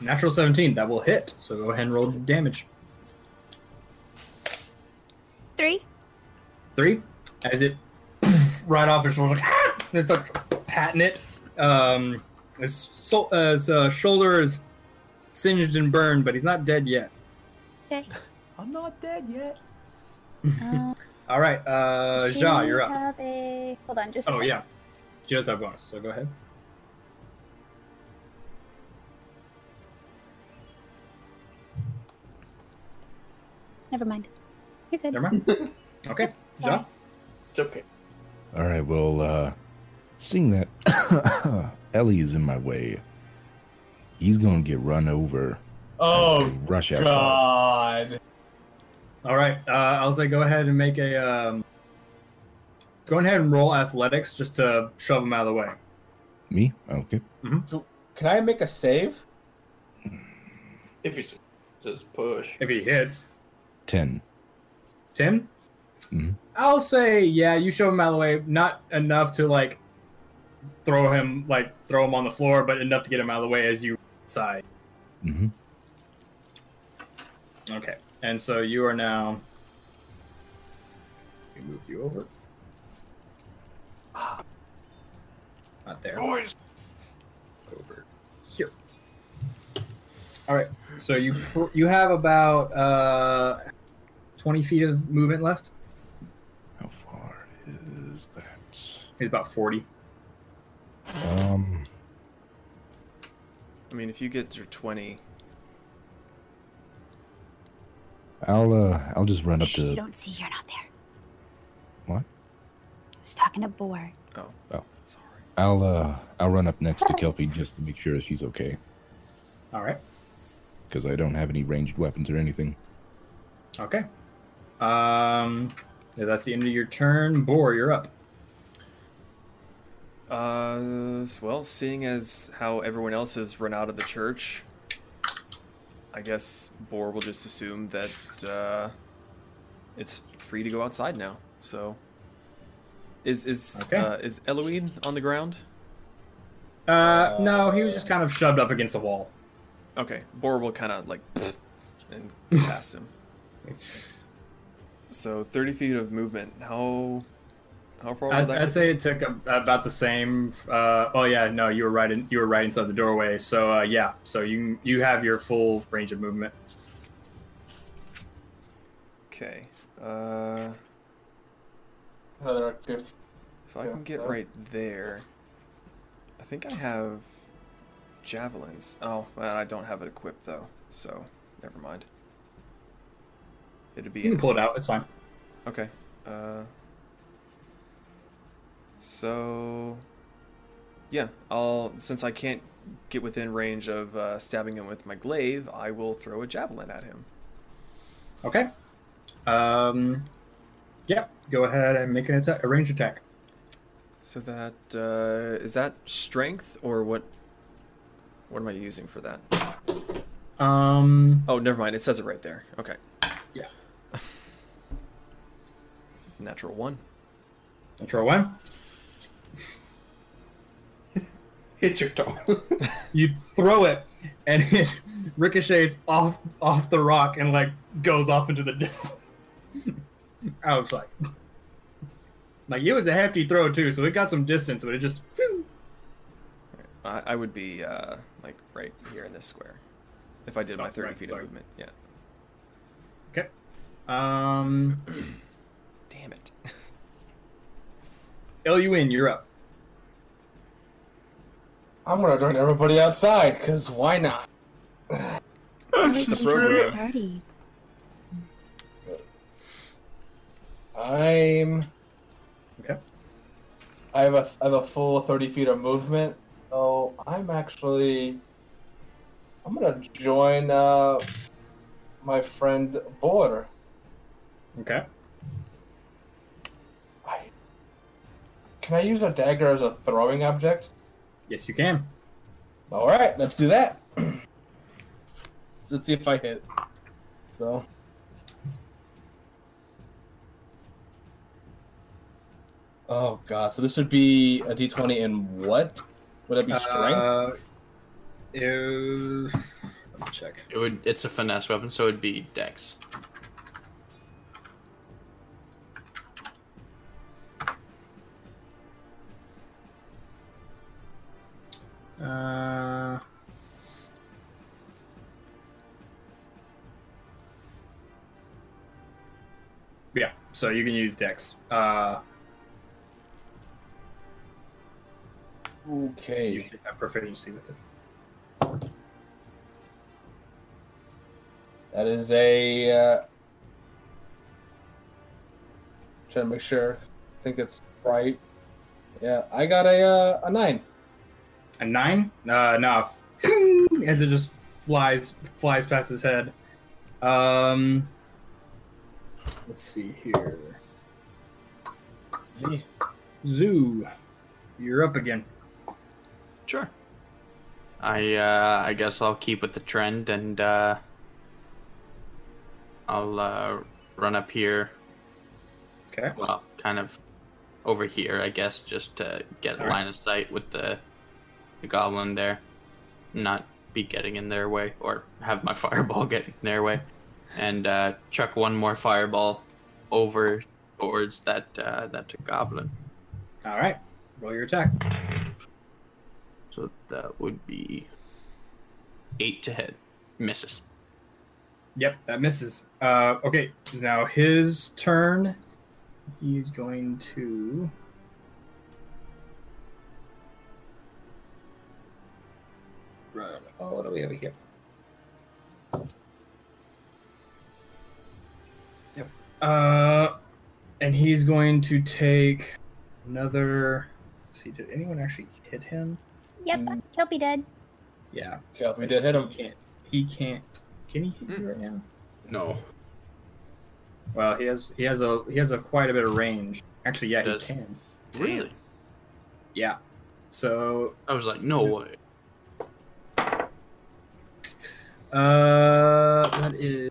Natural seventeen, that will hit. So go ahead and roll damage.
Three.
Three. As it right off his shoulder, like, "Ah!" and starts patting it. Um, his, so- uh, his uh, shoulder is singed and burned, but he's not dead yet.
Okay.
I'm not dead yet.
Um,
All right, uh,
she
Ja, you're up.
have a- Hold on, just. a
Oh
second.
yeah, she does have bonus, so go ahead.
Never mind. You're good.
Never mind. Okay, Ja.
It's okay.
All right, well, uh, seeing that Ellie is in my way, he's gonna get run over.
Oh
Rush outside.
God.
All right, uh, I'll say go ahead and make a. Um, go ahead and roll athletics just to shove him out of the way.
Me? Okay.
Can I make a save?
If you just- just push.
If he hits,
Ten.
Tim.
Mhm.
I'll say yeah. You shove him out of the way, not enough to like throw him like throw him on the floor, but enough to get him out of the way as you side.
Mm-hmm.
Okay, and so you are now. We move you over. Ah. Not there.
Boys.
Over here. All right. So you pr- you have about uh, twenty feet of movement left.
How far is that?
It's about forty.
Um,
I mean, if you get to 20,
I'll uh, I'll just run up
Shh, you
to
don't see. You're not there.
what?
I was talking to Boar.
sorry.
I'll uh, I'll run up next to Kelpie just to make sure she's okay,
All right.
because I don't have any ranged weapons or anything.
Okay. Um, yeah, that's the end of your turn. Boar, you're up.
Uh, well, seeing as how everyone else has run out of the church, I guess Boar will just assume that uh, it's free to go outside now. So, is is
Okay.
uh, is Eloine on the ground?
Uh, no, he was just kind of shoved up against the wall.
Okay, Boar will kind of like and go past him. So thirty feet of movement. How how far
I'd,
will that?
I'd say it took a- about the same. Uh, oh yeah, no, you were right. In, you were right inside the doorway. So uh, yeah, so you you have your full range of movement.
Okay. Uh,
Another like, 50.
If I
Yeah,
can get
yeah.
right there, I think I have javelins. Oh, well, I don't have it equipped though, so never mind. It'd be
You can pull
instant.
it out. It's fine.
okay. Uh, so yeah, I'll since I can't get within range of uh, stabbing him with my glaive, I will throw a javelin at him.
Okay. Um, yep. Go ahead and make an attack, a range attack.
So that uh, is that strength or what? What am I using for that?
Um,
Oh, never mind. It says it right there. Okay.
Yeah.
Natural one.
natural one.
Hits your toe.
you throw it and it ricochets off off the rock and like goes off into the distance i was like like it was a hefty throw too so it got some distance but it just phew.
I, I would be uh, like right here in this square if I did my
Oh,
thirty
right,
feet
sorry.
of movement. Yeah.
okay um
Damn it.
lun you're up
I'm gonna run everybody outside, cause why not?
the program.
Party.
I'm.
okay
I have a I have a full thirty feet of movement, so I'm actually. I'm gonna join uh, my friend Boar.
okay
I... Can I use a dagger as a throwing object?
yes you can
All right, let's do that. let's see if I hit. So. Oh god! So this would be a d20 in what? Would that be strength?
uh, ew. let me check
It would. It's a finesse weapon, so it'd be Dex.
Uh, Yeah, so you can use Dex. Uh,
Okay.
you should have proficiency with it.
That is a. Uh, trying to make sure. I think it's right. Yeah, I got a uh, a nine.
A nine? Uh, no. As it just flies flies past his head. Um, let's see here.
Z.
Zoo, you're up again.
Sure. I uh, I guess I'll keep with the trend and uh, I'll uh, run up here.
Okay.
Well, kind of over here, I guess, just to get a
Alright.
line of sight with the the goblin there, not be getting in their way or have my fireball get in their way, and uh, chuck one more fireball over towards that uh, that goblin.
All right. Roll your attack.
So that would be eight to hit. Misses.
Yep, that misses. Uh, okay, now his turn. He's going to. Run. Oh, what do we have here? Yep. Uh, and he's going to take another. let's see, did anyone actually hit him?
Yep,
Mm.
he'll be dead.
Yeah,
Yeah, we did hit him.
He can't. He can't. Can he hit you right now?
No.
Well, he has he has a he has a quite a bit of range. Actually, yeah,
Does-
he can.
Really?
Yeah. So,
I was like, no way.
uh, that is.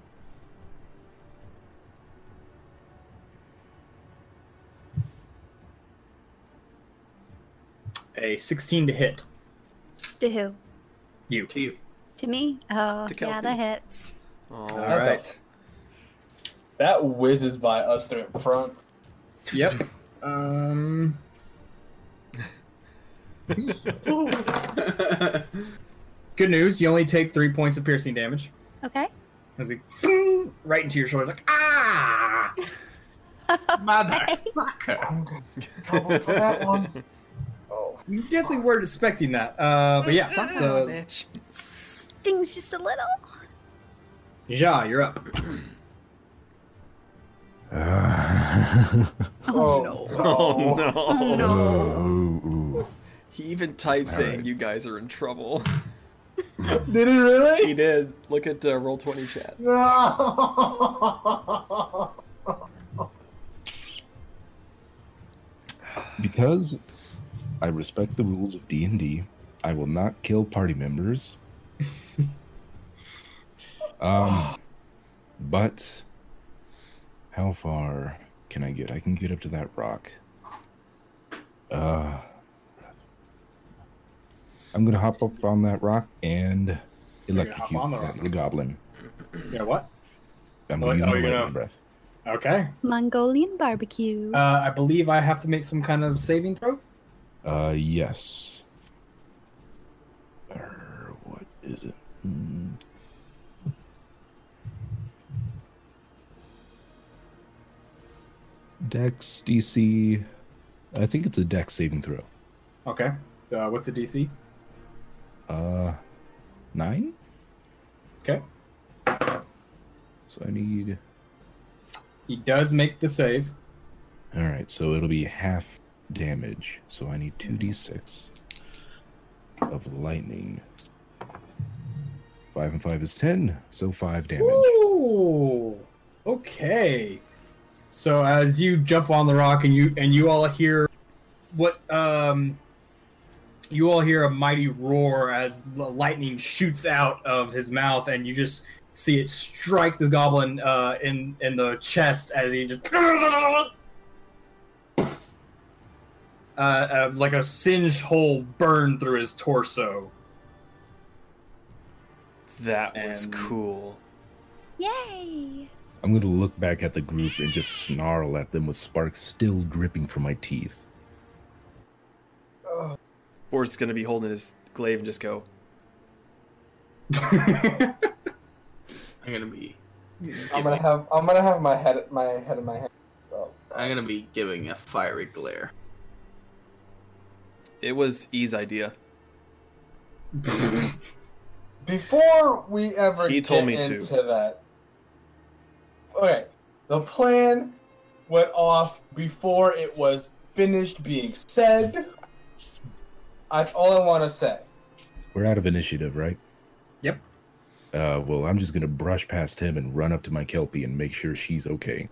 A 16 to hit
To who?
you.
To you.
To me? Oh,
To
yeah,
Kelpie.
that hits.
All
Oh,
right.
That's That whizzes by us through in front.
Yep. Um. Good news, you only take three points of piercing damage.
Okay.
As he right into your shoulder, like ah, motherfucker!
I'm gonna trouble for that one. Oh,
You definitely weren't expecting that. Uh, but yeah,
Son of a
so
bitch.
Stings just a little.
Ja, you're up.
Ah.
oh,
oh
no.
no.
Oh, ooh.
He even typed
All
saying
right.
you guys are in trouble.
Did it
he
really?
did. Look at uh, roll twenty chat.
No.
because I respect the rules of D and D, I will not kill party members. um, but how far can I get? I can get up to that rock. Uh, I'm gonna hop up on that rock and
You're gonna hop
electrocute
on the
that
rock.
little goblin.
Yeah, what?
I'm
Oh,
gonna use
oh,
my
you're
lightning
gonna-
breath.
Okay.
Mongolian barbecue.
Uh, I believe I have to make some kind of saving throw.
Uh, yes. Err, what is it? Mm. Dex DC. I think it's a Dex saving throw.
Okay. Uh, what's the DC?
Uh, nine.
Okay.
So I need.
He does make the save.
All right, so it'll be half damage. So I need two d6 of lightning. Five and five is ten. So five damage.
Ooh. Okay. So as you jump on the rock and you and you all hear what um you all hear a mighty roar as the lightning shoots out of his mouth and you just see it strike the goblin uh in in the chest as he just uh, uh, like a singed hole burned through his torso.
That was
And-
cool.
Yay!
I'm gonna look back at the group and just snarl at them with sparks still dripping from my teeth.
Oh,
Bort's gonna be holding his glaive and just go.
I'm gonna be
I'm gonna have I'm gonna have my head my head in my hand.
I'm gonna be giving a fiery glare.
It was E's idea.
Before we ever
He
get
told me to.
into that, okay, the plan went off before it was finished being said. That's all I want to say.
We're out of initiative, right?
Yep.
Uh, well, I'm just gonna brush past him and run up to my kelpie and make sure she's okay.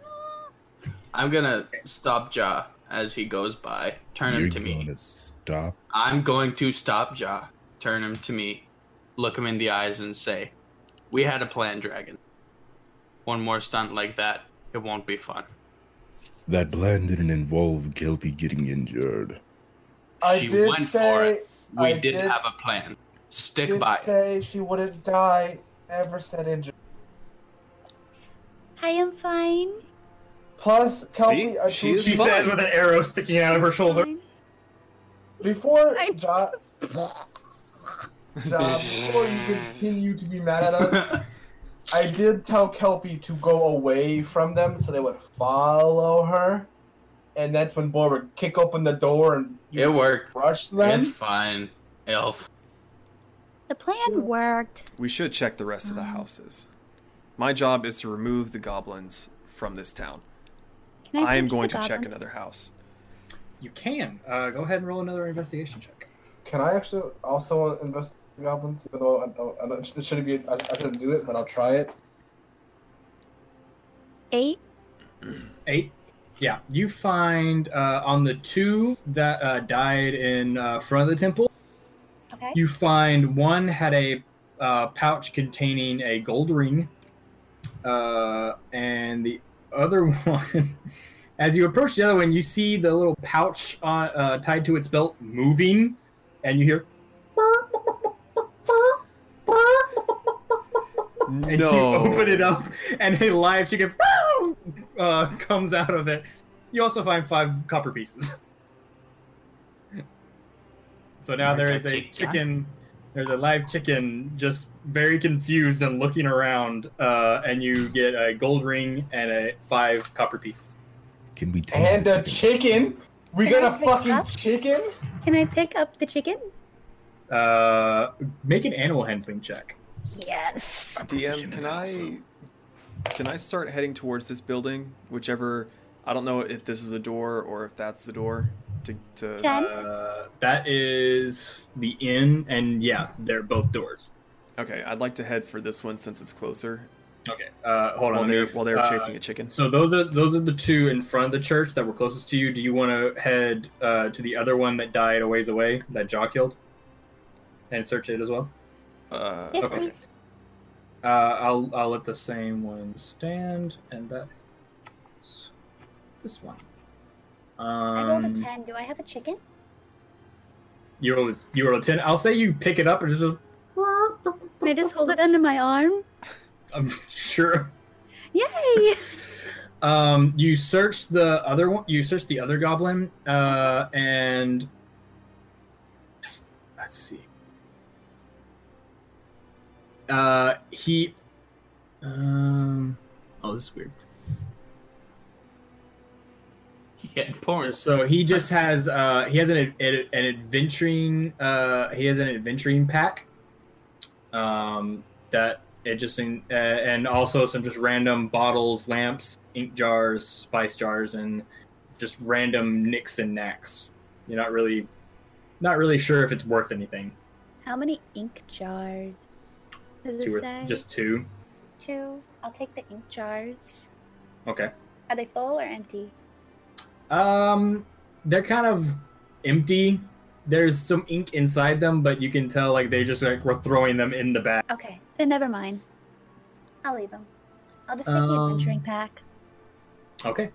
I'm gonna stop Ja as he goes by. Turn him
You're
to me.
gonna stop.
I'm going to stop Ja. Turn him to me. Look him in the eyes and say, "We had a plan, Dragon. One more stunt like that, it won't be fun."
That plan didn't involve kelpie getting injured.
I
she
did
went for
say
it. We
I
did,
did-
have a plan. Stick
did
by it.
say she wouldn't die. Never said injured.
I am fine.
Plus, uh, Kelpie,
See?
I
She is
She says with an arrow sticking out of her shoulder.
Fine.
Before
I-
John, John, before you continue to be mad at us, I did tell Kelpie to go away from them so they would follow her, and that's when Boar would kick open the door and
It worked.
rush
It's
them.
fine, Elf.
The plan worked.
We should check the rest of the
Um.
houses. My job is to remove the goblins from this town.
Can
I am
search
going to
the
check
goblins?
another house.
You can. Uh, go ahead and roll another investigation check.
Can I actually also investigate goblins? Even though I don't, I don't, it shouldn't be, I, I shouldn't do it, but I'll try it.
Eight.
Eight. Yeah, you find uh, on the two that uh, died in uh, front of the temple.
Okay.
You find one had a uh, pouch containing a gold ring, uh, and the other one, as you approach the other one, you see the little pouch on, uh, tied to its belt moving, and you hear. And you open it up, and a live chicken uh, comes out of it. You also find five copper pieces. So now there is a chicken. There's a live chicken, just very confused and looking around, uh, and you get a gold ring and a five copper pieces.
Can we take
And
the
a chicken. We
Can
got
I
a
pick
fucking
up?
chicken.
Can I pick up the chicken?
Uh, make an animal handling check.
Yes.
DM, can I can I start heading towards this building? Whichever I don't know if this is a door or if that's the door to, to
Ten.
Uh, that is the inn, and yeah, they're both doors.
Okay, I'd like to head for this one since it's closer.
Okay. Uh,
While
hold on. let
they're
me-
while they're
uh,
chasing a chicken.
So those are those are the two in front of the church that were closest to you. Do you want to head uh, to the other one that died a ways away that Jaw killed, and search it as well?
Uh,
yes,
okay.
please.
Uh, I'll I'll let the same one stand, and that is this one.
I rolled a
Um,
ten. Do I have a chicken?
you rolled you rolled a ten. I'll say you pick it up and just
Can I just hold it under my arm?
I'm sure.
Yay!
Um, you search the other one. You search the other goblin, uh, and let's see. Uh, he. Um. Oh, this is weird.
Yeah, porn.
So he just has uh he has an an, an adventuring uh he has an adventuring pack. Um, that it just in, uh, and also some just random bottles, lamps, ink jars, spice jars, and just random nicks and knacks. You're not really, not really sure if it's worth anything.
How many ink jars? Does
Two
it say?
or, just two.
two. I'll take the ink jars.
Okay.
Are they full or empty?
Um, they're kind of empty. There's some ink inside them, but you can tell like they just like were throwing them in the bag.
Okay, then never mind. I'll leave them. I'll just take the
Um,
adventuring pack.
Okay.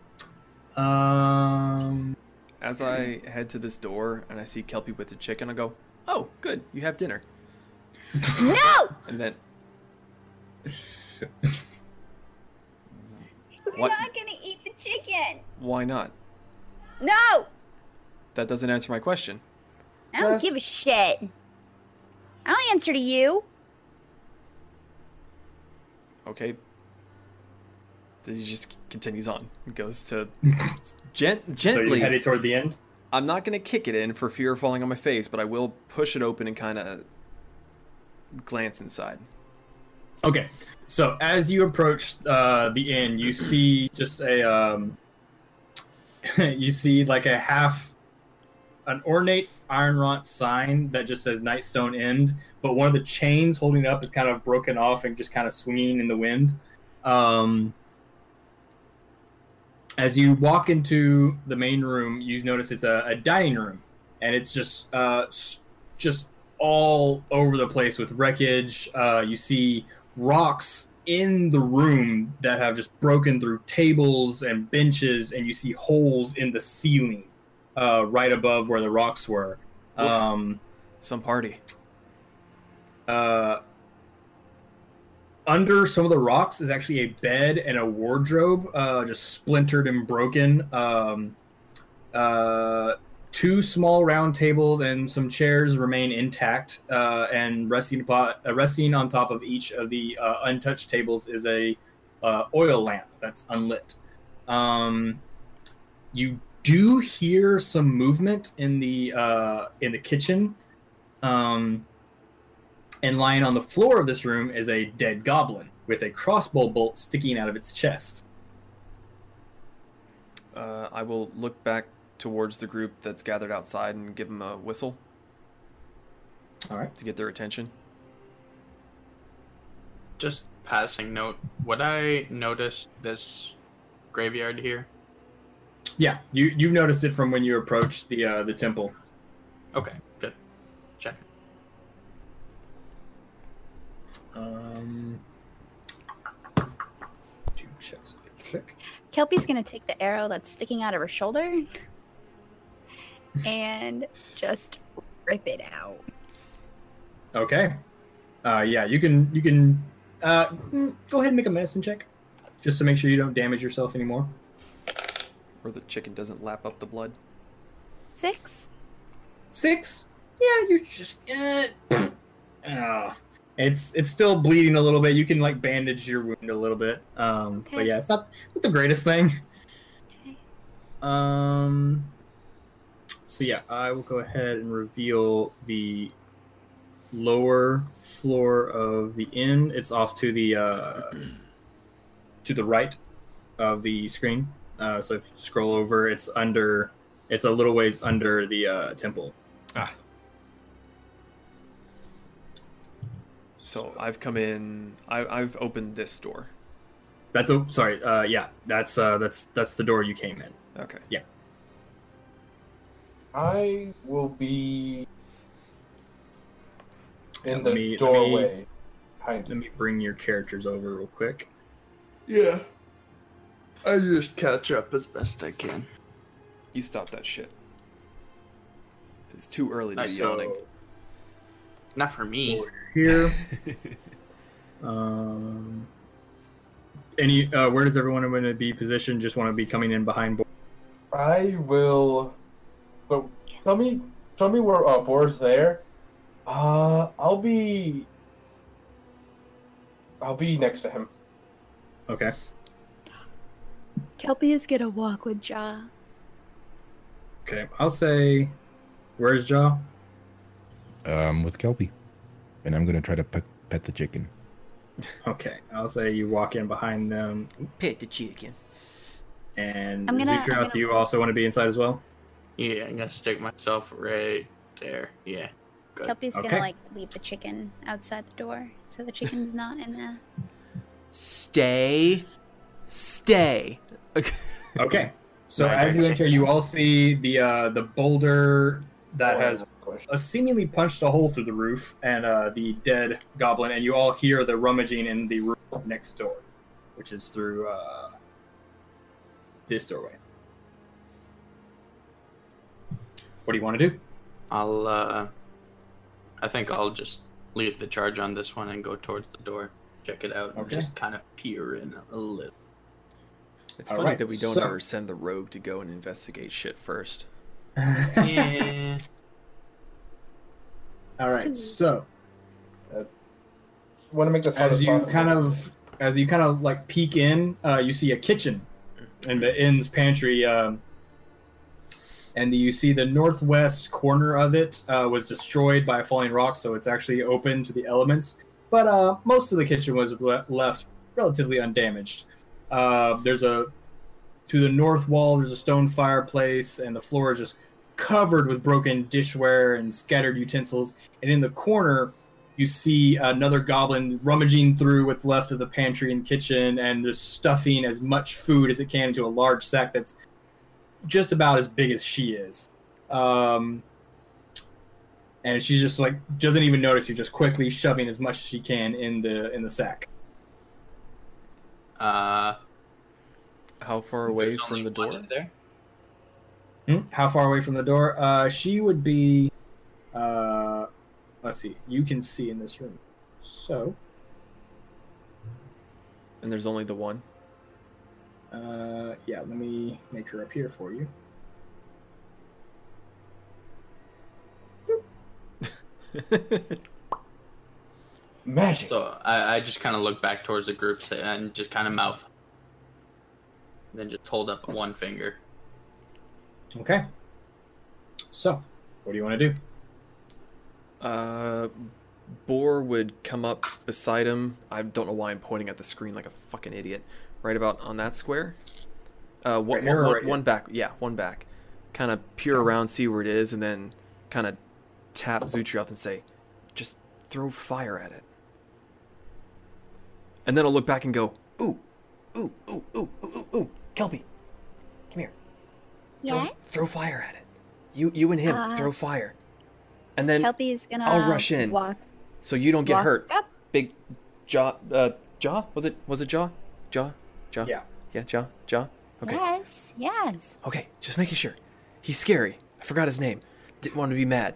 Um.
As I head to this door and I see Kelpie with the chicken, I go, "Oh, good, you have dinner."
No!
And then
We're
What?
not gonna eat the chicken!
why not?
No!
That doesn't answer my question.
I don't
Just-
give a Oh, shit. I don't answer to you.
Okay, he just continues on. It goes to gent-
So
gently.
you're headed toward the end.
I'm not going to kick it in for fear of falling on my face, but I will push it open and kind of glance inside.
Okay, so as you approach uh, the inn, you see just a um, you see like a half an ornate iron wrought sign that just says Nightstone End, but one of the chains holding it up is kind of broken off and just kind of swinging in the wind. Um, as you walk into the main room, you notice it's a, a dining room, and it's just uh, s- just all over the place with wreckage. Uh, you see rocks in the room that have just broken through tables and benches, and you see holes in the ceiling uh, right above where the rocks were.
Oof.
Um,
Some party.
uh, under some of the rocks is actually a bed and a wardrobe, uh, just splintered and broken. Um, uh, two small round tables and some chairs remain intact, uh, and resting upon, uh, resting on top of each of the uh, untouched tables is a uh, oil lamp that's unlit. Um, you do hear some movement in the uh, in the kitchen. Um, and lying on the floor of this room is a dead goblin with a crossbow bolt sticking out of its chest.
Uh, I will look back towards the group that's gathered outside and give them a whistle
All right.
to get their attention.
Just passing note, would I notice this graveyard here?
Yeah, you you noticed it from when you approached the uh, the temple.
Okay, good. Check.
Um, two checks. Click.
Kelpie's gonna take the arrow that's sticking out of her shoulder and just rip it out.
Okay. Uh, yeah, you can you can uh, mm, go ahead and make a medicine check, just to make sure you don't damage yourself anymore.
Or the chicken doesn't lap up the blood.
Six.
Six. Yeah, you just. Uh, ah. it's it's still bleeding a little bit. You can like bandage your wound a little bit. Um, But
Okay.
yeah, it's not, it's not the greatest thing.
Okay.
Um. So yeah, I will go ahead and reveal the lower floor of the inn. It's off to the uh, to the right of the screen. Uh, so if you scroll over, it's under. It's a little ways under the uh, temple.
So I've come in. I, I've opened this door.
That's oh, sorry. Uh, yeah, that's uh, that's that's the door you came in.
Okay.
I will be
Yeah,
in
let
the
me- let me-
doorway. behind
Let me bring your characters over real quick.
Yeah. I just catch up as best I can.
You stop that shit. It's too early to be
Nice.
yawning.
Not for me.
Here. um. Any? Uh, where does everyone want to be positioned? Just want to be coming in behind. Bo-
I will. But tell me, tell me where uh, Boar's there. Uh, I'll be. I'll be next to him.
Okay.
Kelpie is gonna walk with Jaw.
Okay. I'll say. Where's Jaw? uh,
Um, with Kelpie, and I'm gonna try to pet, pet the chicken.
Okay. I'll say you walk in behind them,
Pet the chicken.
and
I'm gonna- I'm
Zucroth,
gonna-
do you also want to be inside as well?
Yeah, I'm gonna stick myself right there. Yeah. Good.
Kelpie's
Okay.
gonna like leave the chicken outside the door so the chicken's not in there.
Stay. Stay.
Okay. So
Right,
as
right,
you
check
enter, you all see the uh, the boulder that
Or
has
question.
a seemingly punched a hole through the roof and uh, the dead goblin, and you all hear the rummaging in the room next door, which is through uh, this doorway. What do you want to do?
I'll uh I think I'll just leave the charge on this one and go towards the door. Check it out and
Okay.
just kind of peer in a little.
It's
All
funny
right,
that we don't
so-
ever send the rogue to go and investigate shit first.
Yeah.
all right. So
Want to make this hard
as you
possible.
kind of as you kind of like peek in, uh, you see a kitchen and the inn's pantry, um, and you see the northwest corner of it uh, was destroyed by a falling rock, so it's actually open to the elements. But uh, most of the kitchen was le- left relatively undamaged. Uh, there's a to the north wall. There's a stone fireplace, and the floor is just covered with broken dishware and scattered utensils. And in the corner, you see another goblin rummaging through what's left of the pantry and kitchen and just stuffing as much food as it can into a large sack that's just about as big as she is. Um, and she's just like doesn't even notice you, just quickly shoving as much as she can in the in the sack.
Uh,
How far away
there's
from
only
the
one
door?
in There.
Hmm? How far away from the door? Uh, she would be. Uh, let's see. You can see in this room. So,
And there's only the one.
uh, yeah, let me make her appear for you.
Magic.
So I, I just kind of look back towards the group sa- and just kind of mouth. Then just hold up one finger.
Okay. So, what do you want to do?
Uh, Boar would come up beside him. I don't know why I'm pointing at the screen like a fucking idiot. Right about on that square. Uh, one,
Right here or
one-
right
one back. Yeah, one back. Kind of peer around, see where it is, and then kind of tap Zutrioth and say, "Just throw fire at it." And then I'll look back and go, "Ooh, ooh, ooh, ooh, ooh, ooh, ooh, Kelpie, come here. Throw,
Yeah.
throw fire at it. You, you and him,
Uh,
throw fire." And then
Kelpie's gonna.
I'll rush in.
Um, Walk,
so you don't get
walk
hurt.
Up.
Big jaw, uh, jaw? Was it was it jaw? Jaw, jaw.
Yeah.
yeah, jaw, jaw. Okay,
Yes. Yes.
okay. Just making sure. He's scary. I forgot his name. Didn't want to be mad.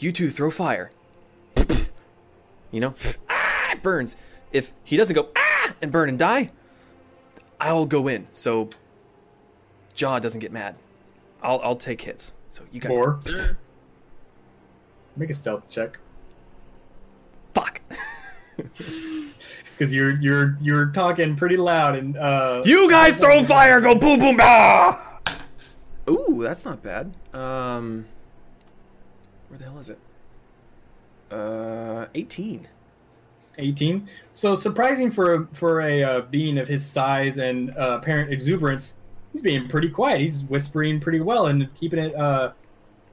You two throw fire. You know, ah, it burns. If he doesn't go ah and burn and die, I'll go in. So jaw doesn't get mad. I'll I'll take hits. So you got
Boar, make a stealth check
fuck.
because you're you're you're talking pretty loud and uh,
You guys throw fire, go boom boom ah! bah. Ooh, that's not bad. Um, where the hell is it? Uh, eighteen.
18. So surprising for for a uh, being of his size and uh, apparent exuberance, he's being pretty quiet. He's whispering pretty well and keeping it, uh,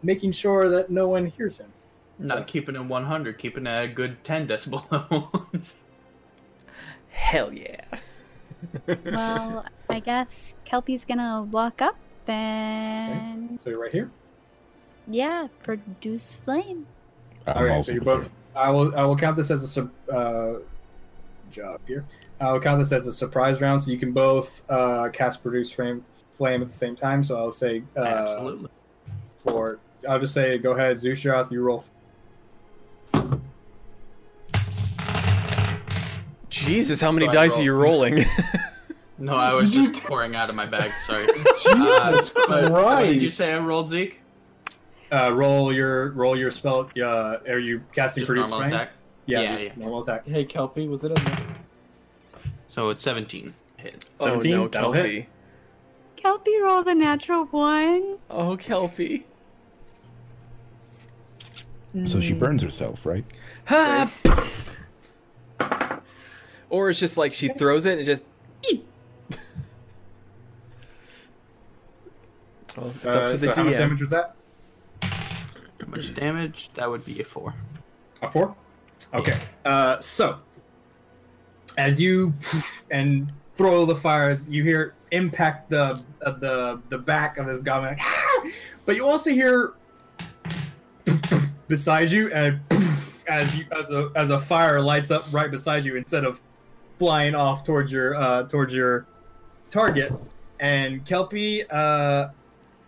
making sure that no one hears him.
Not keeping it 100, keeping it a good 10 decibels.
Hell yeah.
Well, I guess Kelpie's gonna walk up and
So you're right here.
yeah, produce flame.
I'm
All right,
also
so you're
prepared.
both. I will. I will count this as a sur- uh, job here. I will count this as a surprise round, so you can both uh, cast produce flame flame at the same time. So I'll say uh,
Absolutely.
for. I'll just say go ahead, Zusharoth. You roll.
Jesus, how many
Do I
dice
roll?
are you rolling? Oh,
No, I was just pouring out of my bag. Sorry. Uh,
Jesus
but what Did you
Christ.
say I rolled Zeke?
Uh, roll your roll your spell. Uh, are you casting
Just
produce
normal
flame?
attack.
Yeah,
Yeah,
just
yeah.
normal attack.
Hey, Kelpie, was it a
So it's 17. Hit.
oh
17?
no,
That'll hit.
Kelpie.
Kelpie rolled a natural one.
Oh Kelpie.
So she burns herself, right?
Ha! or it's just like she throws it and it just. eep. well, it's up to the
Uh, so how much
DM.
damage was that?
How much damage? That would be a 4.
A four. Okay. Uh, so, as you and throw the fires, you hear impact the uh, the the back of this goblin, like, "Ah!" but you also hear beside you and as you as a as a fire lights up right beside you instead of flying off towards your uh, towards your target. And Kelpie, uh,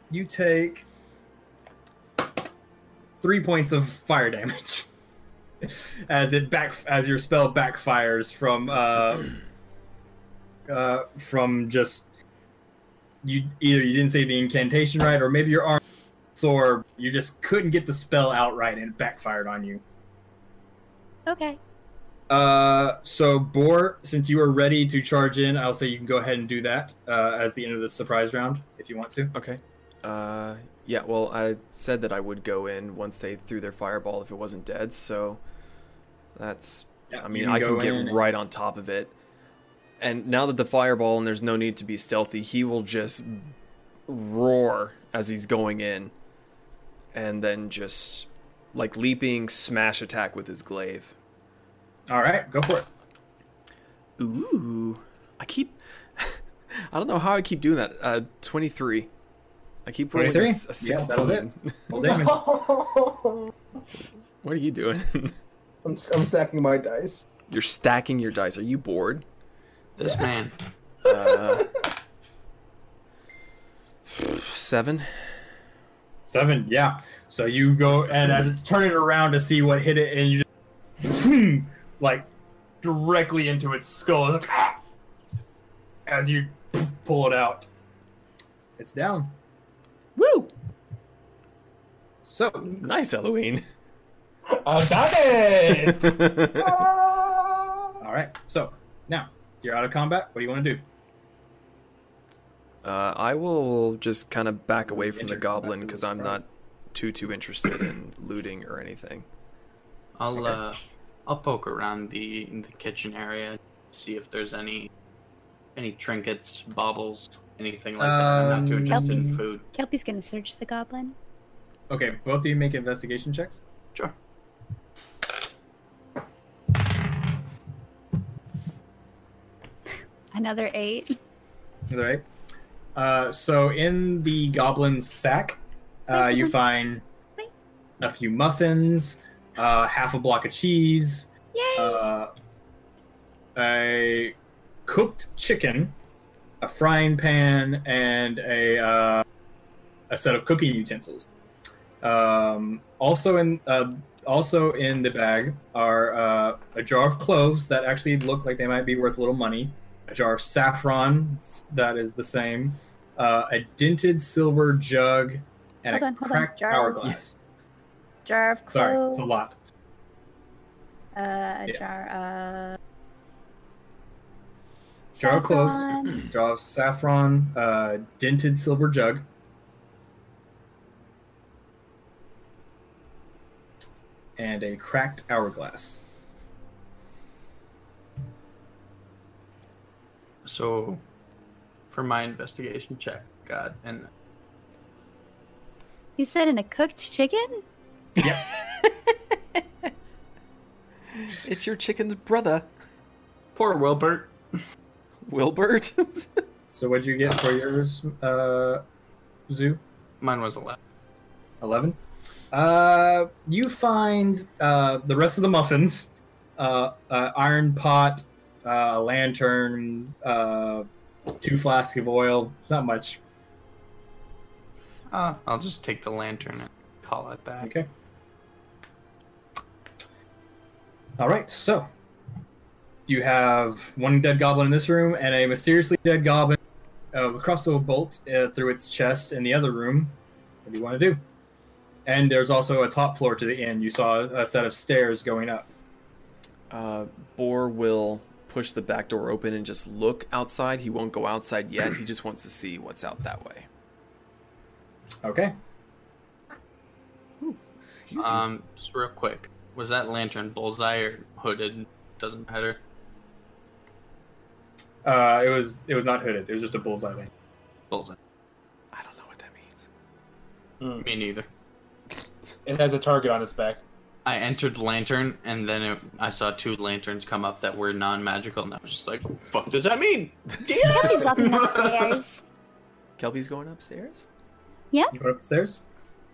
you take three points of fire damage as it back as your spell backfires from uh, uh, from just you either you didn't say the incantation right or maybe your arm or you just couldn't get the spell out right and it backfired on you.
Okay.
Uh, so, Boar, since you are ready to charge in, I'll say you can go ahead and do that uh, as the end of the surprise round if you want to.
Okay. Uh, yeah, well, I said that I would go in once they threw their fireball if it wasn't dead, so that's.
Yeah,
I
you
mean,
can
I can
go
get
in and-
right on top of it. And now that the fireball and there's no need to be stealthy, he will just roar as he's going in and then just like leaping smash attack with his glaive.
All right, go for it.
Ooh. I keep. I don't know how I keep doing that. Uh, 23. I keep rolling a
23?
s- a
Yeah,
16.
that'll do it. Roll damage.
What are you doing?
I'm, I'm stacking my dice.
You're stacking your dice. Are you bored?
This man.
Uh, seven.
Seven, yeah. So you go, and as it's turning around to see what hit it, and you just hmm, like directly into its skull like, "Ah!" as you pull it out. It's down.
Woo!
So
Nice Halloween.
I got it.
Uh,
Ah!
all right. So now you're out of combat. What do you want to do?
Uh, I will just kind of back away from the
Enter combat
goblin
with
because I'm
surprise.
not too too interested in looting or anything.
I'll uh, I'll poke around the the kitchen area, see if there's any any trinkets, baubles, anything like that. I'm not too
Um,
interested
Kelpies.
in food.
Kelpie's gonna search the goblin.
Okay, both of you make investigation checks.
Sure.
Another eight.
All right. Uh, so in the goblin's sack, uh, you find a few muffins, uh, half a block of cheese, uh, a cooked chicken, a frying pan, and a uh, a set of cooking utensils. Um, also in uh, also in the bag are uh, a jar of cloves that actually look like they might be worth a little money, a jar of saffron that is the same, uh, a dented silver jug, and
Hold
a
on, hold on.
cracked
Jar-
hourglass.
Jar of
Sorry,
cloves.
it's a lot.
Uh, a
Yeah.
jar of.
Jar of cloves.
saffron.
Jar of saffron, uh, dented silver jug. And a cracked hourglass.
So, for my investigation check, God, and
You said in a cooked chicken?
It's your chicken's brother,
poor Wilbert.
Wilbert.
So what'd you get for yours, uh, Zoo?
Mine was eleven.
11. Uh, you find uh, the rest of the muffins, uh, uh, iron pot, uh, lantern, uh, two flasks of oil. It's not much.
Uh, I'll just take the lantern and call it back.
Okay. All right, so you have one dead goblin in this room and a mysteriously dead goblin uh, with a crossbow bolt uh, through its chest in the other room. What do you want to do? And there's also a top floor to the inn. You saw a set of stairs going up.
Uh, Boar will push the back door open and just look outside. He won't go outside yet. He just wants to see what's out that way.
Okay.
Uh,
Um, just real quick, was that lantern bullseye or hooded? Doesn't matter.
Uh, it was it was not hooded. It was just a bullseye thing.
Bullseye.
I don't know what that means.
Me neither.
It has a target on its back.
I entered lantern, and then it, I saw two lanterns come up that were non-magical, and I was just like, "Fuck, does that mean?"
Kelpie's walking upstairs.
Kelpie's going upstairs.
You go up the stairs.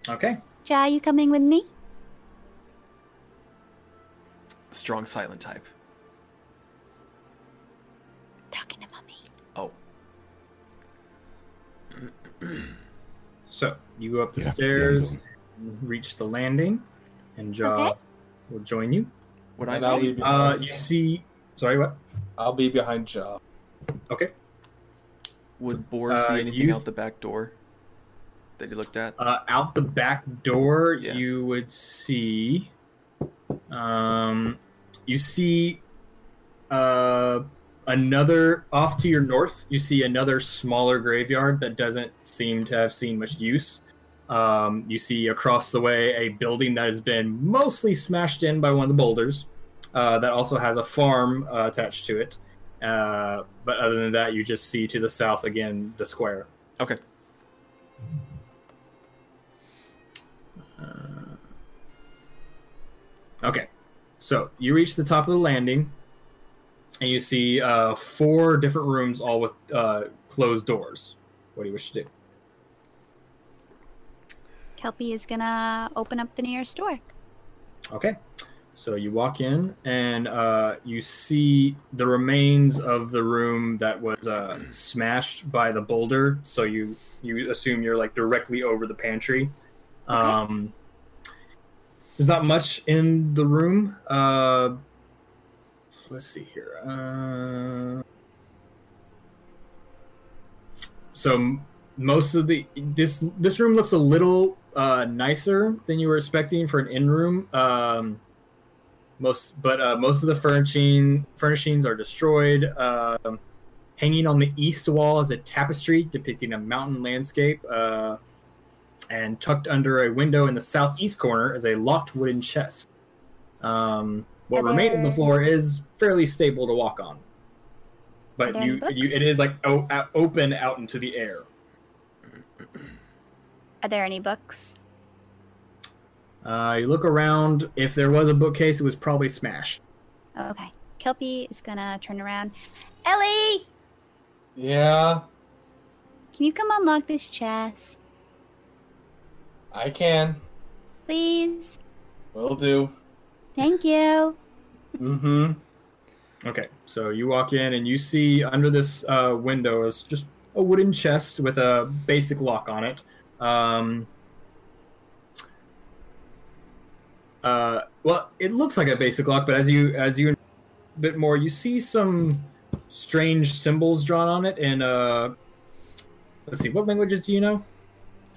Okay.
Jai, you coming with me?
The strong silent type.
Talking to mommy.
Oh,
So you go up the
Yeah, yeah, I'm
stairs,
going.
reach the landing, and Ja
Okay.
will join you.
what
And
I
I'll
see.
be
Uh,
behind.
you see. Sorry, what?
I'll be behind Job.
Okay.
Would Boar
Uh,
see anything
you-
out the back door that he looked at?
Uh, out the back door,
Yeah.
you would see. Um, you see uh, another off to your north. You see another smaller graveyard that doesn't seem to have seen much use. Um, you see across the way a building that has been mostly smashed in by one of the boulders. Uh, that also has a farm uh, attached to it. Uh, but other than that, you just see to the south again the square.
Okay.
Okay, so you reach the top of the landing, and you see uh, four different rooms, all with uh, closed doors. What do you wish to do?
Kelpie is gonna open up the nearest door.
Okay, so you walk in, and uh, you see the remains of the room that was uh, smashed by the boulder. So you you assume you're like directly over the pantry. Um, there's not much in the room. Uh, let's see here. Uh, so m- most of the this this room looks a little uh, nicer than you were expecting for an in room. Um, most but uh, most of the furnishing furnishings are destroyed. Um hanging on the east wall is a tapestry depicting a mountain landscape. Uh, and tucked under a window in the southeast corner is a locked wooden chest. Um, what
Are there-
remains of the floor is fairly stable to walk on,
Are
but
there
you,
any
you
books?
it is like o- o- open out into the air.
Are there any books?
Uh, you look around. If there was a bookcase, it was probably smashed.
Okay. Kelpie is gonna turn around. Ellie,
Yeah,
can you come unlock this chest,
I can.
please?
Will do.
Thank you.
Mm-hmm.
Okay, so you walk in and you see under this uh, window is just a wooden chest with a basic lock on it. Um, uh, well, it looks like a basic lock, but as you as you bit more, you see some strange symbols drawn on it. And uh, let's see, what languages do you know?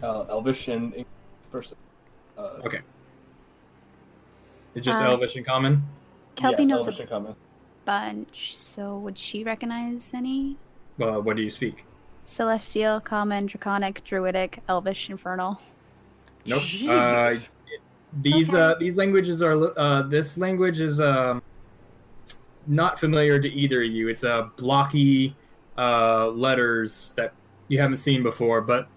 Uh, Elvish and English person. Uh,
Okay, it's just
Uh,
Elvish and Common.
Kelpie
yes,
knows
Elvish
a
and common.
bunch, so would she recognize any?
Uh, what do you speak?
Celestial, common, draconic, druidic, elvish, infernal.
Nope. Uh,
Jesus.
these
Okay.
uh, these languages are uh, this language is um, not familiar to either of you. It's a uh, blocky uh, letters that you haven't seen before, but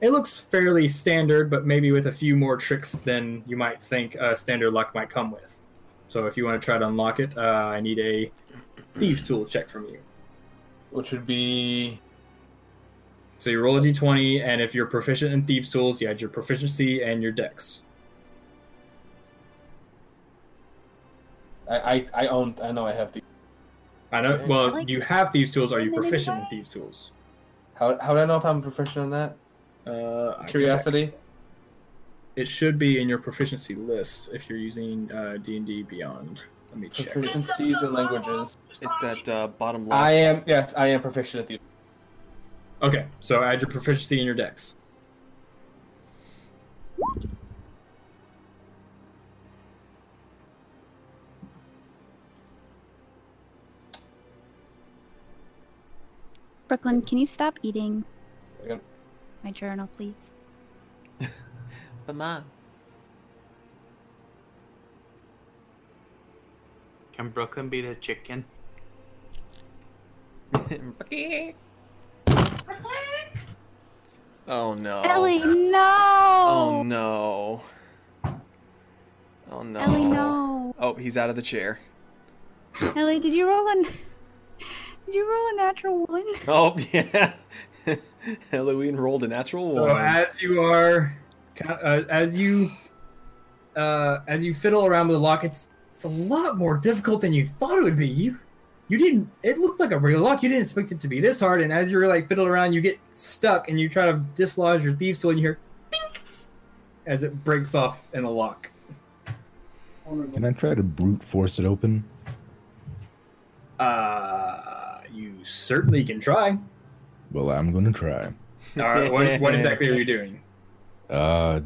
it looks fairly standard, but maybe with a few more tricks than you might think uh, standard luck might come with. So if you want to try to unlock it, uh, I need a thieves tool check from you.
Which would be
So you roll a d20, and if you're proficient in thieves tools, you add your proficiency and your dex.
I, I I own I know I have the
I know.
Okay.
Well,
Like-
you have thieves tools. Are you
Women
proficient in
anyway?
thieves tools?
how how do I know if I'm proficient in that?
Uh, I can
Curiosity?
check. It should be in your proficiency list if you're using uh, D and D Beyond. Let me check.
Proficiencies and languages.
It's at uh, bottom left.
I am yes, I am proficient at these.
Okay, so add your proficiency in your dex.
Brooklyn, can you stop eating
Second.
my journal, please?
But mom,
Can Brooklyn beat a chicken?
oh no.
Ellie, no!
Oh no. Oh no.
Ellie, no!
Oh, he's out of the chair.
Ellie, did you roll a? Did you roll a natural one?
Oh yeah. Halloween rolled a natural
So
one.
as you are, ca- uh, as you, uh, as you fiddle around with the lock, it's it's a lot more difficult than you thought it would be. You, you didn't. It looked like a regular lock. You didn't expect it to be this hard. And as you're like fiddling around, you get stuck, and you try to dislodge your thieves tool, and you hear, "Tink," as it breaks off in a lock.
Can I try to brute force it open?
Uh, you certainly can try.
Well, I'm gonna try.
All right, what, what exactly are you doing?
Uh,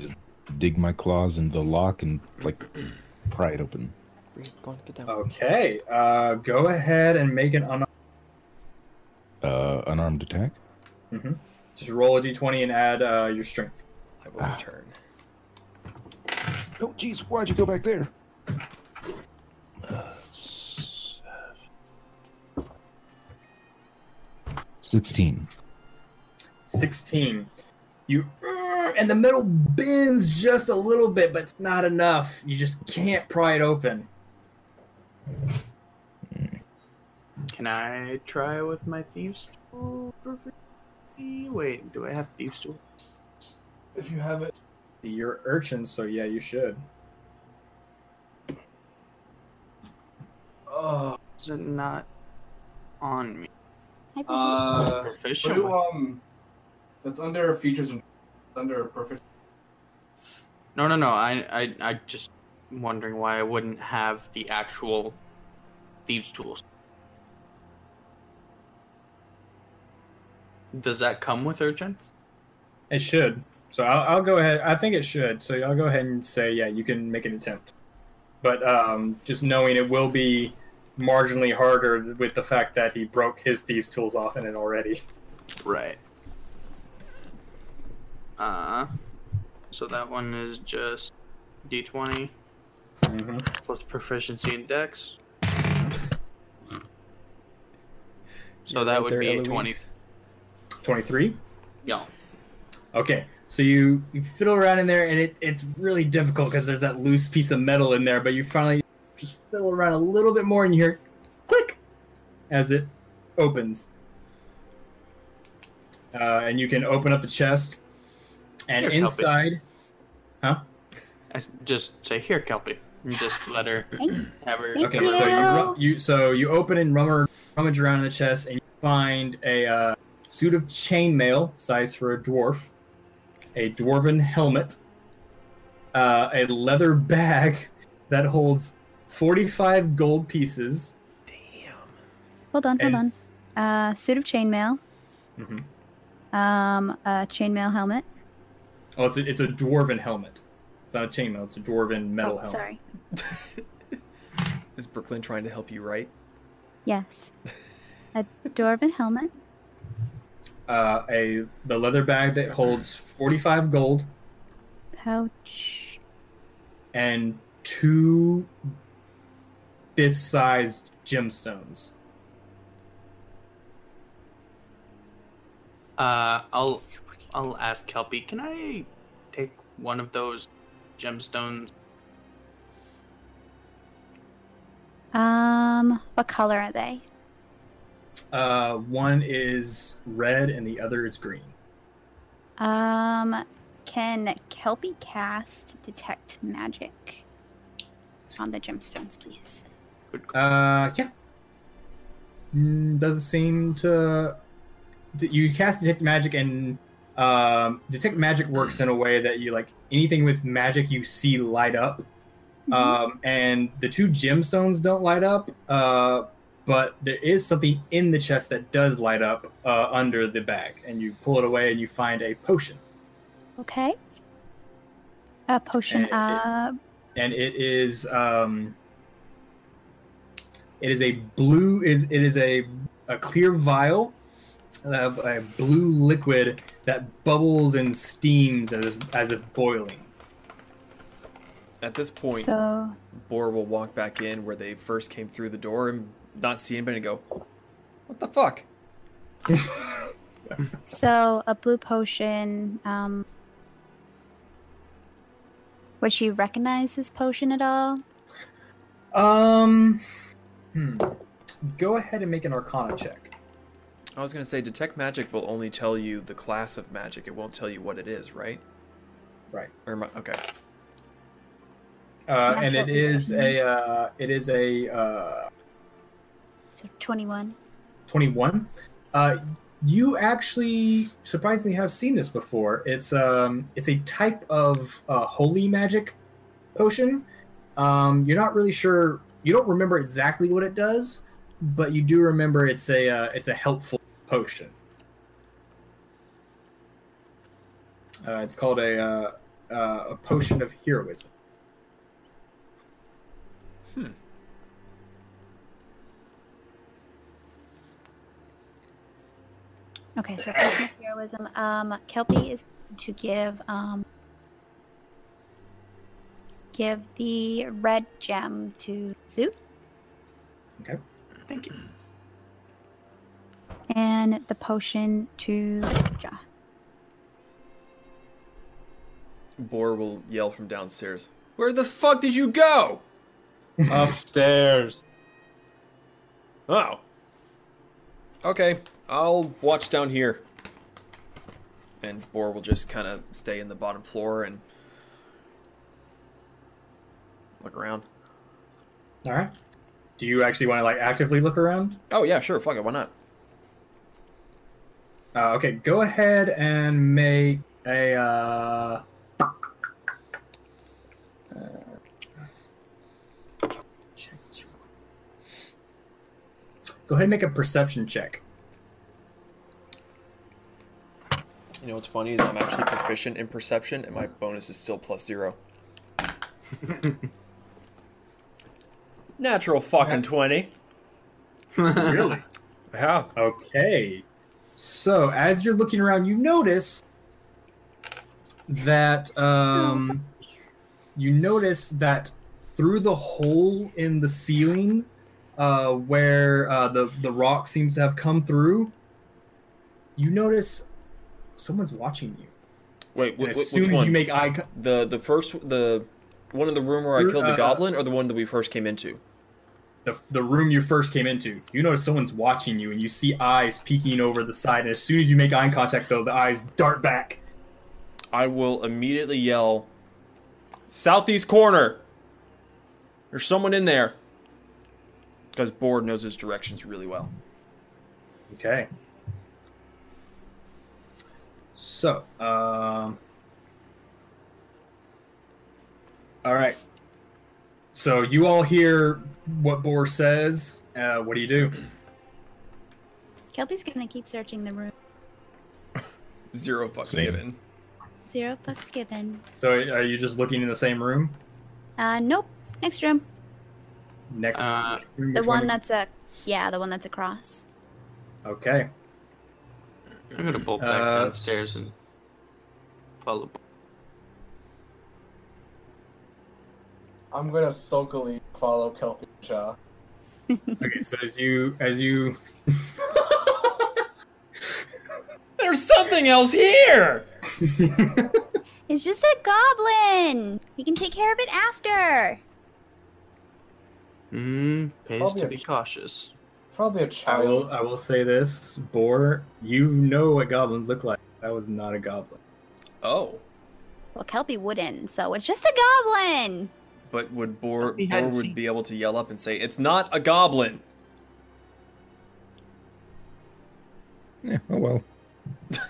just dig my claws into the lock and like pry it open.
Bring it, go on, get down.
Okay, uh, go ahead and make an unarmed.
Uh, unarmed attack.
hmm Just roll a d20 and add uh, your strength.
I will return.
Oh, jeez, why'd you go back there? Sixteen.
16. You uh, and the metal bends just a little bit, but it's not enough. You just can't pry it open.
Can I try with my thieves tool? Perfectly? Wait, do I have thieves tool?
If you have it,
You're urchins, so yeah, you should.
uh,
Is it not on me?
Hi, Pooh.
uh,
Proficient
do,
with-
um, that's under features and under perfect.
No, no, no. I, I, I just wondering why I wouldn't have the actual thieves tools. Does that come with Urchin?
It should. So I'll, I'll go ahead. I think it should. So I'll go ahead and say, yeah, you can make an attempt. But um, just knowing it will be marginally harder with the fact that he broke his thieves' tools off in it already.
Right. Uh, so that one is just D20
Mm-hmm.
plus proficiency in Dex. So that
right
would
there,
be a
Eloise.
20.
23?
Yeah.
Okay, so you, you fiddle around in there, and it, it's really difficult because there's that loose piece of metal in there. But you finally just fiddle around a little bit more, and you hear click as it opens, uh, and you can open up the chest, and
Here, help it.
inside, huh?
I s- just say, here, Kelpie. And just let her have her.
Thank
Okay,
have her-
so you, ru-
Meow.
you so you open and rummer, rummage around in the chest, and you find a uh, suit of chainmail, size for a dwarf, a dwarven helmet, uh, a leather bag that holds forty-five gold pieces.
Hold on, hold
and-
on. Uh, suit of chainmail.
Mhm.
Mm-hmm.
Um, a chainmail helmet.
Oh, it's a, it's a dwarven helmet. It's not a chainmail; it's a dwarven metal
oh,
helmet.
sorry.
Is Brooklyn trying to help you write?
Yes. A dwarven helmet.
Uh, a the leather bag that holds forty-five gold
Pouch.
and two fist-sized gemstones.
Uh, I'll I'll ask Kelpie. Can I take one of those gemstones?
Um, what color are they?
Uh, one is red and the other is green.
Um, can Kelpie cast detect magic on the gemstones, please?
Good call.
Uh, yeah. Mm, doesn't seem to. d- You cast detect magic and um, detect magic works in a way that you like anything with magic you see light up. Um, and the two gemstones don't light up, uh, but there is something in the chest that does light up uh, under the bag. And you pull it away and you find a potion.
Okay. A potion.
Uh,
Uh,
and it is um it is a blue is it is a a clear vial of a blue liquid that bubbles and steams as as if boiling
At this point,
so
Boar will walk back in where they first came through the door and not see anybody and go, What the fuck?
So a blue potion. Um, would she recognize this potion at all?
um hmm. go ahead and make an arcana check
I was going to say, Detect Magic will only tell you the class of magic. It won't tell you what it is, right?
right
Or am I- okay.
uh, and it is a uh, it is a uh
So twenty-one.
21 uh, you actually surprisingly have seen this before it's um it's a type of uh, holy magic potion um you're not really sure you don't remember exactly what it does but you do remember it's a uh, it's a helpful potion uh, it's called a uh, uh, a potion of heroism
Okay, so charisma, heroism. Um, Kelpie is going to give um, give the red gem to Zoo,
Okay.
Thank you.
and the potion to Ja.
Boar will yell from downstairs. Where the fuck did you go?
Upstairs.
Oh. Okay, I'll watch down here. And Boar will just kind of stay in the bottom floor and look around.
All right. Do you actually want to like actively look around?
Oh yeah, sure. Fuck it. Why not?
Uh, okay, go ahead and make a. Uh, Go ahead and make a perception check.
You know what's funny is I'm actually proficient in perception, and my bonus is still plus zero. Natural fucking twenty.
really?
Yeah.
Okay. So as you're looking around, you notice that um, you notice that through the hole in the ceiling, uh, where uh, the the rock seems to have come through, you notice someone's watching you.
Wait, wh-
And
wh-
as
which
soon as
one?
you make eye con-
the the first the one in the room where I
You're-
killed the
uh,
goblin, or the one that we first came into.
the, the room you first came into, you notice someone's watching you, and you see eyes peeking over the side. And as soon as you make eye contact, though, the eyes dart back.
I will immediately yell, "Southeast corner! There's someone in there." Because Board knows his directions really well.
Okay. So, um, all right. So you all hear what Boar says. Uh, what do you do?
Kelpie's gonna keep searching the room.
Zero fucks
Same.
given.
Zero fucks given.
So are you just looking in the same room?
Uh, nope. Next room.
Next,
Uh,
next room,
The
which
one
is-
that's a yeah, the one that's across.
okay.
I'm gonna bolt back
Uh,
downstairs and follow.
I'm gonna sulkily follow Kelpie Shaw.
Okay. So as you as you
There's something else here.
It's just a goblin. You can take care of it after.
Mm, pays
Probably
to
a-
be cautious.
Probably a
I
child.
will I will say this, Boar, you know what goblins look like. That was not a goblin.
Oh,
Well, Kelpie wouldn't, so it's just a goblin.
but would Boar
We
Boar
hadn't
would
seen-
be able to yell up and say, "It's not a goblin."
Yeah, oh well.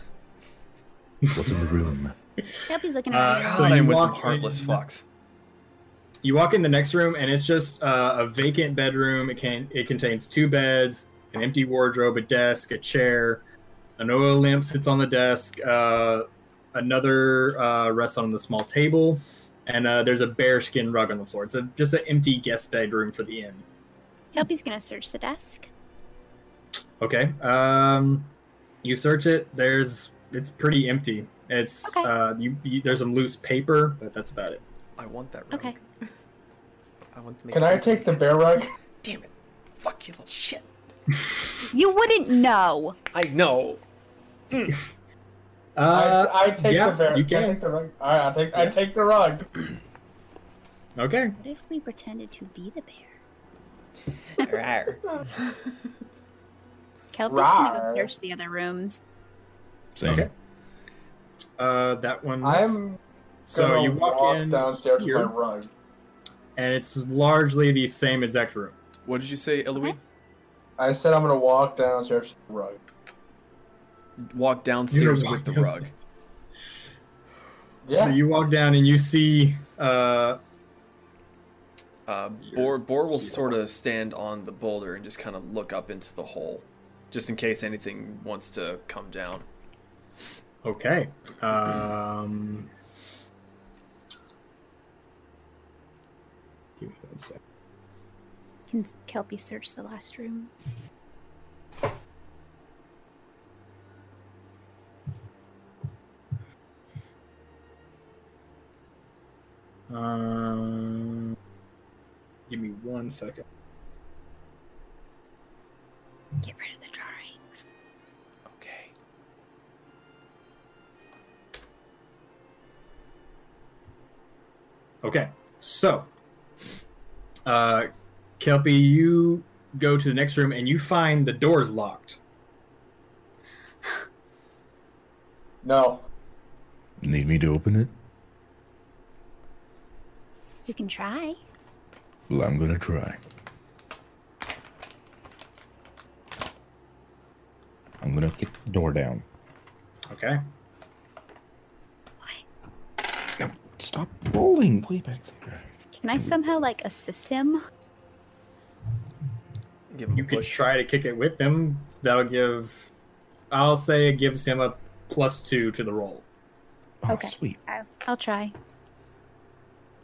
What's in the room?
Kelpie's looking
Uh,
around.
so
God,
you
I'm with some
walk
heartless
in-
fucks.
You walk in the next room, and it's just uh, a vacant bedroom. It can it contains two beds, an empty wardrobe, a desk, a chair, an oil lamp sits on the desk, uh, another uh, rests on the small table, and uh, there's a bearskin rug on the floor. It's a, just an empty guest bedroom for the inn.
Kelpie's gonna search the desk.
Okay. Um, you search it. There's it's pretty empty. It's
Okay.
uh, you, you there's some loose paper, but that's about it.
I want that rug.
Okay.
I want to make
Can I take the bear rug?
Damn it. Fuck you, little shit.
You wouldn't know.
I know.
Uh,
I, I take
yeah,
the bear.
you
I
can.
take the rug. All right, I take. I take the rug.
Okay.
What if we pretended to be the bear? Kelpie's gonna go
Rawr.
search the other rooms.
Same.
Okay. Uh, that one.
I'm
so
gonna
you walk, in,
downstairs
here.
with my rug.
and it's largely the same exact room.
What did you say, Eloise?
I said I'm gonna walk downstairs with the rug.
Walk downstairs
walk
with the
downstairs.
rug.
Yeah.
So you walk down and you see. Uh,
Uh, Bor Bor will sort of stand on the boulder and just kind of look up into the hole, just in case anything wants to come down.
okay. Um, give me one sec.
Can Kelpie search the last room?
Um, give me one second.
Get rid of the drawings.
Okay. Okay, so, uh, Kelpie, you go to the next room and you find the door's locked.
No.
Need me to open it?
You can try.
Well, I'm gonna try. I'm gonna kick the door down.
Okay.
No, stop rolling way back there.
Can I somehow like assist him?
Give him
You
a
could
push.
try to kick it with him. That'll give, I'll say, it gives him a plus two to the roll.
Ah,
Oh,
okay.
sweet.
I- I'll try.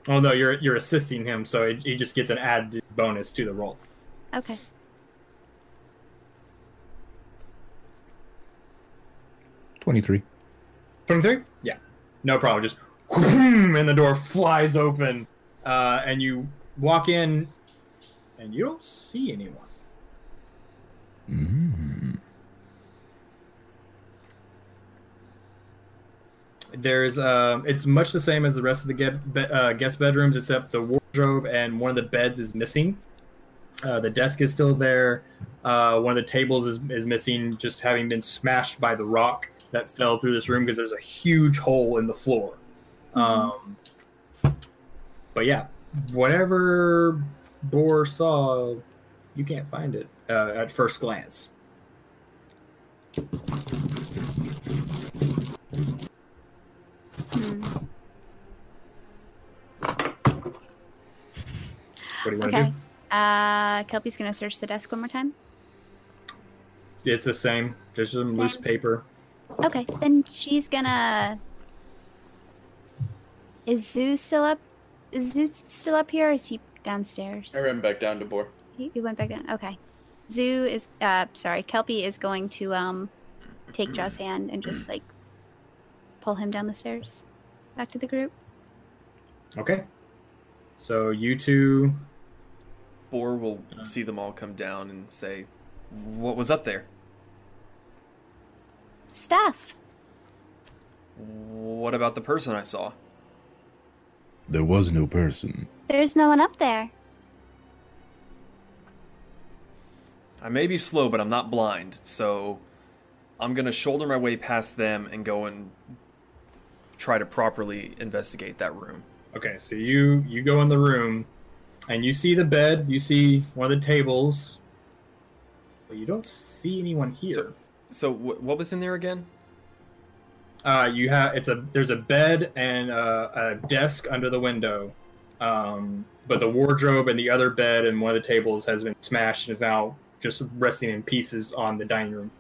Oh no, you're you're assisting him, so it, he just gets an added bonus to the roll.
Okay.
Twenty-three.
Twenty-three. Yeah, no problem. Just whoom, and the door flies open, uh, and you walk in, and you don't see anyone.
Mm.
There's um, it's much the same as the rest of the get, be, uh, guest bedrooms, except the wardrobe and one of the beds is missing. Uh, the desk is still there. Uh, one of the tables is, is missing, just having been smashed by the rock that fell through this room because there's a huge hole in the floor. Um, but yeah, whatever Boar saw, you can't find it uh, at first glance. What do you want to
Okay. Uh, Kelpie's gonna search the desk one more time.
do? It's the same. There's some loose
Same.
paper.
Okay, then she's gonna. Is Zoo still up? Is Zoo still up here? Or is he downstairs?
I ran back down to Boar.
He, he went back down. Okay. Zoo is. Uh, sorry, Kelpie is going to um, take Jaw's hand and just like pull him down the stairs, back to the group.
Okay. So you two.
Boar will see them all come down and say, "What was up there?
Stuff.
What about the person I saw?"
There was no person.
There's no one up there.
I may be slow, but I'm not blind, so I'm gonna shoulder my way past them and go and try to properly investigate that room.
Okay, so you you go in the room, and you see the bed. You see one of the tables, but you don't see anyone here.
So, so wh- what was in there again?
Uh, you have it's a there's a bed and a, a desk under the window, um, but the wardrobe and the other bed and one of the tables has been smashed and is now just resting in pieces on the dining room.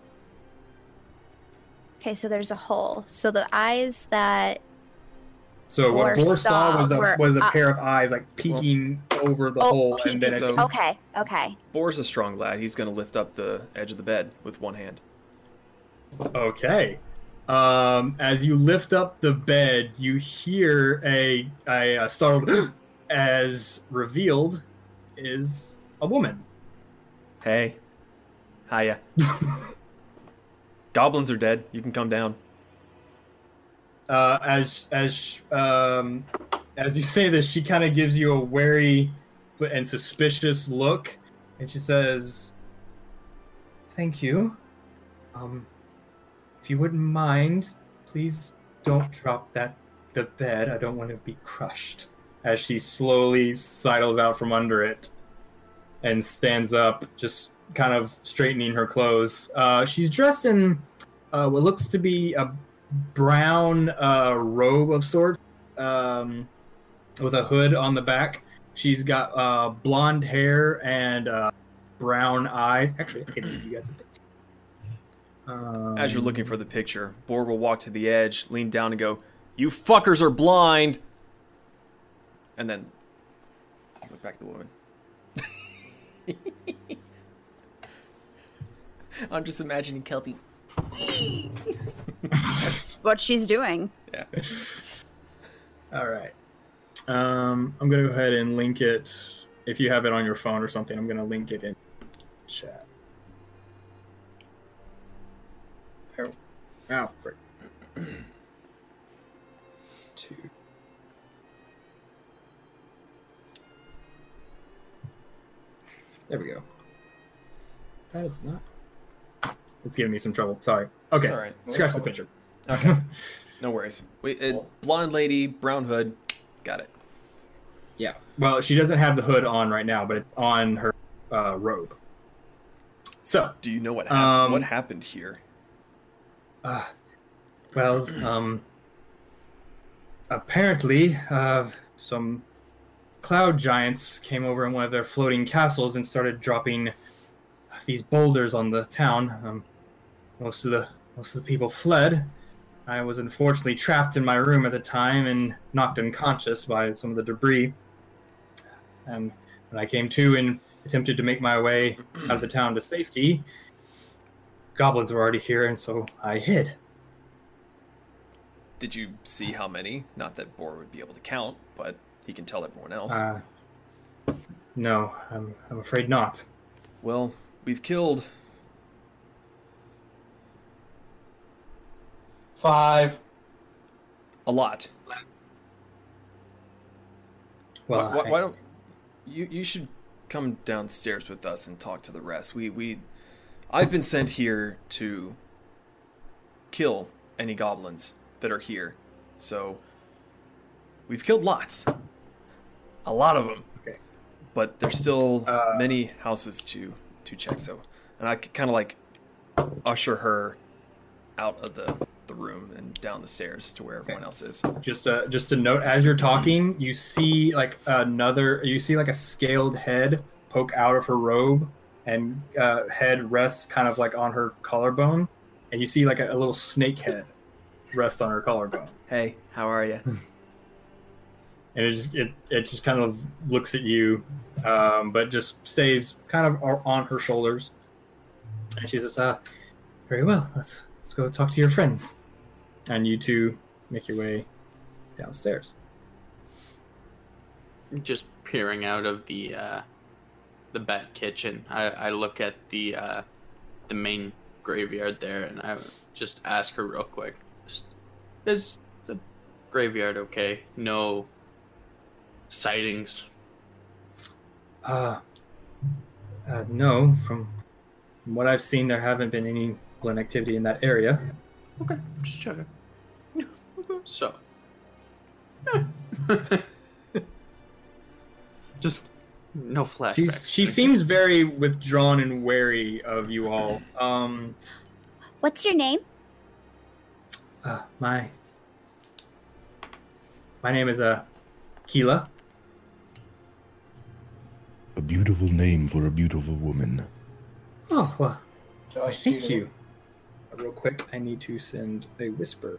Okay, so there's a hole. So the eyes that
So what
Boar
Boar saw
saw
was a
were
was a
up.
pair of eyes like peeking over the hole, and then it
so-
okay, okay.
Boar's a strong lad. He's gonna lift up the edge of the bed with one hand.
Okay. Um, as you lift up the bed, you hear a, a, uh startled as revealed is a woman.
Hey, hiya. Goblins are dead. You can come down.
Uh, as as um, as you say this, she kind of gives you a wary but and suspicious look, and she says, "Thank you. Um, if you wouldn't mind, please don't drop that the bed. I don't want to be crushed." As she slowly sidles out from under it and stands up, just kind of straightening her clothes. Uh, she's dressed in uh, what looks to be a brown uh, robe of sorts um, with a hood on the back. She's got uh, blonde hair and uh, brown eyes. Actually, I can give you guys a picture. Um,
As you're looking for the picture, Boar will walk to the edge, lean down, and go, "You fuckers are blind." And then look back at the woman.
I'm just imagining Kelpie.
What she's doing.
Yeah.
All right. Um, I'm gonna go ahead and link it. If you have it on your phone or something, I'm gonna link it in chat. Oh, oh frick. Two. There we go. That is not. It's giving me some trouble. Sorry. Okay.
It's all right.
Scratch the picture.
Okay. no worries. We, it, blonde lady, brown hood. Got it.
Yeah. Well, she doesn't have the hood on right now, but it's on her uh, robe. So,
do you know what happened? what happened here?
Uh, well, um, apparently, uh, some cloud giants came over in one of their floating castles and started dropping these boulders on the town. Um, most of the most of the people fled. I was unfortunately trapped in my room at the time and knocked unconscious by some of the debris. And when I came to and attempted to make my way out of the town to safety, goblins were already here, and so I hid.
Did you see how many? Not that Boar would be able to count, but he can tell everyone else.
Uh, no, I'm, I'm afraid not.
Well, we've killed
Five.
a lot.
Well,
why, why,
I-
why don't you? You should come downstairs with us and talk to the rest. We we, I've been sent here to kill any goblins that are here, so we've killed lots, a lot of them.
Okay. Uh,
But there's still many houses to to check. So, and I kind of like usher her out of the the room and down the stairs to where everyone else is.
Just a just a note as you're talking, you see like another you see like a scaled head poke out of her robe and uh, head rests kind of like on her collarbone and you see like a, a little snake head rest on her collarbone.
Hey, how are you?
And it just it, it just kind of looks at you um, but just stays kind of o- on her shoulders. And she says, uh, very well, let's let's go talk to your friends. And you two make your way downstairs.
Just peering out of the uh, the bat kitchen, I, I look at the uh, the main graveyard there, and I just ask her real quick: "Is- Is the graveyard okay? No sightings?
Uh, uh, no, from from what I've seen, there haven't been any violent activity in that area.
Okay, just checking. So, just no flashbacks.
She's, she seems very withdrawn and wary of you all. Um,
What's your name?
uh, my my name is uh, Keela.
A beautiful name for a beautiful woman.
Oh well,
Josh,
thank
cheated.
you. Uh, Real quick, I need to send a whisper.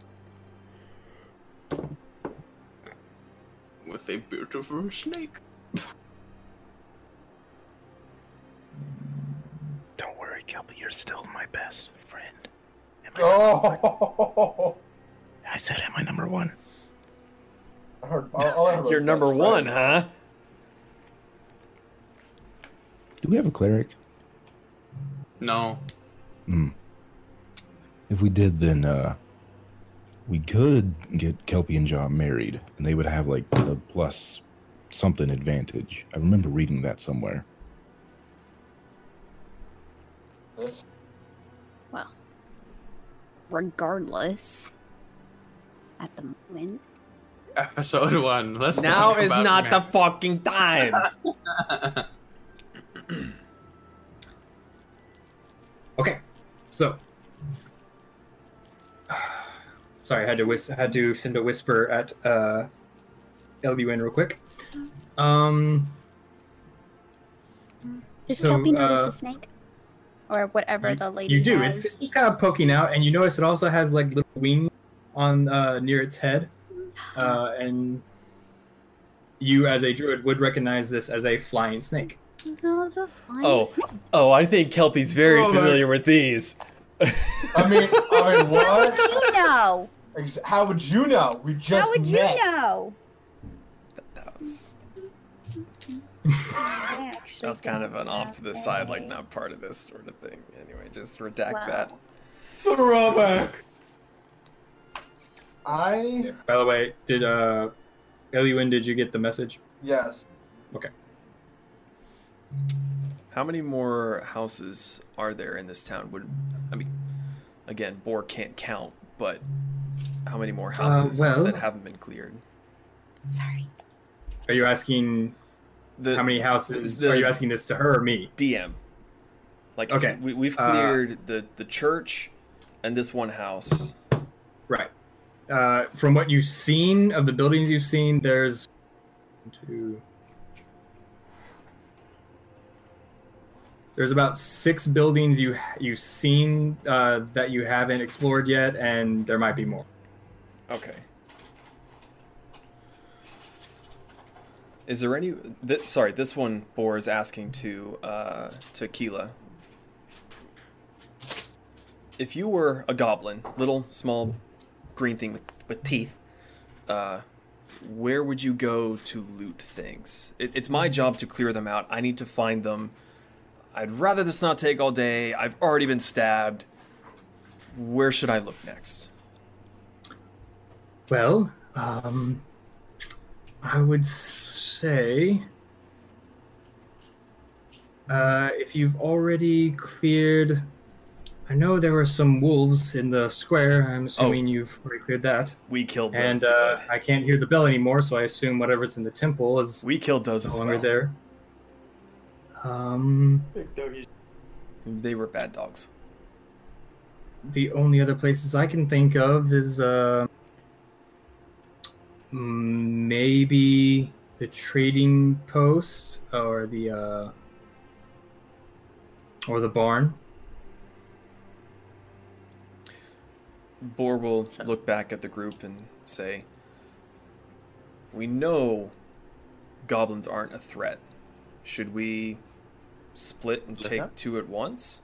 with a beautiful snake.
Don't worry, Kelby, you're still my best friend.
Oh,
I said, am I number one?
I heard, all I heard was
You're number
best
one,
friend.
huh?
Do we have a cleric?
No,
Hmm. If we did, then uh, we could get Kelpie and John married, and they would have like a plus something advantage. I remember reading that somewhere.
This-
Well, regardless, at the moment,
episode one. Let's
Now
talk
is
about
not the
marriage.
fucking time.
Okay, so sorry, I had to whis- I had to send a whisper at uh, LUN real quick. Um,
does
So,
Kelpie notice
uh,
a snake? Or whatever the lady
you do.
has.
It's, it's kind of poking out, and you notice it also has like little wings on uh, near its head, uh, and you, as a druid, would recognize this as a flying snake.
Oh, it's a flying
Oh,
snake.
oh, I think Kelpie's very
Oh, my-
familiar with these.
I mean, I mean, what?
You know.
Ex- How would you know? We just
How would you
met.
know?
That was kind of an off to the side, like not part of this sort of thing. Anyway, just redact
Wow.
that.
Throwback.
I
By the way, did uh, Eliwin, did you get the message?
yes.
Okay.
How many more houses are there in this town? Would I mean, again, Boar can't count, but how many more
Uh,
houses
well-
that haven't been cleared?
Sorry.
Are you asking how many houses?
the-
are you asking this to her or me?
DM. Like,
Okay.
we, we've
Uh,
cleared the the church and this one house.
Right. Uh, from what you've seen of the buildings you've seen, there's two. There's about six buildings you you've seen uh, that you haven't explored yet, and there might be more.
Okay. Is there any? Th- sorry, this one Boar is asking to uh, to Keela. If you were a goblin, little small green thing with, with teeth, uh, where would you go to loot things? It, it's my job to clear them out. I need to find them. I'd rather this not take all day. I've already been stabbed. Where should I look next?
Well, um, I would say uh, if you've already cleared, I know there were some wolves in the square. I'm assuming you've already cleared that.
We killed those.
And uh, I can't hear the bell anymore, so I assume whatever's in the temple is
we killed those
no
as
longer
well.
there. Um,
They were bad dogs.
the only other places I can think of is uh, mm, maybe the trading post or the uh, or the barn.
Boar will look back at the group and say, We know goblins aren't a threat. Should we split and take
Uh-huh.
two at once?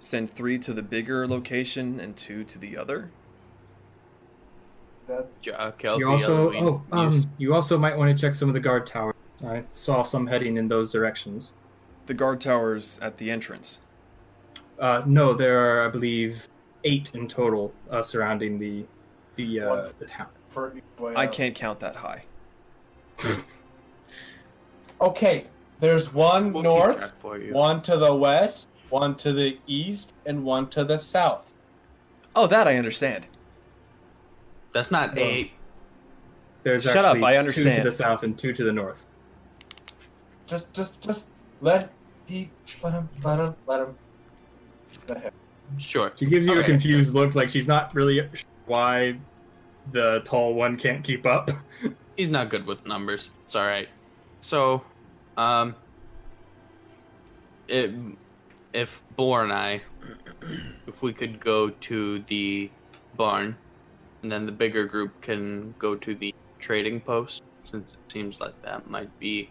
Send three to the bigger location and two to the other?
That's
Ja, Kelpie,
you also
Elwyn,
oh, um, you also might want to check some of the guard towers. I saw some heading in those directions.
The guard towers at the entrance.
Uh, no, there are I believe eight in total uh, surrounding the the uh,
One.
the town.
For each way
I
out.
can't count that high.
Okay, there's one
We'll keep
north,
track for you.
one to the west, one to the east, and one to the south.
Oh, that I understand.
That's not eight.
There's
Shut up,
actually
I
two
understand.
to the south and two to the north.
Just, just, just let he let him, let him, let him. Let him.
Sure.
She gives you a
Okay.
confused look, like she's not really sure why the tall one can't keep up.
He's not good with numbers. It's all right. So, um, it, if Boar and I, if we could go to the barn, and then the bigger group can go to the trading post, since it seems like that might be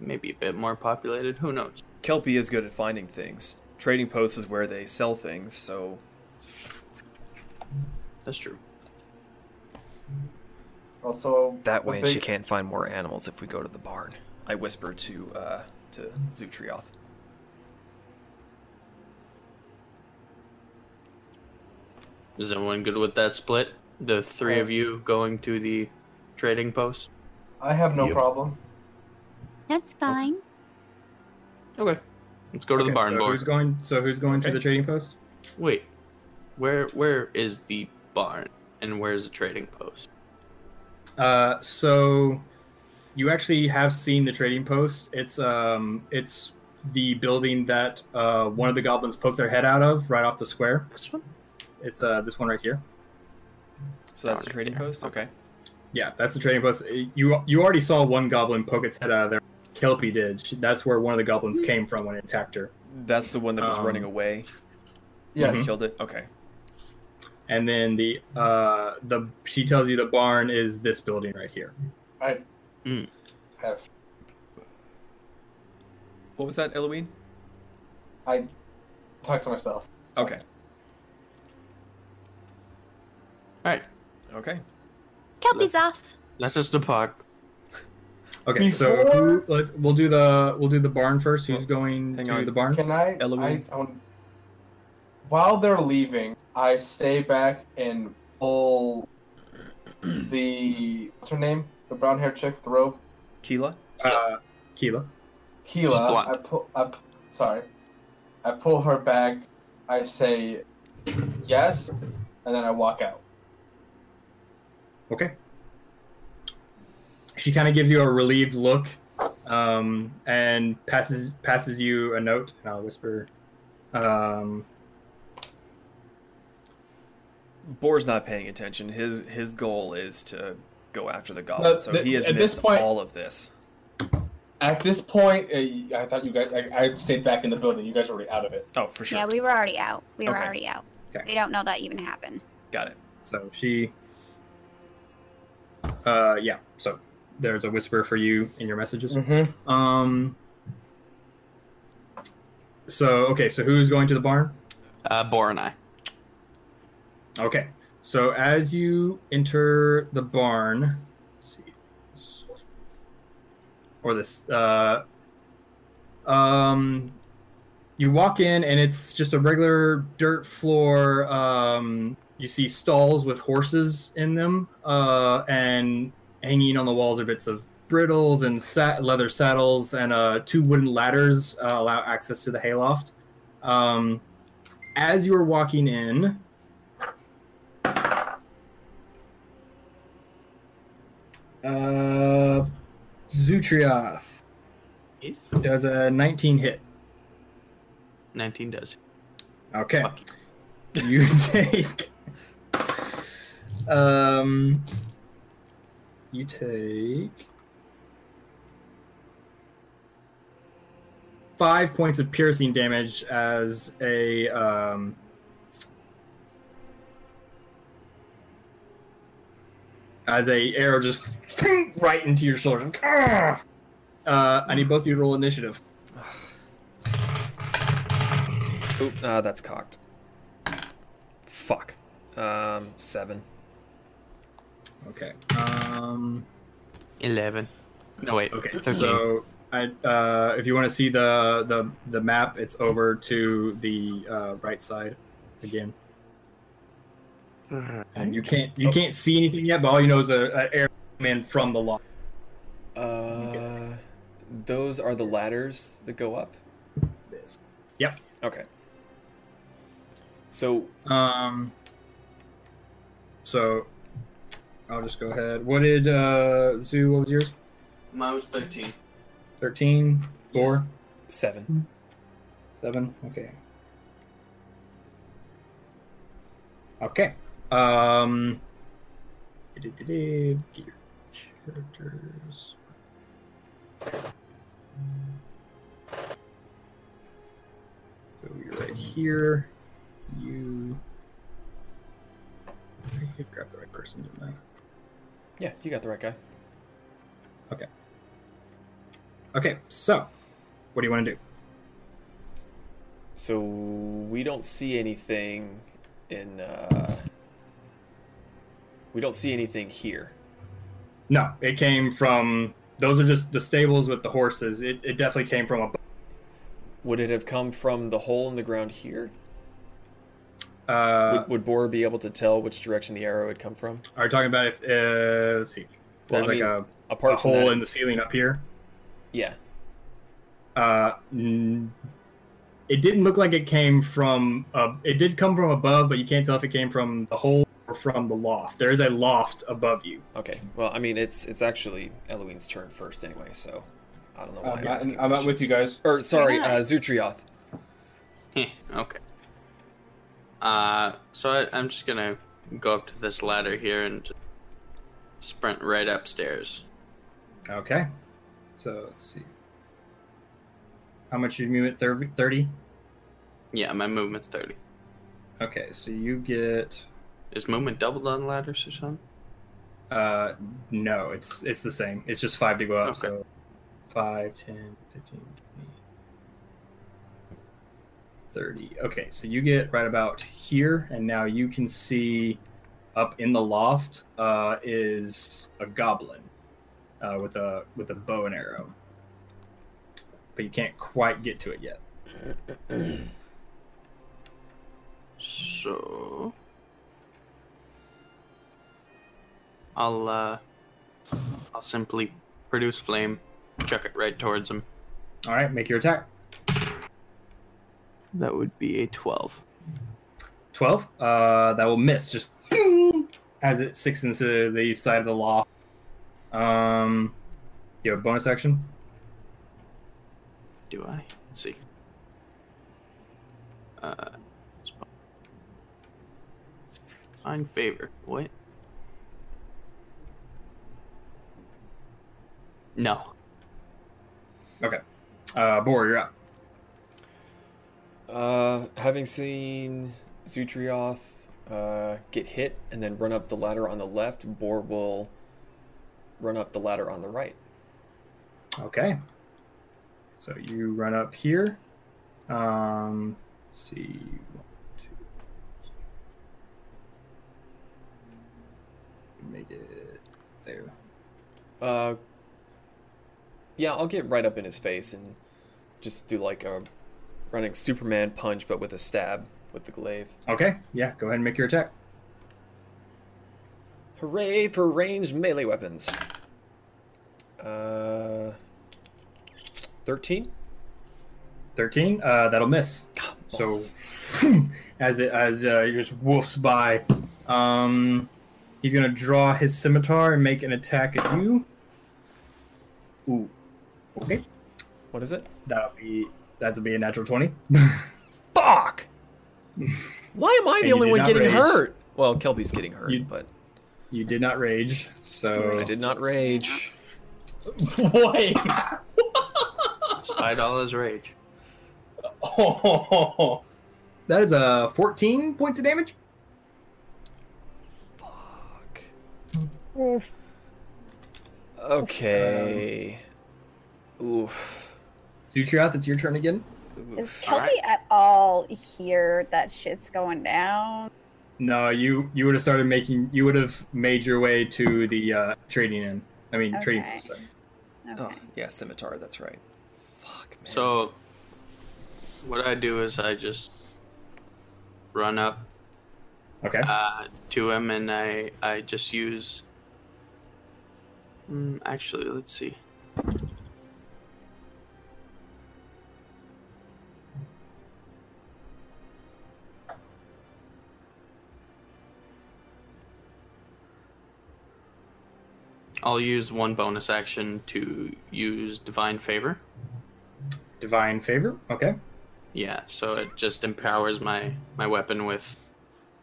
maybe a bit more populated. Who knows?
Kelpie is good at finding things. Trading posts is where they sell things, so
That's true.
Also,
That
the
way, and
big-
she can't find more animals if we go to the barn. I whisper to uh, to Zutrioth.
Is everyone good with that split? The three of you going to the trading post?
I have no
Yep.
problem.
That's
Oh.
fine.
Okay. Let's go to the
Okay,
barn,
so
Boar.
Who's going? So who's going to the trading post?
Wait, where where is the barn and where's the trading post?
Uh, so you actually have seen the trading post. It's um, it's the building that uh, one of the goblins poked their head out of right off the square.
This one?
It's uh, this one right here.
So that's
Down
the trading
there.
post. Okay.
Yeah, that's the trading post. You you already saw one goblin poke its head out of there. Kelpie did. She, that's where one of the goblins came from when it attacked her.
That's the one that was
Um,
running away.
Yes.
Mm-hmm.
We killed it. Okay.
and then the uh the she tells you the barn is this building right here
I
Mm.
have.
What was that, Eloine?
I talk to myself.
Okay.
Alright,
Okay.
Kelpie's off.
let's just depart.
Okay, so who, let's we'll do the we'll do the barn first. Who's going
Oh, Hang
to
on.
the barn?
Can I? I, I want- while they're leaving, I stay back and pull the what's her name? The brown haired chick, with the rope.
Keela.
Uh, Keela.
Keela.
She's blonde.
I pull. I, pu- sorry. I pull her back. I say yes, and then I walk out.
Okay. She kind of gives you a relieved look, um, and passes passes you a note. And I'll whisper. Um,
Boar's not paying attention. His his goal is to go after the goblin, so
th-
he has
at this
missed
point-
all of this.
At this point, uh, I thought you guys. I, I stayed back in the building. You guys were already out of it.
Oh, for
Yeah, we were already out. We were
Okay.
already out.
Okay.
We don't know that even happened.
Got it.
So she. Uh, yeah. So there's a whisper for you in your messages. Um. So okay, so who's going to the barn?
Uh, Bor and I.
Okay. So as you enter the barn, let's see, this- or this, uh, um, you walk in and it's just a regular dirt floor. Um, you see stalls with horses in them, uh, and hanging on the walls are bits of brittles and sat- leather saddles, and uh, two wooden ladders uh, allow access to the hayloft. Um, as you are walking in, Uh, Zutrioth
Yes.
does a 19 hit.
19 does.
Okay. You take. Um. You take. Five points of piercing damage as a. Um, as a arrow just right into your shoulder. Ah! Uh, I need both of you to roll initiative.
Oop, uh, that's cocked. Fuck. Um, seven.
Okay. Um,
11. No, wait.
Okay,
13.
so I, uh, if you want to see the, the the map, it's over to the uh, right side again. And you can't you can't see anything yet, but all you know is a, a air man from the lock.
Uh, those are the ladders that go up.
This. Yep.
Okay. So
Um. So, I'll just go ahead. What did uh, Zoo? What was yours?
Mine was 13.
Thirteen. Four.
seven.
Seven. Okay. Okay. Um. du-du-du-du, Get your characters. So you're right here. You. I did grab the right person, didn't
Yeah, you got the right guy.
I? Okay. Okay. So, what do you want to do?
So we don't see anything in. Uh, we don't see anything here.
No, it came from those are just the stables with the horses. It, it definitely came from
Would it have come from the hole in the ground here?
a. Uh,
would, would Boar be able to tell which direction the arrow had come from?
are you talking about if uh, let's see?
Well,
There's
I mean,
like a,
apart
a
from
hole
that,
in the
it's-
ceiling up here.
Yeah.
Uh, n- it didn't look like it came from. Uh, it did come from above, but you can't tell if it came from the hole or from the loft. There is a loft above you.
Okay. Well, I mean, it's it's actually Eloine's turn first anyway, so I
Oh
don't know why
Uh, Um, I'm
I'm,
not-
asking
I'm not with
questions.
you guys.
Or sorry,
Yeah.
uh, Zutrioth.
Heh, okay. Uh, so I, I'm just gonna go up to this ladder here and just sprint right upstairs.
Okay. So let's see. How much did you move at thirty?
Yeah, my movement's 30.
Okay, so you get.
Is movement doubled on ladders or something?
Uh, no, it's it's the same. It's just five to go up. So 5, 10, 15, 20, 30. Okay, so you get right about here, and now you can see up in the loft uh, is a goblin. uh, with a with a bow and arrow, but you can't quite get to it yet.
So I'll uh I'll simply produce flame, chuck it right towards him.
All right, make your attack.
That would be a twelve.
Twelve. Uh, that will miss. Just as it sticks into the side of the law. Um, do you have a bonus action?
Do I? Let's see. Uh, find favor. What? No.
Okay. Uh, Bor, you're up.
Uh, having seen Zutrioth uh, get hit and then run up the ladder on the left, Bor will run up the ladder on the right.
Okay. So you run up here. Um, let's see. One, two, three. Make it there.
Uh, yeah, I'll get right up in his face and just do like a running Superman punch, but with a stab with the glaive.
Okay. Yeah. Go ahead and make your attack.
Hooray for ranged melee weapons. Uh, thirteen.
Thirteen. Uh, that'll miss. So as it as uh, it just woofs by, um, he's gonna draw his scimitar and make an attack at you. Ooh. Okay.
What is it?
That'll be that'll be a natural twenty.
Fuck! Why am I
And
the
you
only
did
one
not
getting
rage.
hurt? Well, Kelby's getting hurt,
You-
but
You did not rage, so
I did not rage.
Boy.
Despite all his rage.
Oh, that is a 14 points of damage.
Okay. Oof.
Zutrioth, it's your turn again.
Is Kelby at all here that shit's going down?
No, you you would have started making. You would have made your way to the uh, trading inn. I mean, trading.
Okay.
post, sorry.
Oh, yeah, scimitar, that's right.
So what I do is I just run up
Okay.
uh, to him and I I just use Mm, actually let's see. I'll use one bonus action to use divine favor.
Divine favor. Okay.
Yeah, so it just empowers my my weapon with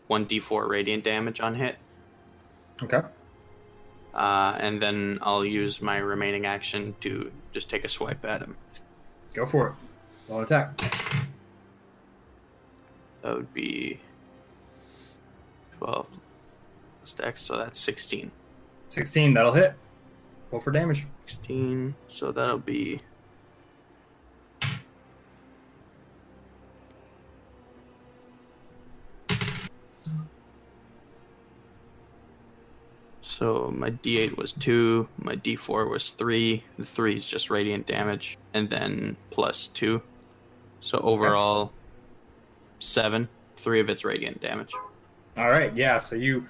1d4 radiant damage on hit.
Okay.
Uh, and then I'll use my remaining action to just take a swipe at him.
Go for it. Roll an attack.
That would be 12 stacks, so that's 16.
16. That'll hit. Roll for damage.
16, so that'll be. So my d8 was 2, my d4 was 3, the 3 is just radiant damage, and then plus 2. So overall, 7, 3 of it's radiant damage.
All right, yeah. So you,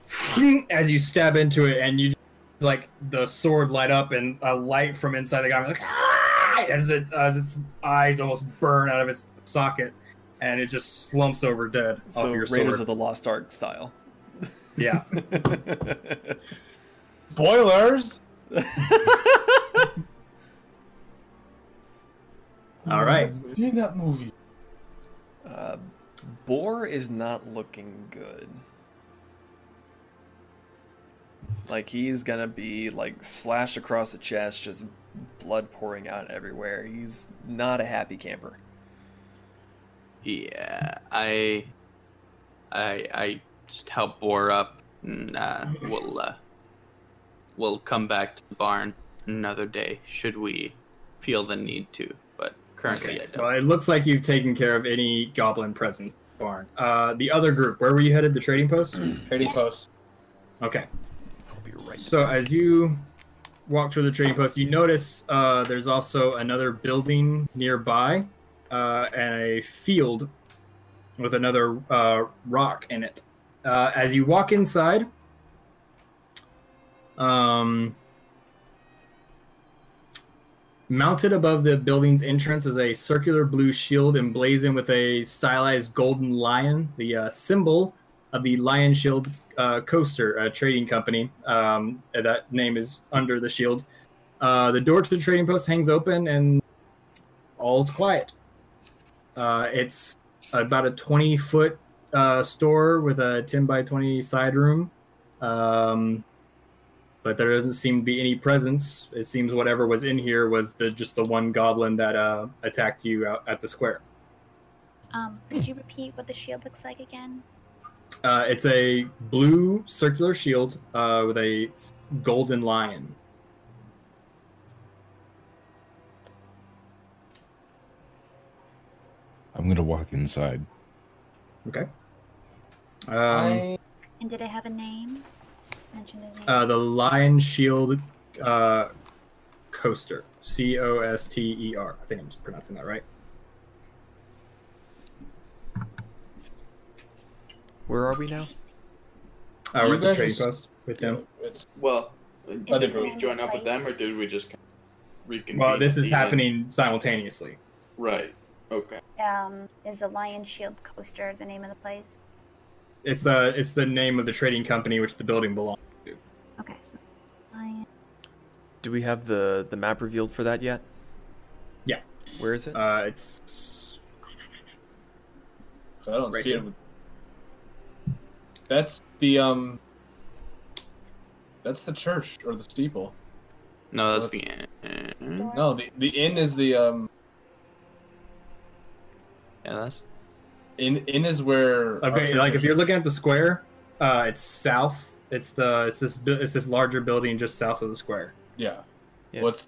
as you stab into it, and you like the sword light up, and a light from inside the guy like "Ah!" as it as its eyes almost burn out of its socket, and it just slumps over dead off
So
your
Raiders
sword.
of the Lost Ark style.
yeah.
Boilers.
All right.
See that movie.
Uh, Boar is not looking good. Like he's gonna be like slashed across the chest, just blood pouring out everywhere. He's not a happy camper.
Yeah, I, I, I just help Boar up, and uh, we'll uh, we'll come back to the barn another day should we feel the need to. But currently, I
Well,
don't.
it looks like you've taken care of any goblin presence in the barn. Uh, the other group, where were you headed? The trading post.
Trading post.
Okay.
I'll be right.
So as you walk through the trading post, you notice uh, there's also another building nearby uh, and a field with another uh, rock in it. Uh, as you walk inside, um, mounted above the building's entrance is a circular blue shield emblazoned with a stylized golden lion, the uh, symbol of the Lion Shield uh, Coaster uh, Trading Company. Um, uh, that name is under the shield. Uh, the door to the trading post hangs open and all's quiet. Uh, it's about a 20 foot uh, store with a 10 by 20 side room. Um, but there doesn't seem to be any presence. It seems whatever was in here was the just the one goblin that uh, attacked you out at the square.
Um, could you repeat what the shield looks like again?
Uh, it's a blue circular shield uh, with a s- golden lion.
I'm gonna walk inside.
Okay. Um,
And did it have a name? Just mention a name.
Uh, the Lion Shield uh, Coaster. C O S T E R. I think I'm pronouncing that right.
Where are we now?
Uh,
You
we're at the
guys
trade
just-
post with them.
It's, well,
Is this
did we
in
join up with
place?
them or did we just reconvene?
Well, this
at
is
the end?
happening simultaneously.
Right. Okay.
Um, is the Lion Shield Coaster the name of the place?
It's the it's the name of the trading company which the building belongs.
Okay, so Lion.
Do we have the the map revealed for that yet?
Yeah.
Where is it?
Uh, it's
I don't
Right
see
here.
it. That's the um. That's the church or the steeple.
No, that's the.
Let's-
Yeah,
No, the the inn is the um.
that's.
Inn inn is where.
okay.
our-
Like if you're looking at the square, uh, it's south. It's the it's this bu- it's this larger building just south of the square.
Yeah.
Yeah.
What's?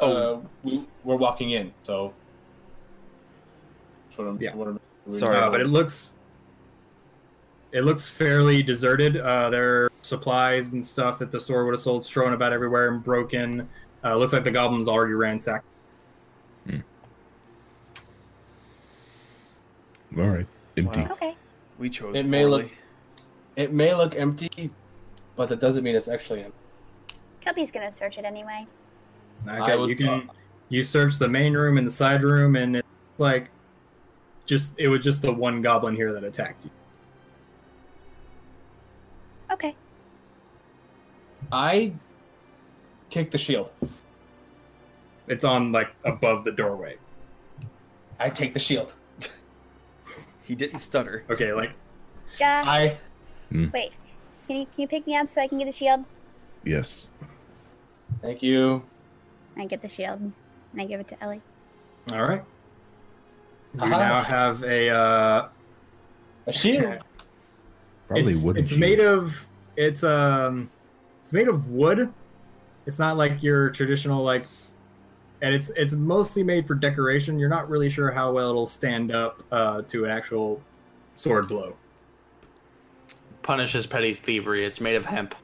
Oh.
Oh, we, we're walking in, so. That's what I'm-
Yeah.
what I'm-
Sorry.
Uh, but it looks it looks fairly deserted. Uh, there are supplies and stuff that the store would have sold strewn about everywhere and broken. Uh, looks like the goblins already ransacked.
All right, empty.
Wow.
Okay.
We chose.
It may
poorly.
look, it may look empty, but that doesn't mean it's actually empty.
Cubby's gonna search it anyway.
Okay,
would-
you can you search the main room and the side room, and it's like just it was just the one goblin here that attacked you.
Okay.
I kick the shield.
It's on like above the doorway.
I take the shield.
He didn't stutter.
Okay, like
Just
I
wait. Can you can you pick me up so I can get the shield?
Yes.
thank you.
I get the shield. And I give it to Ellie.
all right. You
Uh-huh.
now have a uh,
A shield.
Probably
it's,
wooden.
it's
shield.
made of it's um it's made of wood it's not like your traditional like and it's it's mostly made for decoration you're not really sure how well it'll stand up uh, to an actual sword blow
Punishes petty thievery. It's made of hemp.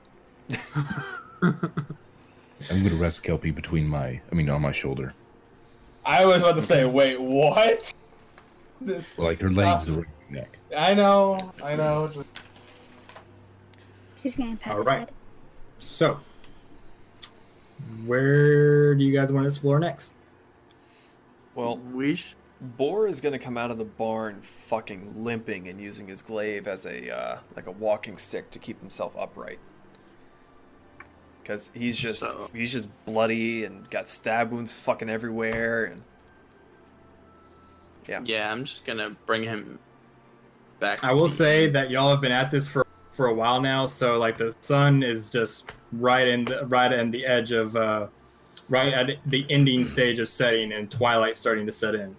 I'm gonna rest Kelpie between my, I mean, on my shoulder.
I was about to say, wait, what? This,
Like her legs
Ah.
around my neck.
I know, I know. just-
She's gonna pat
All
his
right.
head.
so where do you guys want to explore next
Well,
We sh-
Boar is gonna come out of the barn, fucking limping, and using his glaive as a uh, like a walking stick to keep himself upright. Because he's just
So-
he's just bloody and got stab wounds fucking everywhere, and yeah,
Yeah, I'm just gonna bring him back.
i will say that y'all have been at this for for a while now so like the sun is just right in the, right in the edge of uh right at the ending stage of setting and twilight starting to set in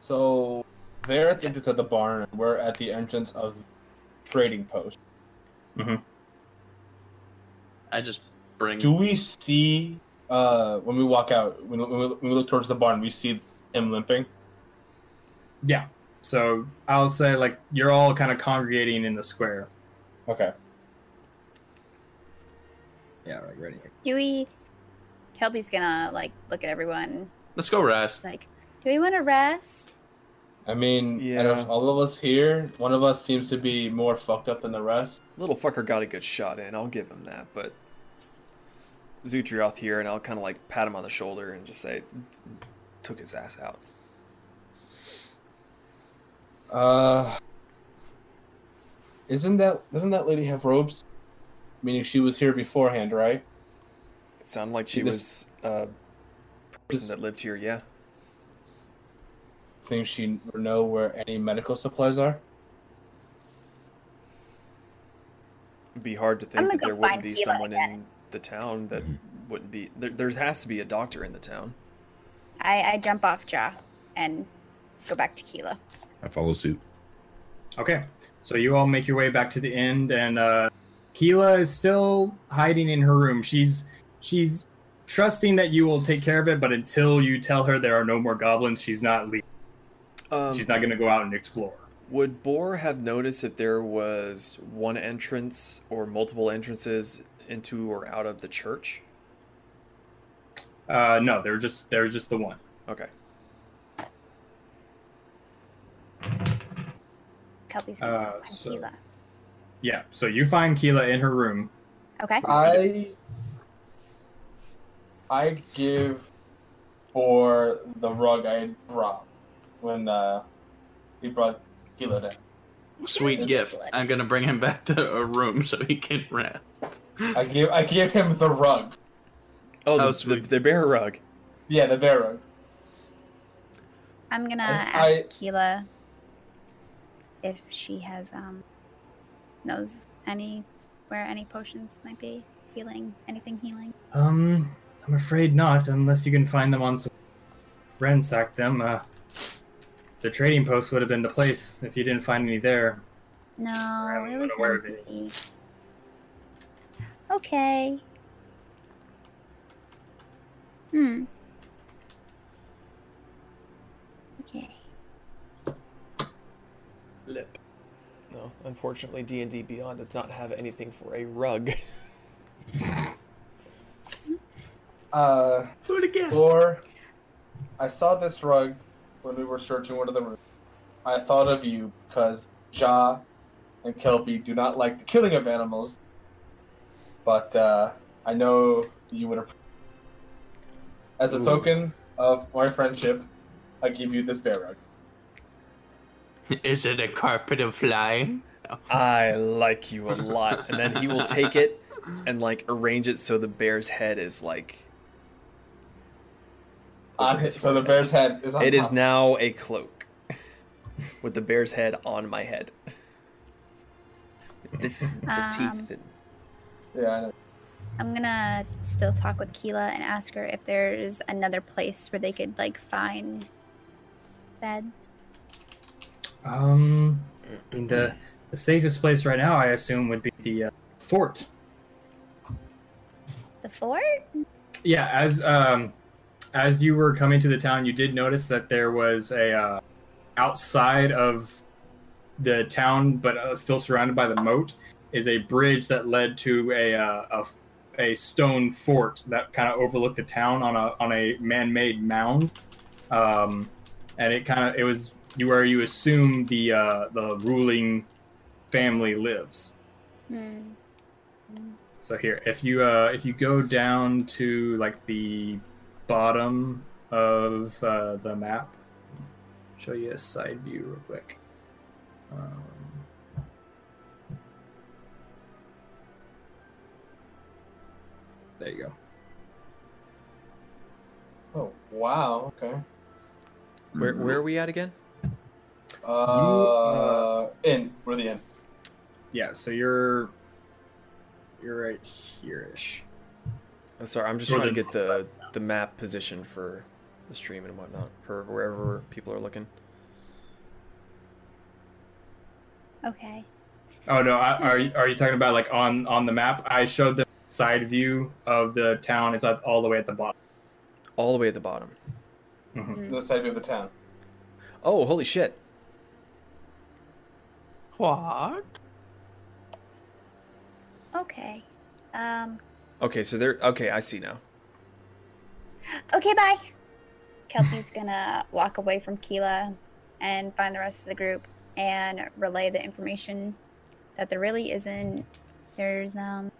So they're at the entrance of the barn, and we're at the entrance of trading post.
I just bring.
Do we see uh, when we walk out? When, when, we, when we look towards the barn, we see him limping.
Yeah. So I'll say like you're all kind of congregating in the square.
Okay.
Yeah, like ready.
Do we? Kelby's gonna like look at everyone.
Let's go rest.
It's like, do we want to rest?
I mean, out of all of us here, one of us seems to be more fucked up than the rest.
Little fucker got a good shot in. I'll give him that. But Zutrioth here, and I'll kind of like pat him on the shoulder and just say, "Took his ass out."
Uh, isn't that doesn't that lady have robes? Meaning she was here beforehand, right?
It sounded like she was a person that lived here. Yeah.
Think she would know where any medical supplies are?
It'd be hard to
I'm
think that there
gonna go
wouldn't
find
be
Tila
someone in the town that
Mm-hmm.
wouldn't be. There, there has to be a doctor in the town.
I I jump off Jaw and go back to Keela.
I follow suit.
Okay, so you all make your way back to the end, and uh, Keela is still hiding in her room. She's she's trusting that you will take care of it, but until you tell her there are no more goblins, she's not leaving.
Um,
she's not going to go out and explore.
Would Boar have noticed if there was one entrance or multiple entrances into or out of the church?
Uh, no, they're just there's just the one.
Okay.
Kelby's gonna
Uh,
go find
so,
Keela.
yeah, so you find Keela in her room.
Okay.
I I give for the rug I had brought when uh, he brought Gila down.
Sweet gift. I'm gonna bring him back to a room so he can rest.
I give I give him the rug.
Oh, the, the, the bear rug.
Yeah, the bear rug.
I'm gonna
I-
ask Keela if she has um knows any where any potions might be healing, anything healing.
Um, I'm afraid not, unless you can find them on some ransack them. Uh, the trading post would have been the place if you didn't find any there.
No, it was
unaware of
empty. Okay. Hmm. Okay.
Lip. No, unfortunately, D and D Beyond does not have anything for a rug.
Uh,
Who would have guessed?
Or I saw this rug when we were searching one of the rooms. I thought of you because Ja and Kelpie do not like the killing of animals, but uh, I know you would. app- As a
Ooh.
token of my friendship, I give you this bear rug.
Is it a carpet of flying?
I like you a lot. And then he will take it and like arrange it so the bear's head is like
On his, Ah, so the bear's head is on.
It is
top.
now a cloak with the bear's head on my head. the the
Um,
teeth. and-
Yeah, I know.
I'm gonna still talk with Keela and ask her if there's another place where they could like find beds.
Um, I mean, the the safest place right now, I assume, would be the uh, fort.
The fort?
Yeah, as um, as you were coming to the town, you did notice that there was a uh, outside of the town, but uh, still surrounded by the moat, is a bridge that led to a uh, a f- a stone fort that kind of overlooked the town on a on a man made mound, um, and it kind of it was you where you assume the uh, the ruling family lives.
Hmm.
So here, if you uh, if you go down to like the bottom of uh, the map, show you a side view real quick. Um, there you go.
Oh wow. Okay.
Where where are we at again?
Uh, in we're the in.
Yeah, so you're you're right here-ish.
I'm Oh, sorry, I'm just trying
Northern-
to get the the map position for the stream and whatnot for wherever people are looking.
Okay.
Oh no, I, are you- are you talking about like on on the map? I showed the side view of the town. It's at, all the way at the bottom.
All the way at the bottom.
The side view of the town.
Oh, holy shit!
What?
Okay. Um,
Okay, so they're okay. I see now.
Okay, bye. Kelpie's gonna walk away from Keela and find the rest of the group and relay the information that there really isn't. There's um.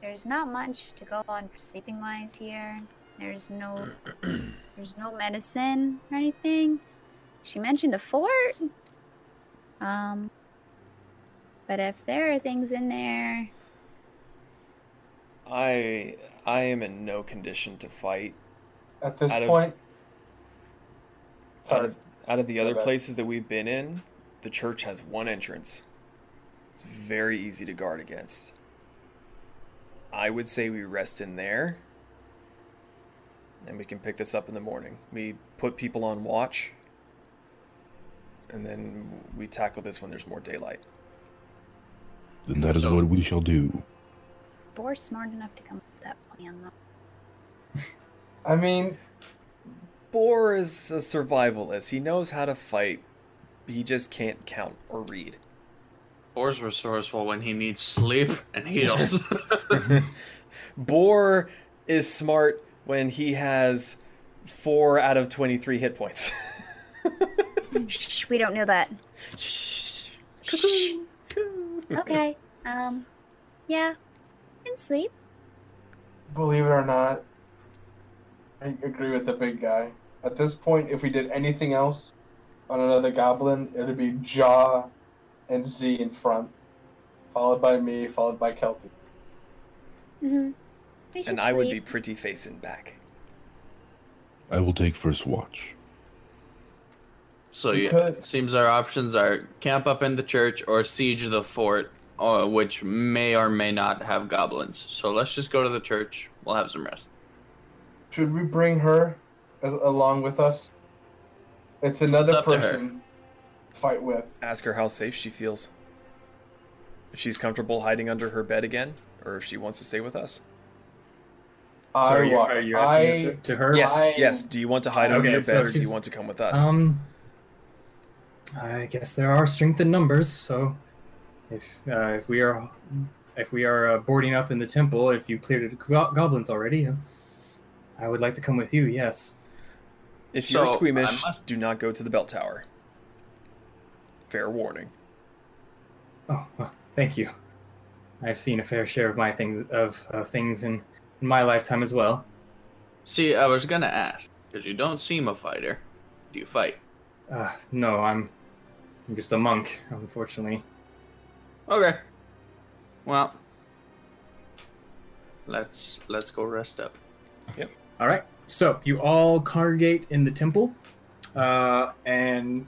There's not much to go on sleeping wise here.
There's no. there's no medicine or anything. She mentioned a fort. Um. But if there are things in there,
I I am in no condition to fight.
At this
Out of-
point,
Out of, out of the other
bad.
places that we've been in, the church has one entrance. It's very easy to guard against. I would say we rest in there. And we can pick this up in the morning. We put people on watch. And then we tackle this when there's more daylight.
Then that is what we shall do.
Boar's smart enough to come up with that plan. Though.
I mean,
Boar is a survivalist. He knows how to fight. He just can't count or read.
Boar's resourceful when he needs sleep and heals.
Boar is smart when he has four out of 23 hit points.
Shh, we don't know that. Shh. okay. Um. Yeah. And sleep.
believe it or not, I agree with the big guy. At this point, if we did anything else on another goblin, it would be Jaw and Z in front, followed by me, followed by Kelpie.
Mm-hmm.
and I would be pretty face and back.
I will take first watch.
so
We
yeah,
could.
it seems our options are camp up in the church or siege the fort, uh, which may or may not have goblins. So let's just go to the church. We'll have some rest.
Should we bring her as, along with us? It's another
up to her.
person to fight with.
Ask her how safe she feels. If she's comfortable hiding under her bed again, or if she wants to stay with us.
I
Sorry, you-
wa-
are you asking
I-
it to- to her?
Yes,
I-
yes. Do you want to hide under
Okay,
your
so
bed, or do you
she's-
want to come with us?
Um, I guess there are strength in numbers. So, if uh, if we are if we are uh, boarding up in the temple, if you cleared the go- goblins already, uh, I would like to come with you. Yes.
if you're
so, I
squeamish,
must-
do not go to the bell tower. Fair warning.
Oh, well, thank you. I've seen a fair share of my things of, of things in, in my lifetime as well.
See, I was gonna ask because you don't seem a fighter. Do you fight?
Uh, no, I'm I'm just a monk, unfortunately.
Okay. Well, let's let's go rest up.
Yep.
All right. So you all congregate in the temple, uh, and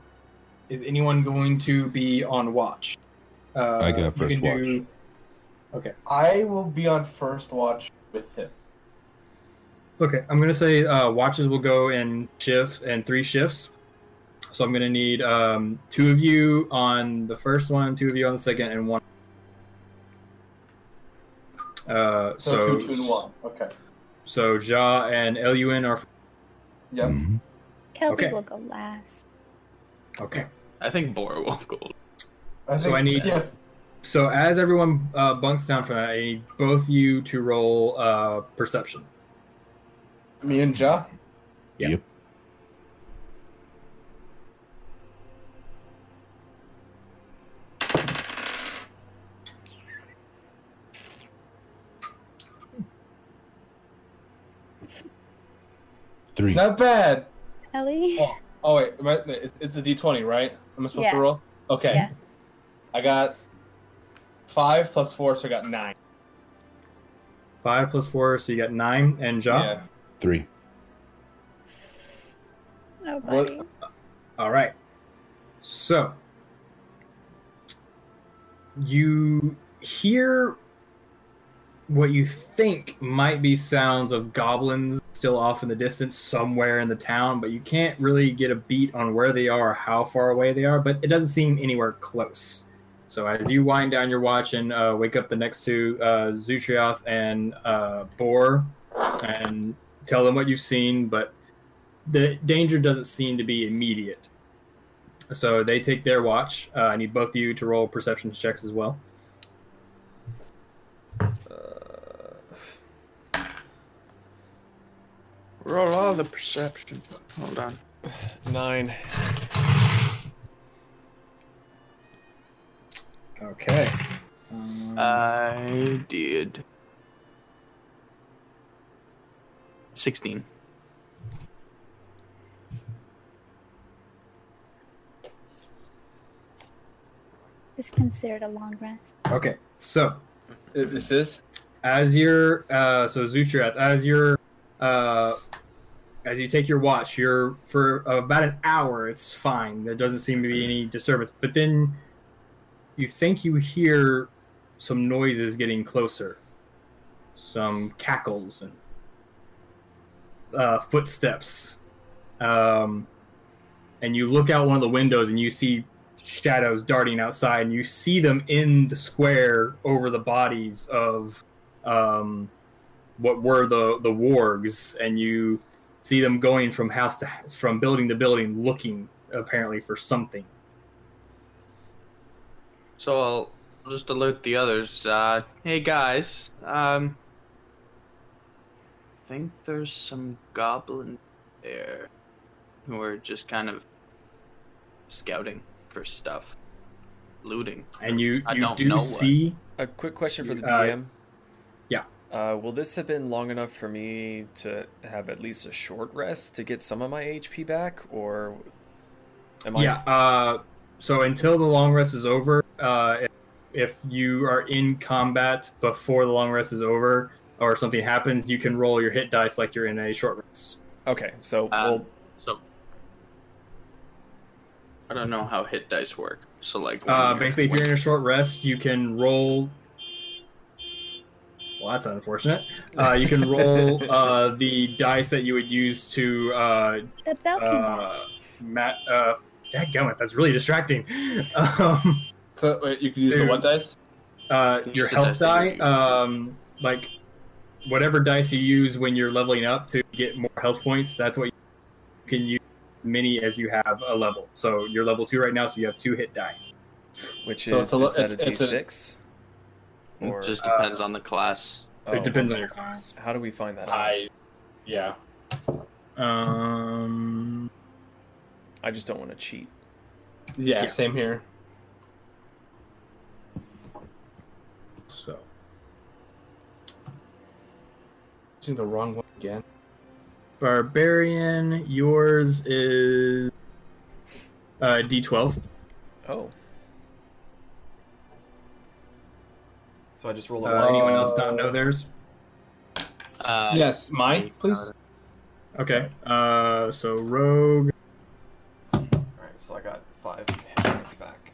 is anyone going to be on watch? Uh,
I got first
Okay.
I will be on first watch with him.
Okay. I'm gonna say uh, watches will go in shift and three shifts. So I'm gonna need um, two of you on the first one, two of you on the second, and one. Uh,
So,
so
two, two, and one. Okay.
So Ja and Lun are
Yep.
Mm-hmm.
Kelpie
Okay.
will go last.
okay.
I think Bora will go.
I
so I
think-
need.
yeah.
So as everyone uh, bunks down for that, I need both you to roll uh, perception.
Me and Ja.
Yeah.
Yep.
It's not bad.
Ellie.
Oh, oh wait, am I- it's, it's a d20, right? Am I supposed to
Yeah.
roll? Okay.
Yeah.
I got five plus four, so I got nine.
Five plus four, so you got nine, and Ja.
Yeah.
Three.
Oh,
What-
buddy.
All right. So you hear what you think might be sounds of goblins still off in the distance somewhere in the town, but you can't really get a beat on where they are or how far away they are, but it doesn't seem anywhere close. So as you wind down your watch and uh, wake up the next two, uh, Zutrioth and uh, Boar, and tell them what you've seen, but the danger doesn't seem to be immediate. So they take their watch. Uh, I need both of you to roll perception checks as well.
Uh,
Roll all the perception. Hold on.
Nine.
Okay.
I did. 16.
This is considered a long rest.
Okay, so
this is
as your uh, so Zutrath, as your uh, as you take your watch, you're for about an hour. It's fine. There doesn't seem to be any disturbance. But then you think you hear some noises getting closer, some cackles and uh, footsteps, um, and you look out one of the windows and you see shadows darting outside, and you see them in the square over the bodies of um, what were the the wargs, and you see them going from house to house, from building to building, looking apparently for something.
So I'll just alert the others. Uh, hey guys, um, I think there's some goblin there who are just kind of scouting for stuff, looting.
And you
I
you
don't
do
know what.
see
A quick question for the
Uh,
DM.
yeah.
Uh, will this have been long enough for me to have at least a short rest to get some of my HP back, or am I?
yeah.
s-
Uh, so until the long rest is over, uh, if, if you are in combat before the long rest is over or something happens, you can roll your hit dice like you're in a short rest.
okay,
Uh,
so
Um,
we'll
so I don't know how hit dice work. So like, when
Uh,
you're-
basically, if
when-
you're in a short rest, you can roll. Well, that's unfortunate. Uh, you can roll uh, the dice that you would use to uh,
The bell came off.
uh, Matt. Uh, dadgummit, that's really distracting. Um,
so wait, you can use the
Dude.
one dice.
uh, your
use the
health
dice that you
die,
use.
um, like whatever dice you use when you're leveling up to get more health points, that's what you can use as many as you have a level. So you're level two right now, so you have two hit die.
which
so
is,
it's a lo-
is that a
it's- it's a-
D6? Or
it just depends on the class.
Oh,
it depends on your class.
How do we find that? out?
I, yeah.
Um,
I just don't want to cheat.
yeah,
Yeah.
same here.
so
Using the wrong one again.
barbarian, yours is uh, D12.
Oh. So I just roll
Does
a
anyone
dice.
else not know theirs?
Uh,
yes, mine, please.
Okay. Uh, so rogue.
All right, so I got five hit points back,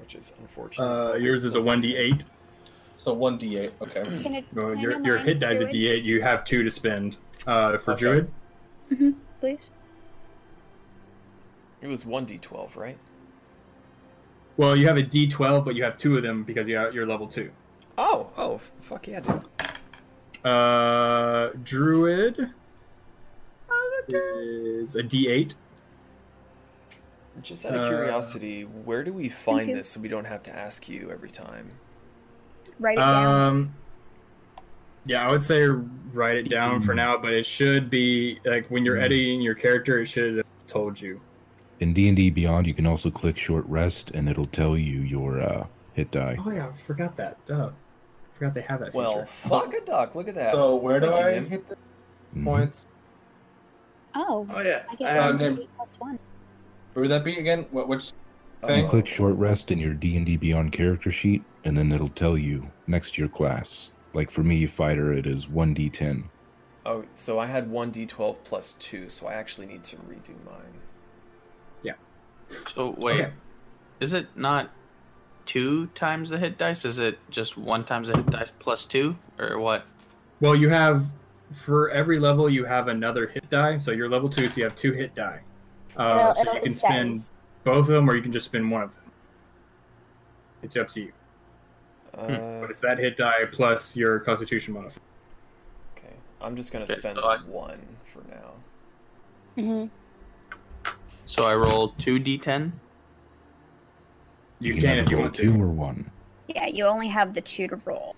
which is unfortunate.
Uh, yours is a one D eight.
So one d eight. Okay.
Can it,
Well,
can I
your
know
your
mine,
hit die's a
Druid?
D eight. You have two to spend uh, for
Okay.
druid.
Please.
It was one d12, right?
Well, you have a D twelve, but you have two of them because you have, you're level two.
Oh, oh, f- fuck yeah, dude.
Uh, druid
Oh,
is a D eight.
Just out of
Uh,
curiosity, where do we find
you.
this so we don't have to ask you every time?
Write it down.
Um, yeah, I would say write it down for now, but it should be like when you're editing your character, it should have told you.
In D and D Beyond, you can also click short rest, and it'll tell you your uh, hit die.
Oh yeah, I forgot that. Duh. Forgot they have that feature.
Well, fuck a duck, look at that.
So where do
Thank you,
I
Nim.
hit the
Mhm.
points?
Oh,
Oh yeah.
I get
I-
one
um,
plus one.
Where would that be again? What which
Uh,
You
thing?
click short rest in your D and D Beyond character sheet, and then it'll tell you next to your class. Like for me, fighter, it is one D10.
Oh, so I had one d12 plus two, so I actually need to redo mine.
So wait,
Okay.
is it not two times the hit dice? Is it just one times the hit dice plus two, or what?
Well, you have for every level you have another hit die. So you're level two, so you have two hit die. Uh,
It'll-
so
it'll-
you can
it
spend
says.
both of them, or you can just spend one of them. It's up to you.
Uh,
But it's that hit die plus your Constitution modifier.
okay, I'm just gonna
Okay,
spend
so I-
one for now.
Mm-hmm.
So I roll two d10.
You, can
either
if you
roll
want
two
to.
or one.
Oh,
Yeah, you only have the two to roll.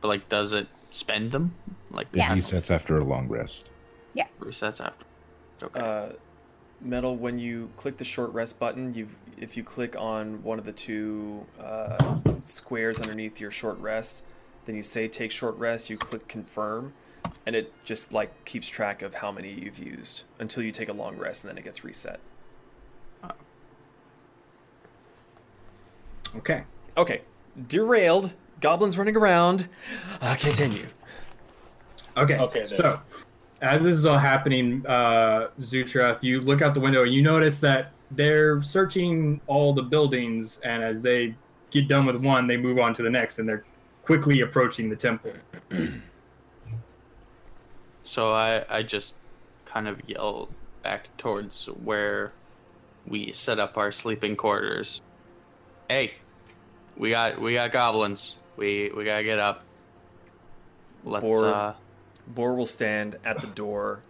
But like, does it spend them? Like
It resets after a long rest.
Yeah.
Resets after. Okay.
Uh, Metal, when you click the short rest button, you if you click on one of the two uh, squares underneath your short rest, then you say take short rest. You click confirm, and it just like keeps track of how many you've used until you take a long rest, and then it gets reset.
Okay.
Okay. Derailed. Goblins running around. Uh, continue.
Okay.
Okay, then.
So, as this is all happening, uh, Zutrath, you look out the window and you notice that they're searching all the buildings, and as they get done with one, they move on to the next, and they're quickly approaching the temple.
So I, I just kind of yell back towards where we set up our sleeping quarters. Hey, we got we got goblins. We we gotta get up. Let's
Bor,
uh
Bor will stand at the door,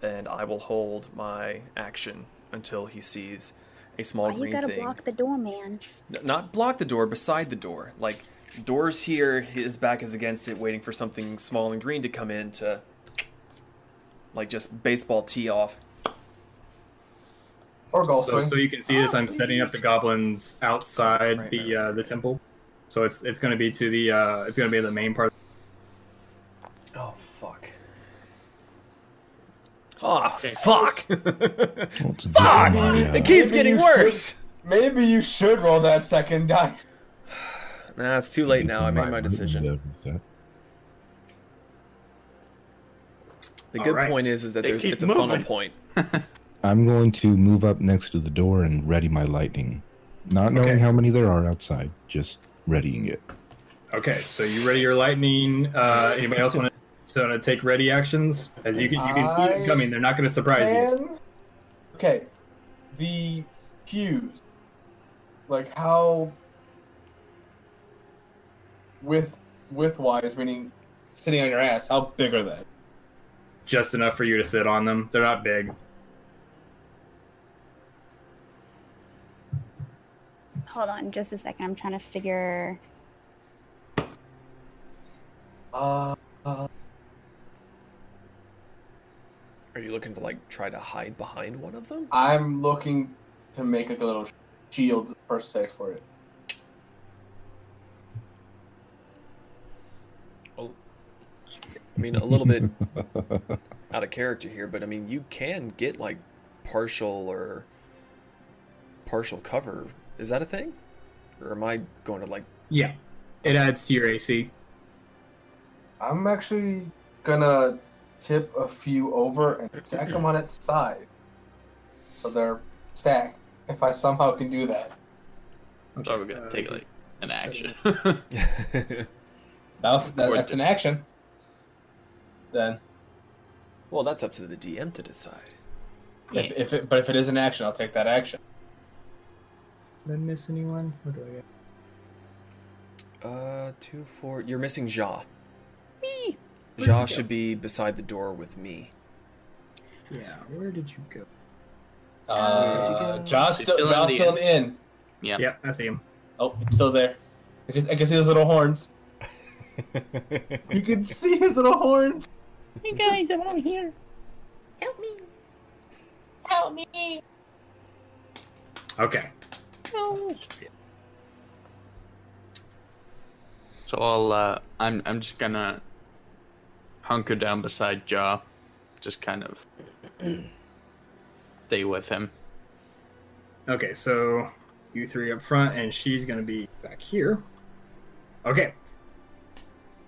and I will hold my action until he sees a small
you
green
gotta
thing.
block the door, man.
N- Not block the door, beside the door. Like doors here, his back is against it, waiting for something small and green to come in to, like just baseball tee off.
Or golf
So,
swing.
so you can see this. I'm setting up the goblins outside the Uh, the temple. So it's it's going to be to the uh, it's going to be the main part.
Oh fuck! Oh fuck!
Fuck!
It keeps getting worse.
maybe you should roll that second dice.
Nah, it's too late now. I made my decision. The good
Alright.
point is, is that
They
there's,
keep
it's a funnel
moving.
point.
I'm going to move up next to the door and ready my lightning. Not knowing how many there are outside, just readying it.
Okay, so you ready your lightning? Uh, anybody else want to? So want to take ready actions as you can you can see
I
them coming. They're not going to surprise you.
Can- Okay, the pews. Like how with with wise meaning sitting on your ass. How big are they?
Just enough for you to sit on them. They're not big.
Hold on just a second. I'm trying to figure.
Uh, uh,
Are you looking to like try to hide behind one of them?
I'm looking to make like a little shield per se for it.
I mean, a little bit out of character here, but I mean, you can get like partial or partial cover. Is that a thing? Or am I going to like?
Yeah, it adds to your AC.
I'm actually gonna tip a few over and stack them on its side, so they're stacked. If I somehow can do that,
so we're gonna take like an action.
that's, that, that's an action. Then,
Well, that's up to the DM to decide.
if, if it, but if it is an action, I'll take that action.
Did I miss anyone? What do I get?
Uh, two, four. You're missing Ja.
Me.
Where'd
Ja
you go?
should be beside the door with me.
Yeah, where did you go?
Uh, John's
He's
still,
still in
John's
the
still in.
inn.
inn.
Yeah.
Yep, I see him.
Oh, he's still there. I can, I can see his little horns. you can see his little horns.
Hey guys, I'm out here. Help me. Help me.
Okay.
No.
So I'll uh I'm I'm just gonna hunker down beside Jaw. Just kind of stay with him.
Okay, so you three up front, and she's going to be back here. Okay.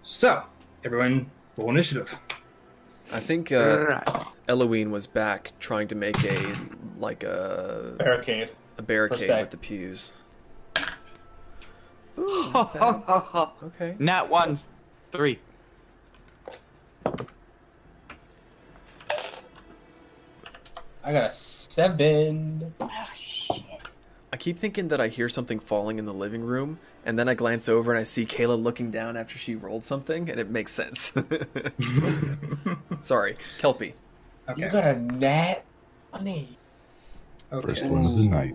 So, everyone, roll initiative.
I think uh, Eloine was back trying to make a like a
Barricade.
a
Per
barricade
se.
with the pews.
okay. Nat one, three.
I got a seven.
I keep thinking that I hear something falling in the living room, and then I glance over and I see Kayla looking down after she rolled something, and it makes sense. Sorry, Kelpie.
You got a nat money.
First one of the night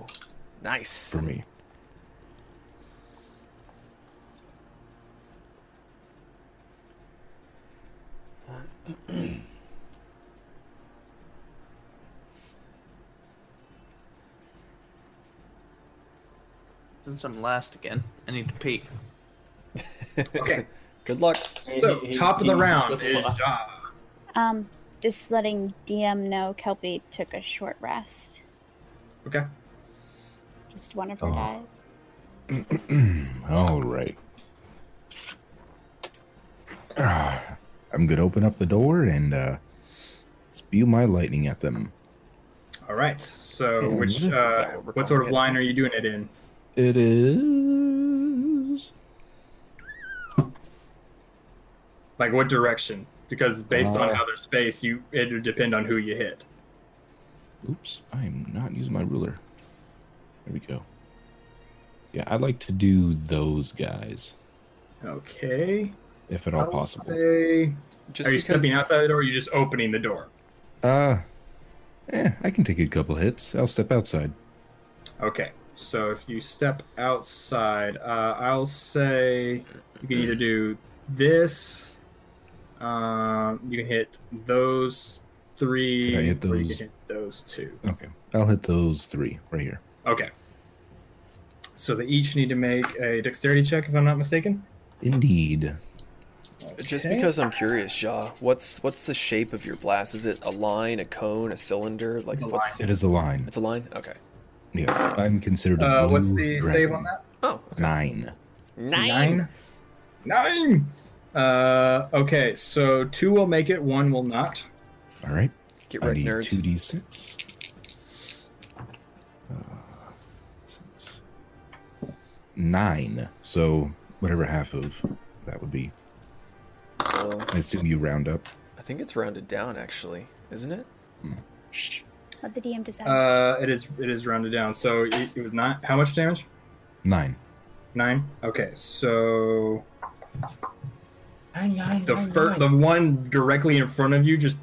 Nice.
for me.
Since I'm last again, I need to pee.
Okay.
Good luck.
So, top of the round is Job.
Um, just letting DM know Kelpie took a short rest.
Okay.
Just one of her
Oh.
guys.
All right. Ah, I'm gonna open up the door and uh, spew my lightning at them.
All right. So,
Yeah,
which
that's
uh,
how we're
what sort of
calling it.
line are you doing it in?
It is
Like what direction? Because based on
Uh,
how there's space, you it would depend on who you hit.
Oops, I am not using my ruler. There we go. Yeah, I like to do those guys,
Okay.
if at all
I'll
possible.
say-
Just
are you stepping
because-
outside the door? or Are you just opening the door?
Uh, eh, I can take a couple hits. I'll step outside.
Okay. So if you step outside, uh, I'll say you can either do this. Um, you can hit those three.
Can I hit
or you
those?
can hit those two.
Okay, I'll hit those three right here.
Okay. So they each need to make a dexterity check, if I'm not mistaken.
Indeed.
Just
Okay.
because I'm curious, Ja, what's what's the shape of your blast? Is it a line, a cone, a cylinder? Like
It's a
what's
It is a line.
It's a line. Okay.
Yes, I'm considered a
Uh, what's
blue
the save
dragon.
on that?
Oh,
Nine.
Nine. Nine. Uh, okay, so two will make it, one will not.
All right.
Get
I
right,
need
nerds.
two d six. Uh, Nine. So whatever half of that would be.
Well,
I assume you round up.
I think it's rounded down, actually, isn't it?
Let the DM decide.
Uh, it is it is rounded down. So it, it was not how much damage?
Nine.
Nine. Okay, so
Nine, nine,
the
nine,
fir-
nine.
the one directly in front of you just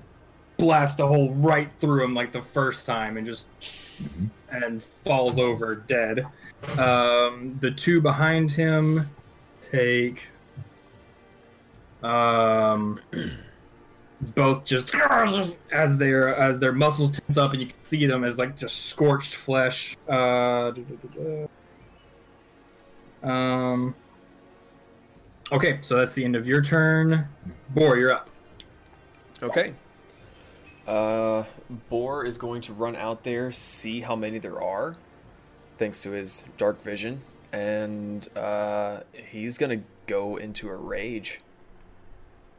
blasts a hole right through him like the first time and just and falls over dead. Um, the two behind him take um both just as their as their muscles tense up and you can see them as like just scorched flesh uh um okay so that's the end of your turn bor you're up
Okay. Uh, Boar is going to run out there, see how many there are, thanks to his dark vision, and uh, he's gonna go into a rage.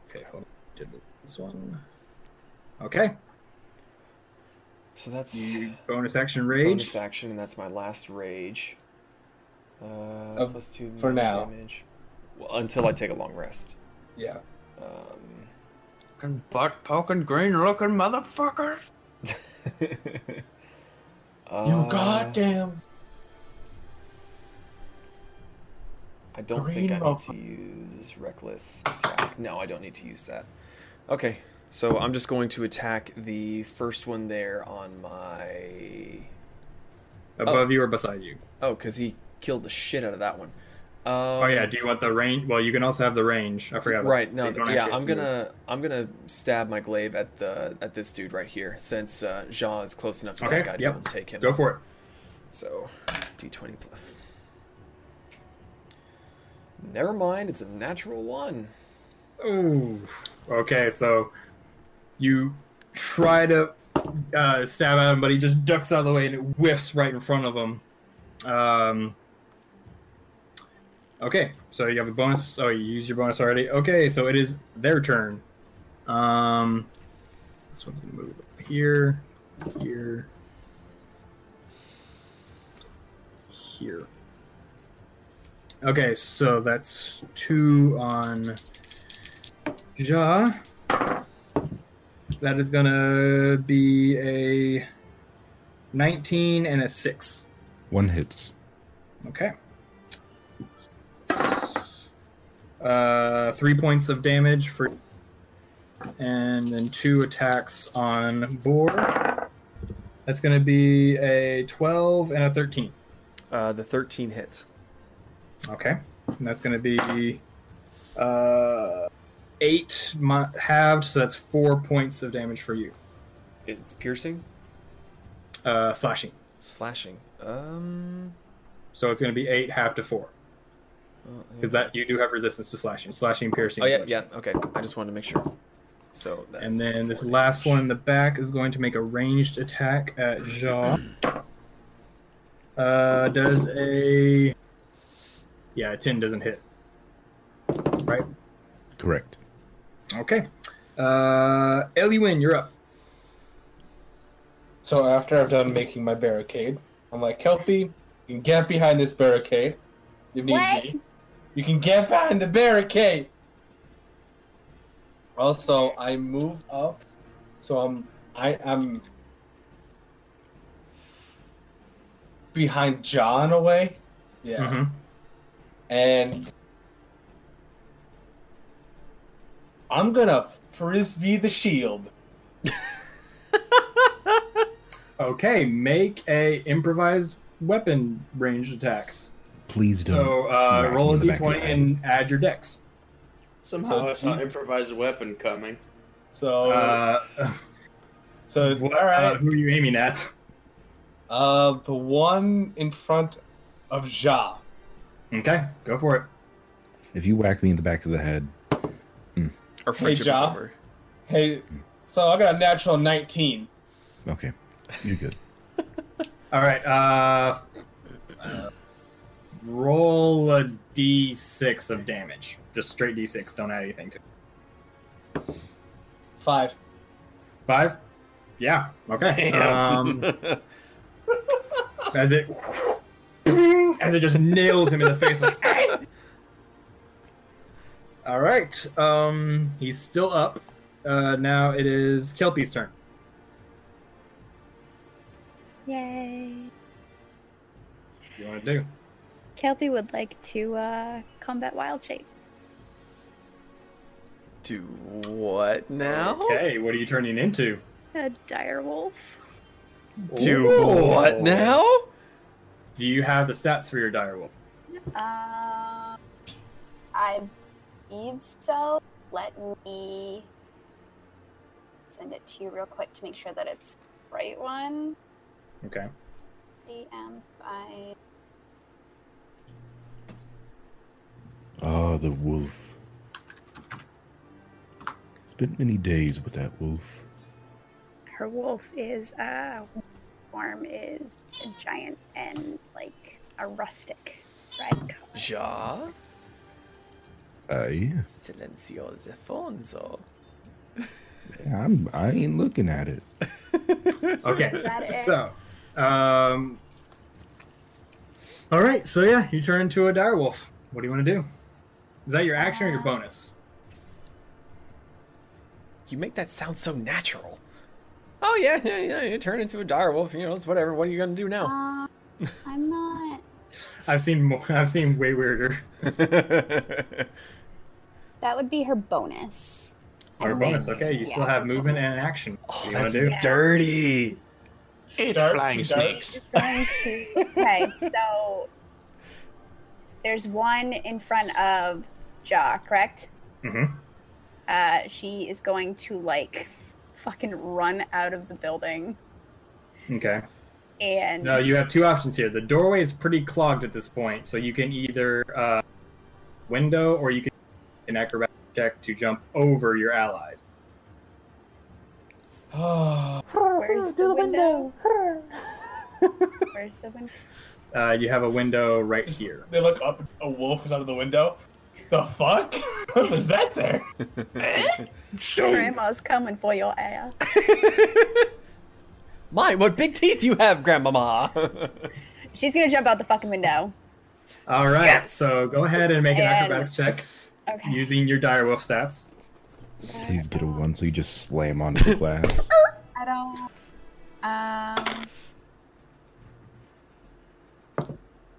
Okay, hold on. Did this one. okay
So that's
you bonus action rage
bonus action, and that's my last rage. Uh, plus two
for
more
now.
damage. Well, until I take a long rest.
Yeah.
Um,
Fucking buck poking green looking motherfucker.
uh,
you goddamn.
I don't think I need to use reckless attack. No, I don't need to use that. Okay, so I'm just going to attack the first one there on my.
above you or beside you
Oh, because he killed the shit out of that one. Um,
oh yeah do you want the range well you can also have the range i forgot about
Right.
that.
No.
You don't
Yeah.
actually have
I'm
to move.
gonna. I'm gonna stab my glaive at the at this dude right here, since uh, Jean is close enough to
Okay,
that guy to
yep.
be able to take him.
Go for it.
So, d20 plus. Never mind. It's a natural one.
Ooh. Okay, so you try to uh, stab at him, but he just ducks out of the way and it whiffs right in front of him. Um, okay, so you have a bonus. Oh, you used your bonus already. Okay, so it is their turn. Um, this one's gonna move up here, here, here. Okay, so that's two on Ja. That is gonna be a 19 and a 6.
One hits.
Okay. Uh, three points of damage for. And then two attacks on Boar. That's gonna be a 12 and a 13.
Uh, the 13 hits.
Okay. And that's going to be uh, eight mi- halved, so that's four points of damage for you.
It's piercing.
Uh, slashing.
Slashing. Um.
So it's going to be eight half to four. Because that you do have resistance to slashing, slashing, piercing.
Oh yeah, yeah. Okay, I just wanted to make sure. So that's
And then this last one in the back is going to make a ranged attack at Jaw. Uh, does a yeah, a ten doesn't hit. Right.
Correct.
Okay. Uh, Eluin, you're up.
So after I've done making my barricade, I'm like, Kelpie, you can get behind this barricade. If need
What?
be. You can get behind the barricade. Also, I move up, so I'm I am behind John away. Yeah.
Mm-hmm.
And I'm gonna frisbee the shield.
Okay, make a improvised weapon ranged attack.
Please don't.
So uh,
knock
roll a
me in the back of the
d20
head.
and add your dex.
Somehow
So
I saw
you-
improvised weapon coming.
So
Uh,
so all right.
uh, who are you aiming at?
Uh, the one in front of Ja.
Okay, go for it.
If you whack me in the back of the head,
Our
friendship is Ja. over. Hey, so I got a natural 19.
okay, you're good.
All right. Uh, uh, roll a d6 of damage. Just straight d6. Don't add anything to it.
Five.
Five? Yeah. Okay. Um, as it as it just nails him in the face. Like, "Ah!" All right. Um, he's still up. Uh, now it is Kelpie's turn.
Yay.
What do you want to do?
Kelpie would like to uh, combat wild shape.
Do what now?
Okay. What are you turning into?
A dire wolf.
Do what now?
Do you have the stats for your direwolf?
Uh, I believe so. Let me send it to you real quick to make sure that it's the right one.
Okay.
DM spy.
Ah, the wolf. Spent many days with that wolf.
Her wolf is uh form is a giant and like a rustic red color.
Ja.
Uh, yeah,
Silencio Zefonzo.
I'm. I ain't looking at it.
Okay.
Is that it?
So, um, all right. So yeah, you turn into a direwolf. What do you want to do? Is that your action
Uh,
or your bonus?
You make that sound so natural. Oh yeah, yeah, yeah. You turn into a direwolf. You know, it's whatever. What are you gonna do now?
Uh, I'm not.
I've seen more. I've seen way weirder.
That would be her bonus.
Or bonus. Okay, you still have movement and an action. What do you want
That's
to do?
dirty.
Eight flying snakes.
She's going to.
Okay, so
There's one in front of Jaw, correct?
Mm-hmm.
Uh, she is going to like fucking run out of the building
Okay.
and
No, you have two options here. The doorway is pretty clogged at this point, so you can either uh, window or you can an acrobatic check to jump over your allies.
Where's the window?
Where's the window?
Uh, you have a window right here.
They look up, a wolf is out of the window. The fuck? What was that there?
Grandma's coming for your ass.
My, what big teeth you have, Grandmama!
She's gonna jump out the fucking window.
All right, so go ahead and make an
And-
acrobatics check
Okay.
using your direwolf stats.
Please get a one so you just slam onto the glass.
I don't. Um.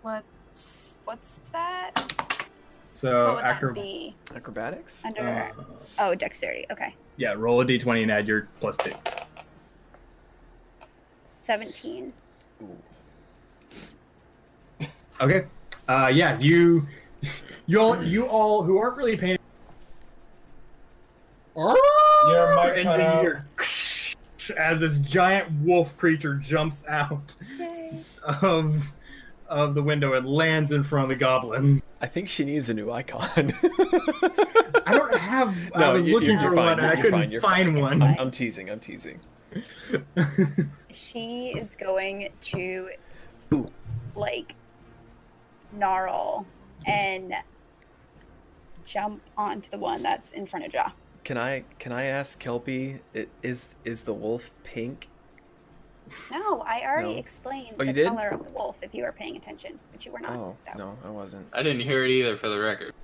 What's what's that?
So
what would that
acro- uh, um,
be?
Acrobatics?
Under. oh, dexterity. Okay.
yeah, roll a d20 and add your plus two.
17.
Okay. Uh, yeah, you, you all, you all who aren't really paying and
cut
then
out.
you hear as this giant wolf creature jumps out of of the window and lands in front of the goblin.
I think she needs a new icon.
I don't have. I was
you-
looking
you're
for
fine,
one. and I
you're
couldn't
fine, you're
find
fine.
one.
I'm, I'm teasing. I'm teasing.
She is going to, like, gnarl and jump onto the one that's in front of Jaw.
Can I can I ask Kelpie? i- Is is the wolf pink?
No, I already
No.
explained
Oh,
the
you did?
color of the wolf if you were paying attention, but you were not.
Oh no, I wasn't.
I didn't hear it either, for the record.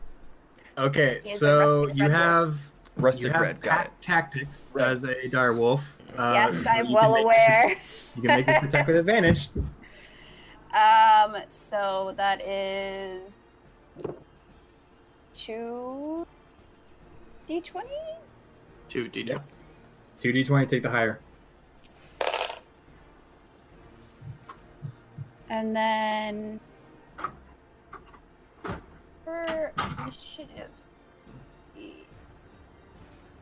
Okay,
He is
so
a rustic
you
red wolf.
have
Rustic
you have
red, got
ta- Tactics as a dire wolf. Uh,
yes,
so
I'm
you can
well
make-
aware.
You can make this attack with advantage.
Um, so that is two d twenty.
Two D.
Two D twenty. Take the higher.
And then
For initiative,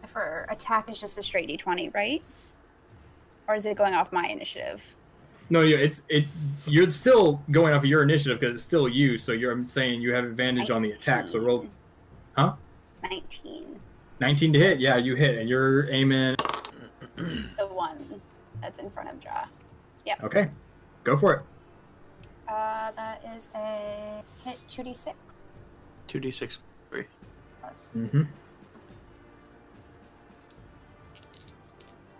for attack is just a straight d20, right? Or is it going off my initiative?
No, yeah, it's it. You're still going off of your initiative because it's still you. So you're I'm saying you have advantage on the attack. So roll, huh?
19.
Nineteen to hit. Yeah, you hit, and you're aiming.
the one that's in front of Draw. Yep.
Okay, go for it.
Uh, that is a hit two d six
Two D six three.
plus
Mm-hmm.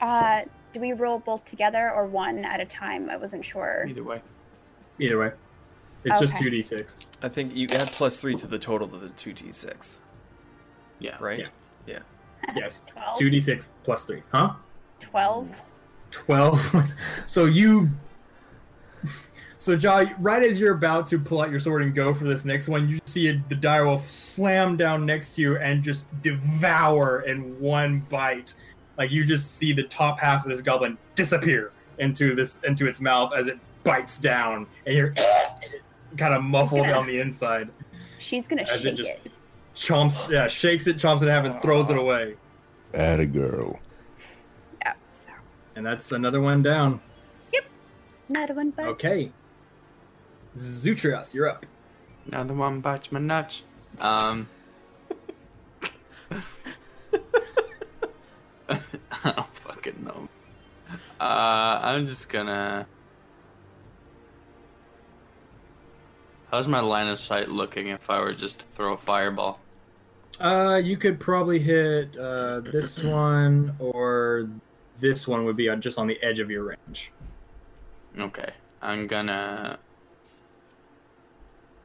Uh, do we roll both together or one at a time? I wasn't sure.
Either way.
Either way, it's just
Okay.
two D six.
I think you add plus three to the total of the two t six.
Yeah.
Right.
Yeah.
Yeah.
Yes.
12?
Two D six plus three. Huh?
12.
12 so you so jaw right as you're about to pull out your sword and go for this next one you see the direwolf slam down next to you and just devour in one bite like you just see the top half of this goblin disappear into this into its mouth as it bites down and you're kind of muffled
gonna-
on the inside
She's going to
as it
shake
just
it.
chomps yeah shakes it chomps it in half and throws it away
Atta girl.
Yeah, so.
and that's another one down
Another one, but
okay Zutrath, you're up.
Now the one bites my nuts. Um. I don't fucking know. Uh, I'm just gonna. How's my line of sight looking if I were just to throw a fireball?
Uh, you could probably hit uh, this one or this one would be on, just on the edge of your range.
Okay, I'm gonna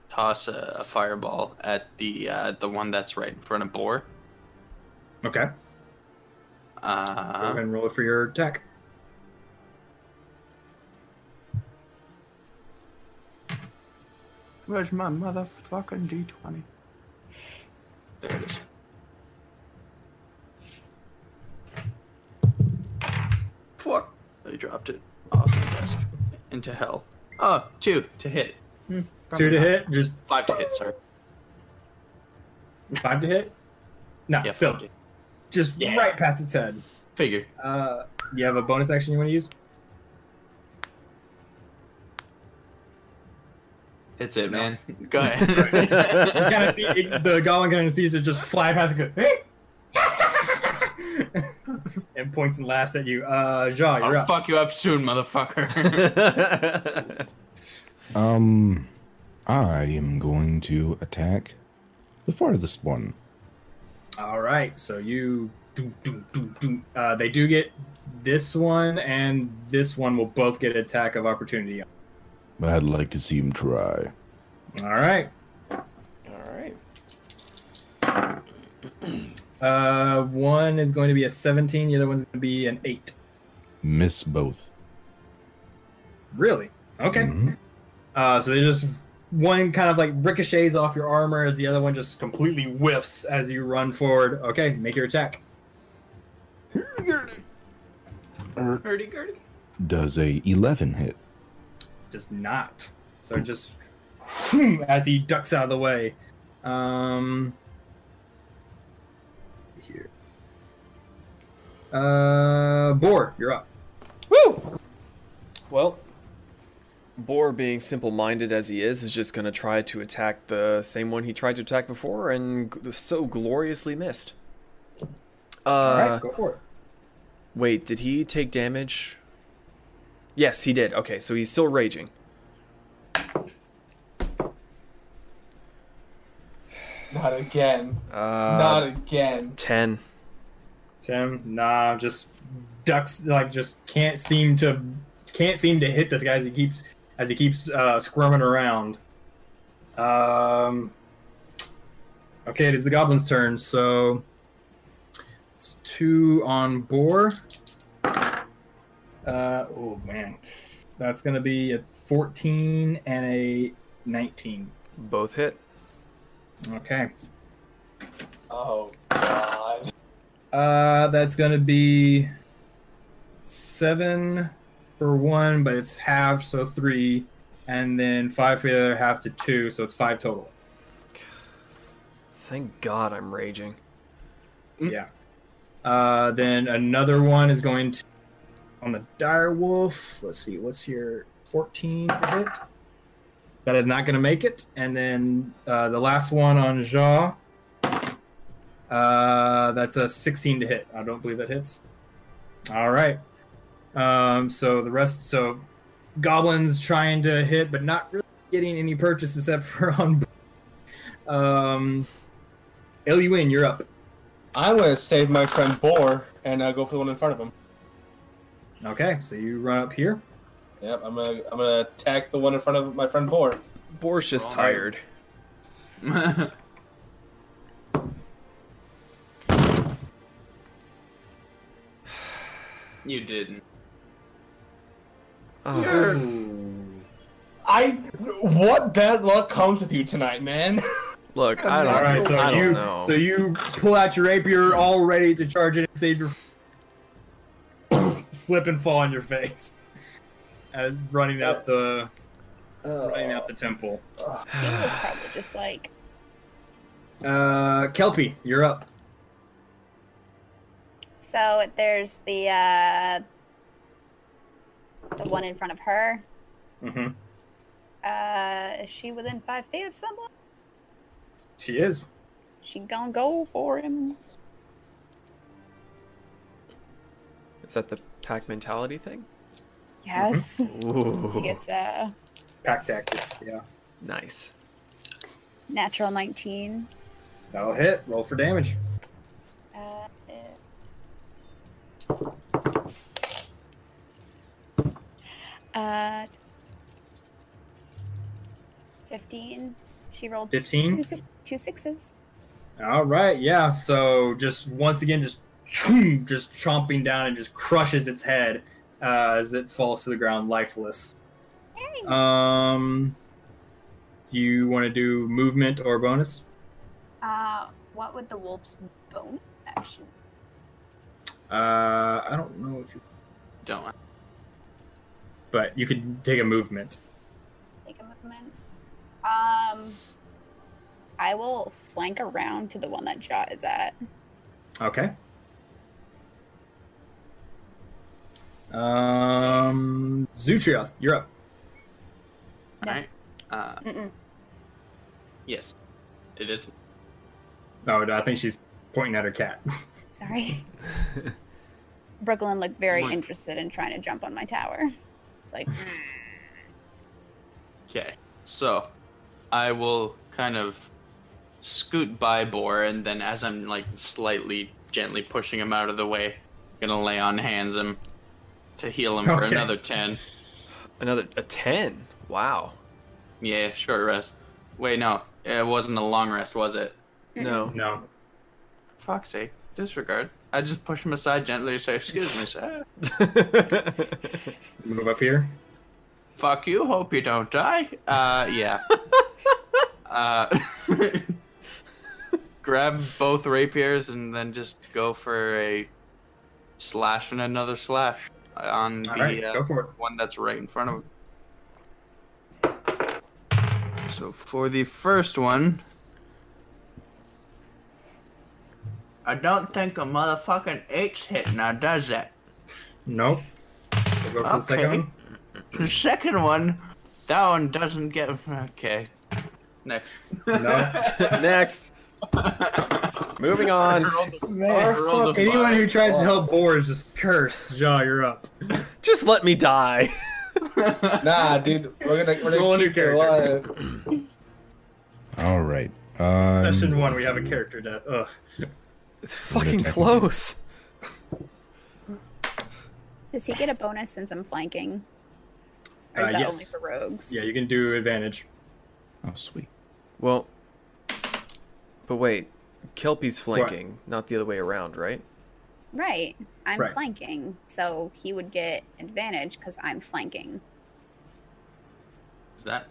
toss a, a fireball at the uh, the one that's right in front of Boar.
Okay. Go
Uh,
ahead and roll it for your attack.
Where's my motherfucking d20? There it is. Fuck! I dropped it off the desk into hell. Oh, two to hit.
Two to hit, just
Five to hit, sorry.
five to hit. No,
Yeah,
still
five to hit.
just
Yeah.
right past its head.
Figure.
Uh, you have a bonus action you want to use?
That's it, man. Go
you
ahead.
kind of see it, the goblin kind of sees it just fly past it, goes, "Hey!" and points and laughs at you. Uh, Jaw, you're
I'll
up.
fuck you up soon, motherfucker.
Um, I am going to attack the farthest one.
All right, so you do do do do. Uh, they do get this one, and this one will both get attack of opportunity.
I'd like to see him try.
All right,
All right.
uh, one is going to be a seventeen, the other one's going to be an eight.
Miss both.
Really? Okay.
Mhm.
Uh, so they just one kind of like ricochets off your armor, as the other one just completely whiffs as you run forward. Okay, make your attack.
Er,
Hurdy gurdy.
does a 11 hit?
Does not. So just whew, as he ducks out of the way. Um, here. Uh, Boar, you're up.
Woo! Well, Boar, being simple minded as he is, is just going to try to attack the same one he tried to attack before and g- so gloriously missed. Uh,
Alright, go for it.
Wait, did he take damage? Yes, he did. Okay, so he's still raging.
Not again.
Uh,
Not again.
10.
Tim, nah, just ducks like just can't seem to can't seem to hit this guy as he keeps as he keeps uh, squirming around. Um. Okay, it is the goblin's turn. So it's two on boar. Uh oh man, that's gonna be a fourteen and a nineteen.
Both hit.
Okay.
Oh god.
Uh, that's gonna be seven for one, but it's halved, so three, and then five for the other half to two, so it's five total.
Thank God I'm raging.
Yeah. Uh, then another one is going to on the dire wolf. Let's see, what's your fourteen hit? That is not gonna make it, and then uh, the last one on Jaw. Uh, that's a 16 to hit. I don't believe that hits. All right. Um, so the rest, so goblins trying to hit, but not really getting any purchase except for on. Um, Eluin, you're up.
I'm gonna save my friend Boar and uh, go for the one in front of him.
Okay, so you run up here.
Yep, I'm gonna I'm gonna attack the one in front of my friend Boar.
Boar's just
Wrong.
tired.
You didn't.
Oh.
I what bad luck comes with you tonight, man?
Look,
I don't-
All right, so
I don't
you
know.
so you pull out your rapier, all ready to charge it and save your slip and fall on your face as running out the
Uh,
running out the temple.
He was probably just like,
Uh, Kelpie, you're up.
so there's the uh, the one in front of her.
Mm-hmm.
Uh, is she within five feet of someone?
She is.
She gonna go for him?
Is that the pack mentality thing?
Yes. She
Ooh,
gets a
Pack tactics. Yeah,
nice.
natural 19.
that'll hit. Roll for damage.
Uh, uh, 15. She rolled
Fifteen?
two si- two sixes.
All right, yeah. So just once again, just just chomping down and just crushes its head uh, as it falls to the ground, lifeless. Um, do you want to do movement or bonus?
Uh, what would the wolf's bone action?
Uh, I don't know if you,
Don't.
but you could take a movement.
Take a movement. Um, I will flank around to the one that Jot is at.
Okay. Um, Zutrioth, you're up.
All right. Uh,
Mm-mm.
yes, it is.
No, Oh, I think she's pointing at her cat.
Sorry. Brooklyn looked very interested in trying to jump on my tower. It's like,
Okay, so I will kind of scoot by Boar, and then as I'm like slightly gently pushing him out of the way, gonna lay on hands him to heal him for
Okay.
another ten.
Another a ten. Wow.
Yeah, short rest. Wait, no, it wasn't a long rest, was it?
No.
No.
Fuck's sake, disregard. I just push him aside gently and say, "Excuse me, sir."
Move up here.
Fuck you. Hope you don't die. Uh, yeah. uh, grab both rapiers and then just go for a slash and another slash on the
All right,
uh,
go for it.
one that's right in front of him. So for the first one,
I don't think a motherfucking eight's hit now, does it?
Nope. So go for the second one.
The second one, that one doesn't get. Okay. Next.
No.
Next. Moving on.
Man, anyone who tries to help Boar is just cursed. Jaw, you're up.
Just let me die.
nah, dude, we're gonna we're gonna
Roll a new
keep you alive.
All right. Um,
Session one, we have a character death. Ugh.
It's fucking close.
Does he get a bonus since I'm flanking? Or
Uh,
is that
yes.
only for rogues?
Yeah, you can do advantage.
Oh, sweet.
Well, but wait, Kelpie's flanking, not the other way around, right?
Right. I'm
Right.
flanking, so he would get advantage because I'm flanking.
Is that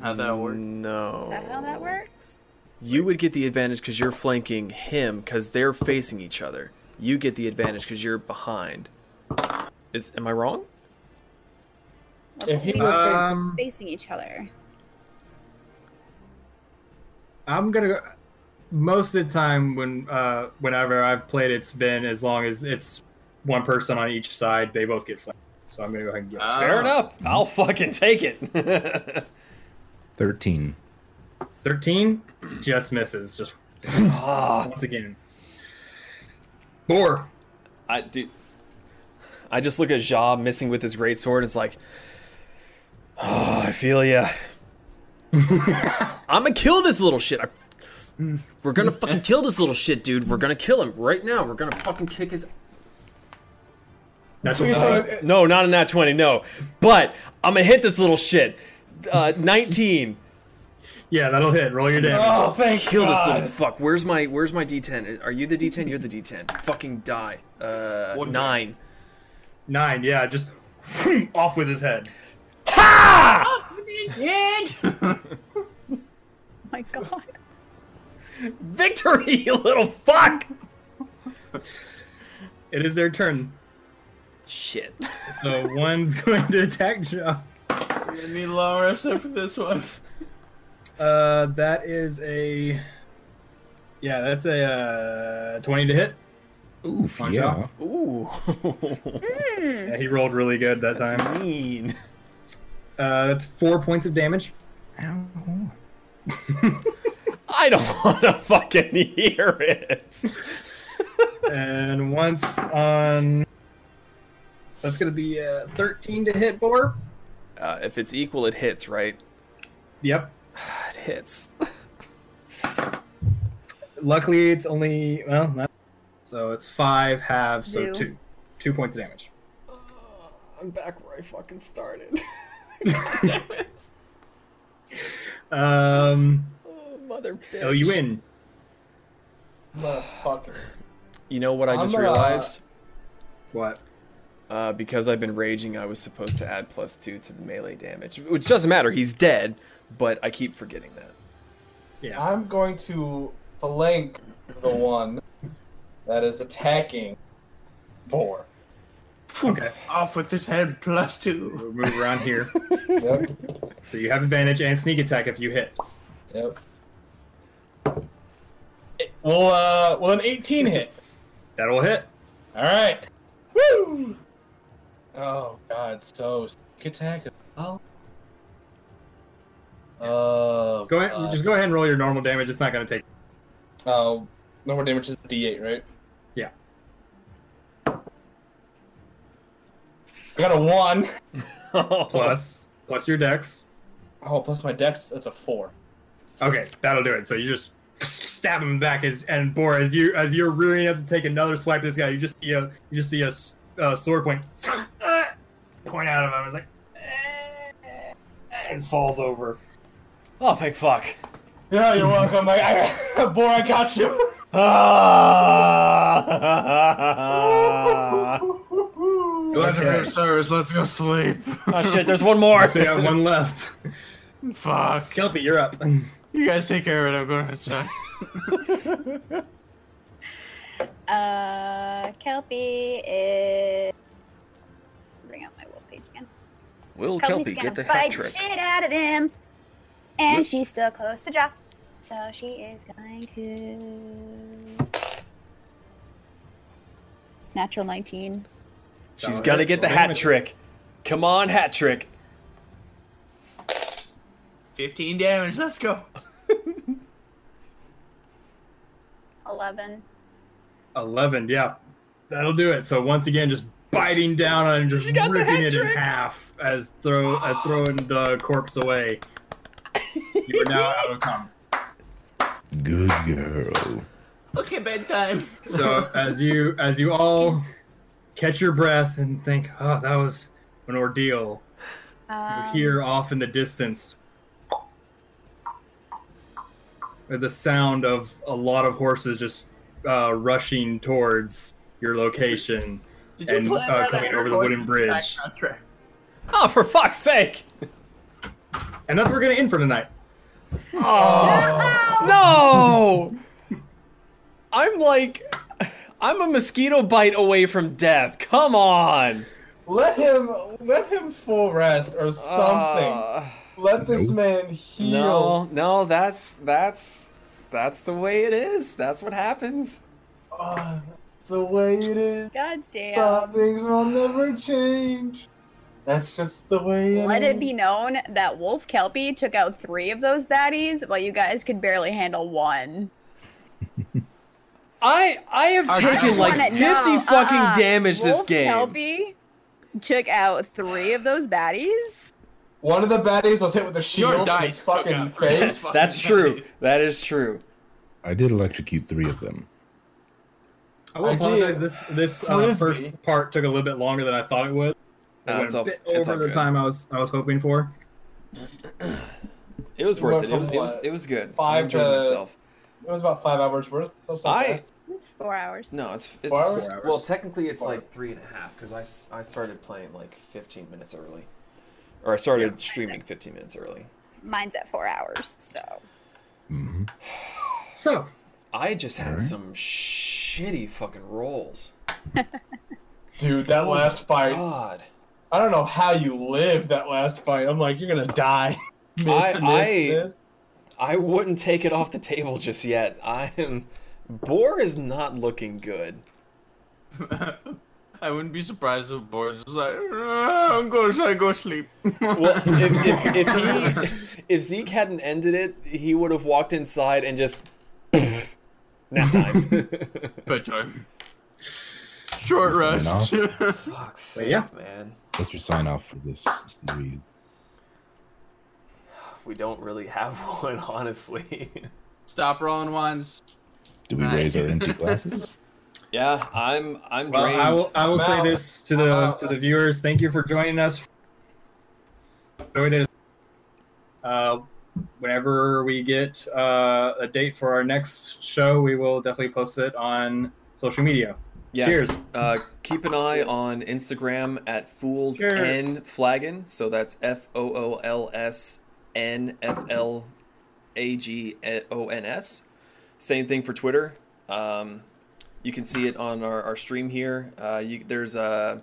how that works?
No.
Is that how that works?
You would get the advantage because you're flanking him because they're facing each other. You get the advantage because you're behind. Is am I wrong?
If
he
we
was
were
Um,
facing each other.
Oh
I'm gonna go. Most of the time, when uh, whenever I've played, it's been as long as it's one person on each side. They both get flanked. So I'm gonna go ahead and get.
Fair enough. I'll fucking take it.
13.
Thirteen just misses. Just
Ah,
once again. Boar.
I do. I just look at Ja missing with his greatsword. It's like, oh, I feel ya. I'm gonna kill this little shit. I, we're gonna fucking kill this little shit, dude. We're gonna kill him right now. We're gonna fucking kick his.
That's
No, not a nat twenty. No, but I'm gonna hit this little shit. Uh, Nineteen.
Yeah, that'll hit. Roll your damage.
Oh,
Kill this little fuck. Where's my Where's my D10? Are you the D10? You're the D10. Fucking die. Uh,
One
nine.
Nine. Yeah, just off with his head.
My god.
Victory, you little fuck!
It is their turn.
Shit.
So one's going to attack Jaw.
You're gonna need lower except for this one.
Uh, that is a. Yeah, that's a uh, 20 to hit.
Oof,
On
yeah.
Ooh.
Yeah, he rolled really good that time.
Mean.
Uh, that's four points of damage.
I don't want to fucking hear it.
and once on. That's going to be uh, 13 to hit, Boar.
Uh, if it's equal, it hits, right?
Yep.
It hits.
Luckily, it's only. Well, not. So it's five halves,
Two.
so two. Two points of damage.
I'm back where I fucking started.
Um,
oh, mother bitch.
oh, you win.
Motherfucker.
You know what I just
I'm, uh,
realized?
What?
Uh, because I've been raging, I was supposed to add plus two to the melee damage, which doesn't matter. He's dead, but I keep forgetting that.
Yeah.
I'm going to flank the one that is attacking Boar.
Okay.
Off with his head plus two.
We'll move around here.
Yep.
So you have advantage and sneak attack if you hit.
Yep. Well, uh, well, an 18 hit.
That'll hit.
All right. Woo! Oh God, so sneak attack. Oh. Uh.
Go ahead,
God.
just go ahead and roll your normal damage. It's not going to take.
Oh, no more damage is D8, right?
Yeah.
I got a one.
Plus, plus your dex.
Oh, plus my dex. That's a four.
Okay, that'll do it. So you just stab him back as and Bor as you as you're rearing up to take another swipe at this guy. You just see a you just see a s- uh, sword point ah, point out of him. It's like and falls over.
Oh, thank fuck.
Yeah, you're welcome. I, I, boy, I got you.
Ah!
Legendary service, let's go sleep.
oh shit, there's one more.
So you have one left.
Fuck.
Kelpie, you're up.
You guys take care of it, I'm going outside.
Uh, Kelpy is. Bring out my wolf page again.
Will
Kelpy's
Kelpy
gonna
get the
bite
hat trick?
shit out of him, and
Yep.
she's still close to Jaw, so she is going to Natural 19.
She's gonna get the hat trick. Come on, hat trick.
15 damage, let's go.
11.
11, yeah. That'll do it. So once again, just biting down on him, just ripping it in half as throw as throwing the corpse away. You are now out of combat.
Good girl.
Okay, bedtime.
So as you as you all catch your breath and think, oh, that was an ordeal.
Um,
You hear off in the distance the sound of a lot of horses just uh, rushing towards your location
Did you
and
plan that
uh,
out
coming
or
over the
was
wooden
it
bridge.
background track?
Oh, for fuck's sake!
And that's what we're gonna end for tonight.
Oh no! I'm like, I'm a mosquito bite away from death. Come on.
Let him let him full rest or something.
Uh,
let this man heal.
No, no, that's that's that's the way it is. That's what happens.
Ah, the way it is.
God damn.
Some things will never change. That's just the way it is.
Let it be known that Wolf Kelpie took out three of those baddies while you guys could barely handle one.
I I have
I
taken
just
like
wanna
fifty
know,
fucking
uh-uh,
damage this
Wolf
game.
Kelpie took out three of those baddies?
One of the baddies was hit with a shield in
dice
his
took
fucking
out-
face.
That's true. That is true.
I did electrocute three of them.
I will
I
apologize.
did.
This this uh,
Frisbee.
first part took a little bit longer than I thought it would. It
No,
went
it's
a
all-
bit
it's all
over the
good.
time I was I was hoping for.
It was
It
worth
went
it. It was,
from
it was
what?
it was good. I
Five
enjoyed
to-
myself.
It was about five hours worth. So
I
It's four hours.
no, it's it's
hours? Four
well
hours.
technically it's like three and a half because I, s- I started playing like fifteen minutes early, or I started streaming fifteen minutes early.
Mine's at four hours, so.
So
I just had
Alright.
some shitty fucking rolls.
Dude, that
Oh my
last fight.
God.
I don't know how you lived that last fight. I'm like, you're gonna die. miss,
I
miss,
I,
miss.
I wouldn't take it off the table just yet. I am. Boar is not looking good.
I wouldn't be surprised if Boris was like, "Ah, I'm going to go sleep.
Well, if, if, if he if Zeke hadn't ended it, he would have walked inside and just nap time.
Bedtime. Short rest.
Listen
Fuck's
But
sake,
yeah.
man.
What's your sign off for this series?
We don't really have one, honestly.
Stop rolling ones.
Do we
Right.
raise our empty glasses?
Yeah, I'm I'm
Well,
drained.
I will I will say
Wow.
this to the to the viewers. Thank you for joining us. Enjoyed it. Uh, whenever we get uh, a date for our next show, we will definitely post it on social media.
Yeah.
Cheers.
Uh, keep an eye on Instagram at Fools
Cheers.
N Flagon. So that's F O O L S N F L A G O N S. Same thing for Twitter. Um, you can see it on our, our stream here. Uh, you, there's uh,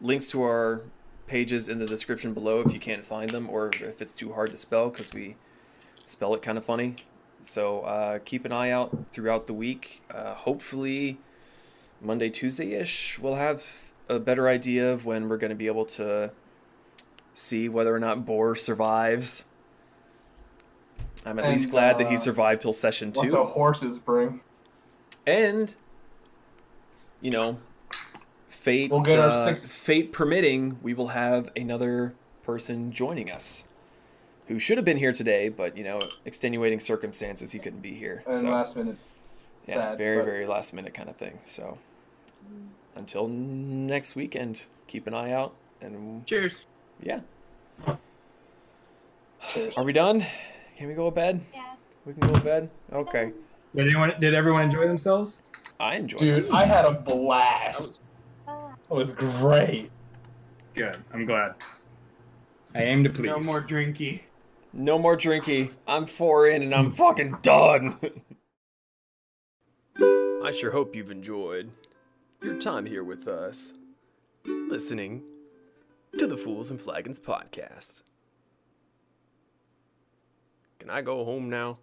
links to our pages in the description below if you can't find them or if it's too hard to spell because we spell it kind of funny. So uh, keep an eye out throughout the week. Uh, hopefully, Monday, Tuesday ish, we'll have a better idea of when we're going to be able to see whether or not Boar survives. I'm at
And,
least glad that
uh,
he survived till session
What
two.
the horses bring.
And you know, fate
We'll get our
uh,
sixth-
fate permitting, we will have another person joining us who should have been here today, but you know, extenuating circumstances, he couldn't be here.
And
so
last minute.
yeah,
sad,
very
but-
very last minute kind of thing. So until next weekend, keep an eye out and
Cheers.
yeah.
Cheers.
Are we done? Can we go to bed? Yeah. We can go to bed. Okay.
Did anyone? Did everyone enjoy themselves?
I enjoyed
Dude,
this.
I had a blast. That was great.
Good. I'm glad. I aim to please.
No more drinky.
No more drinky. I'm four in and I'm fucking done. I sure hope you've enjoyed your time here with us, listening to the Fools and Flagons podcast. Can I go home now?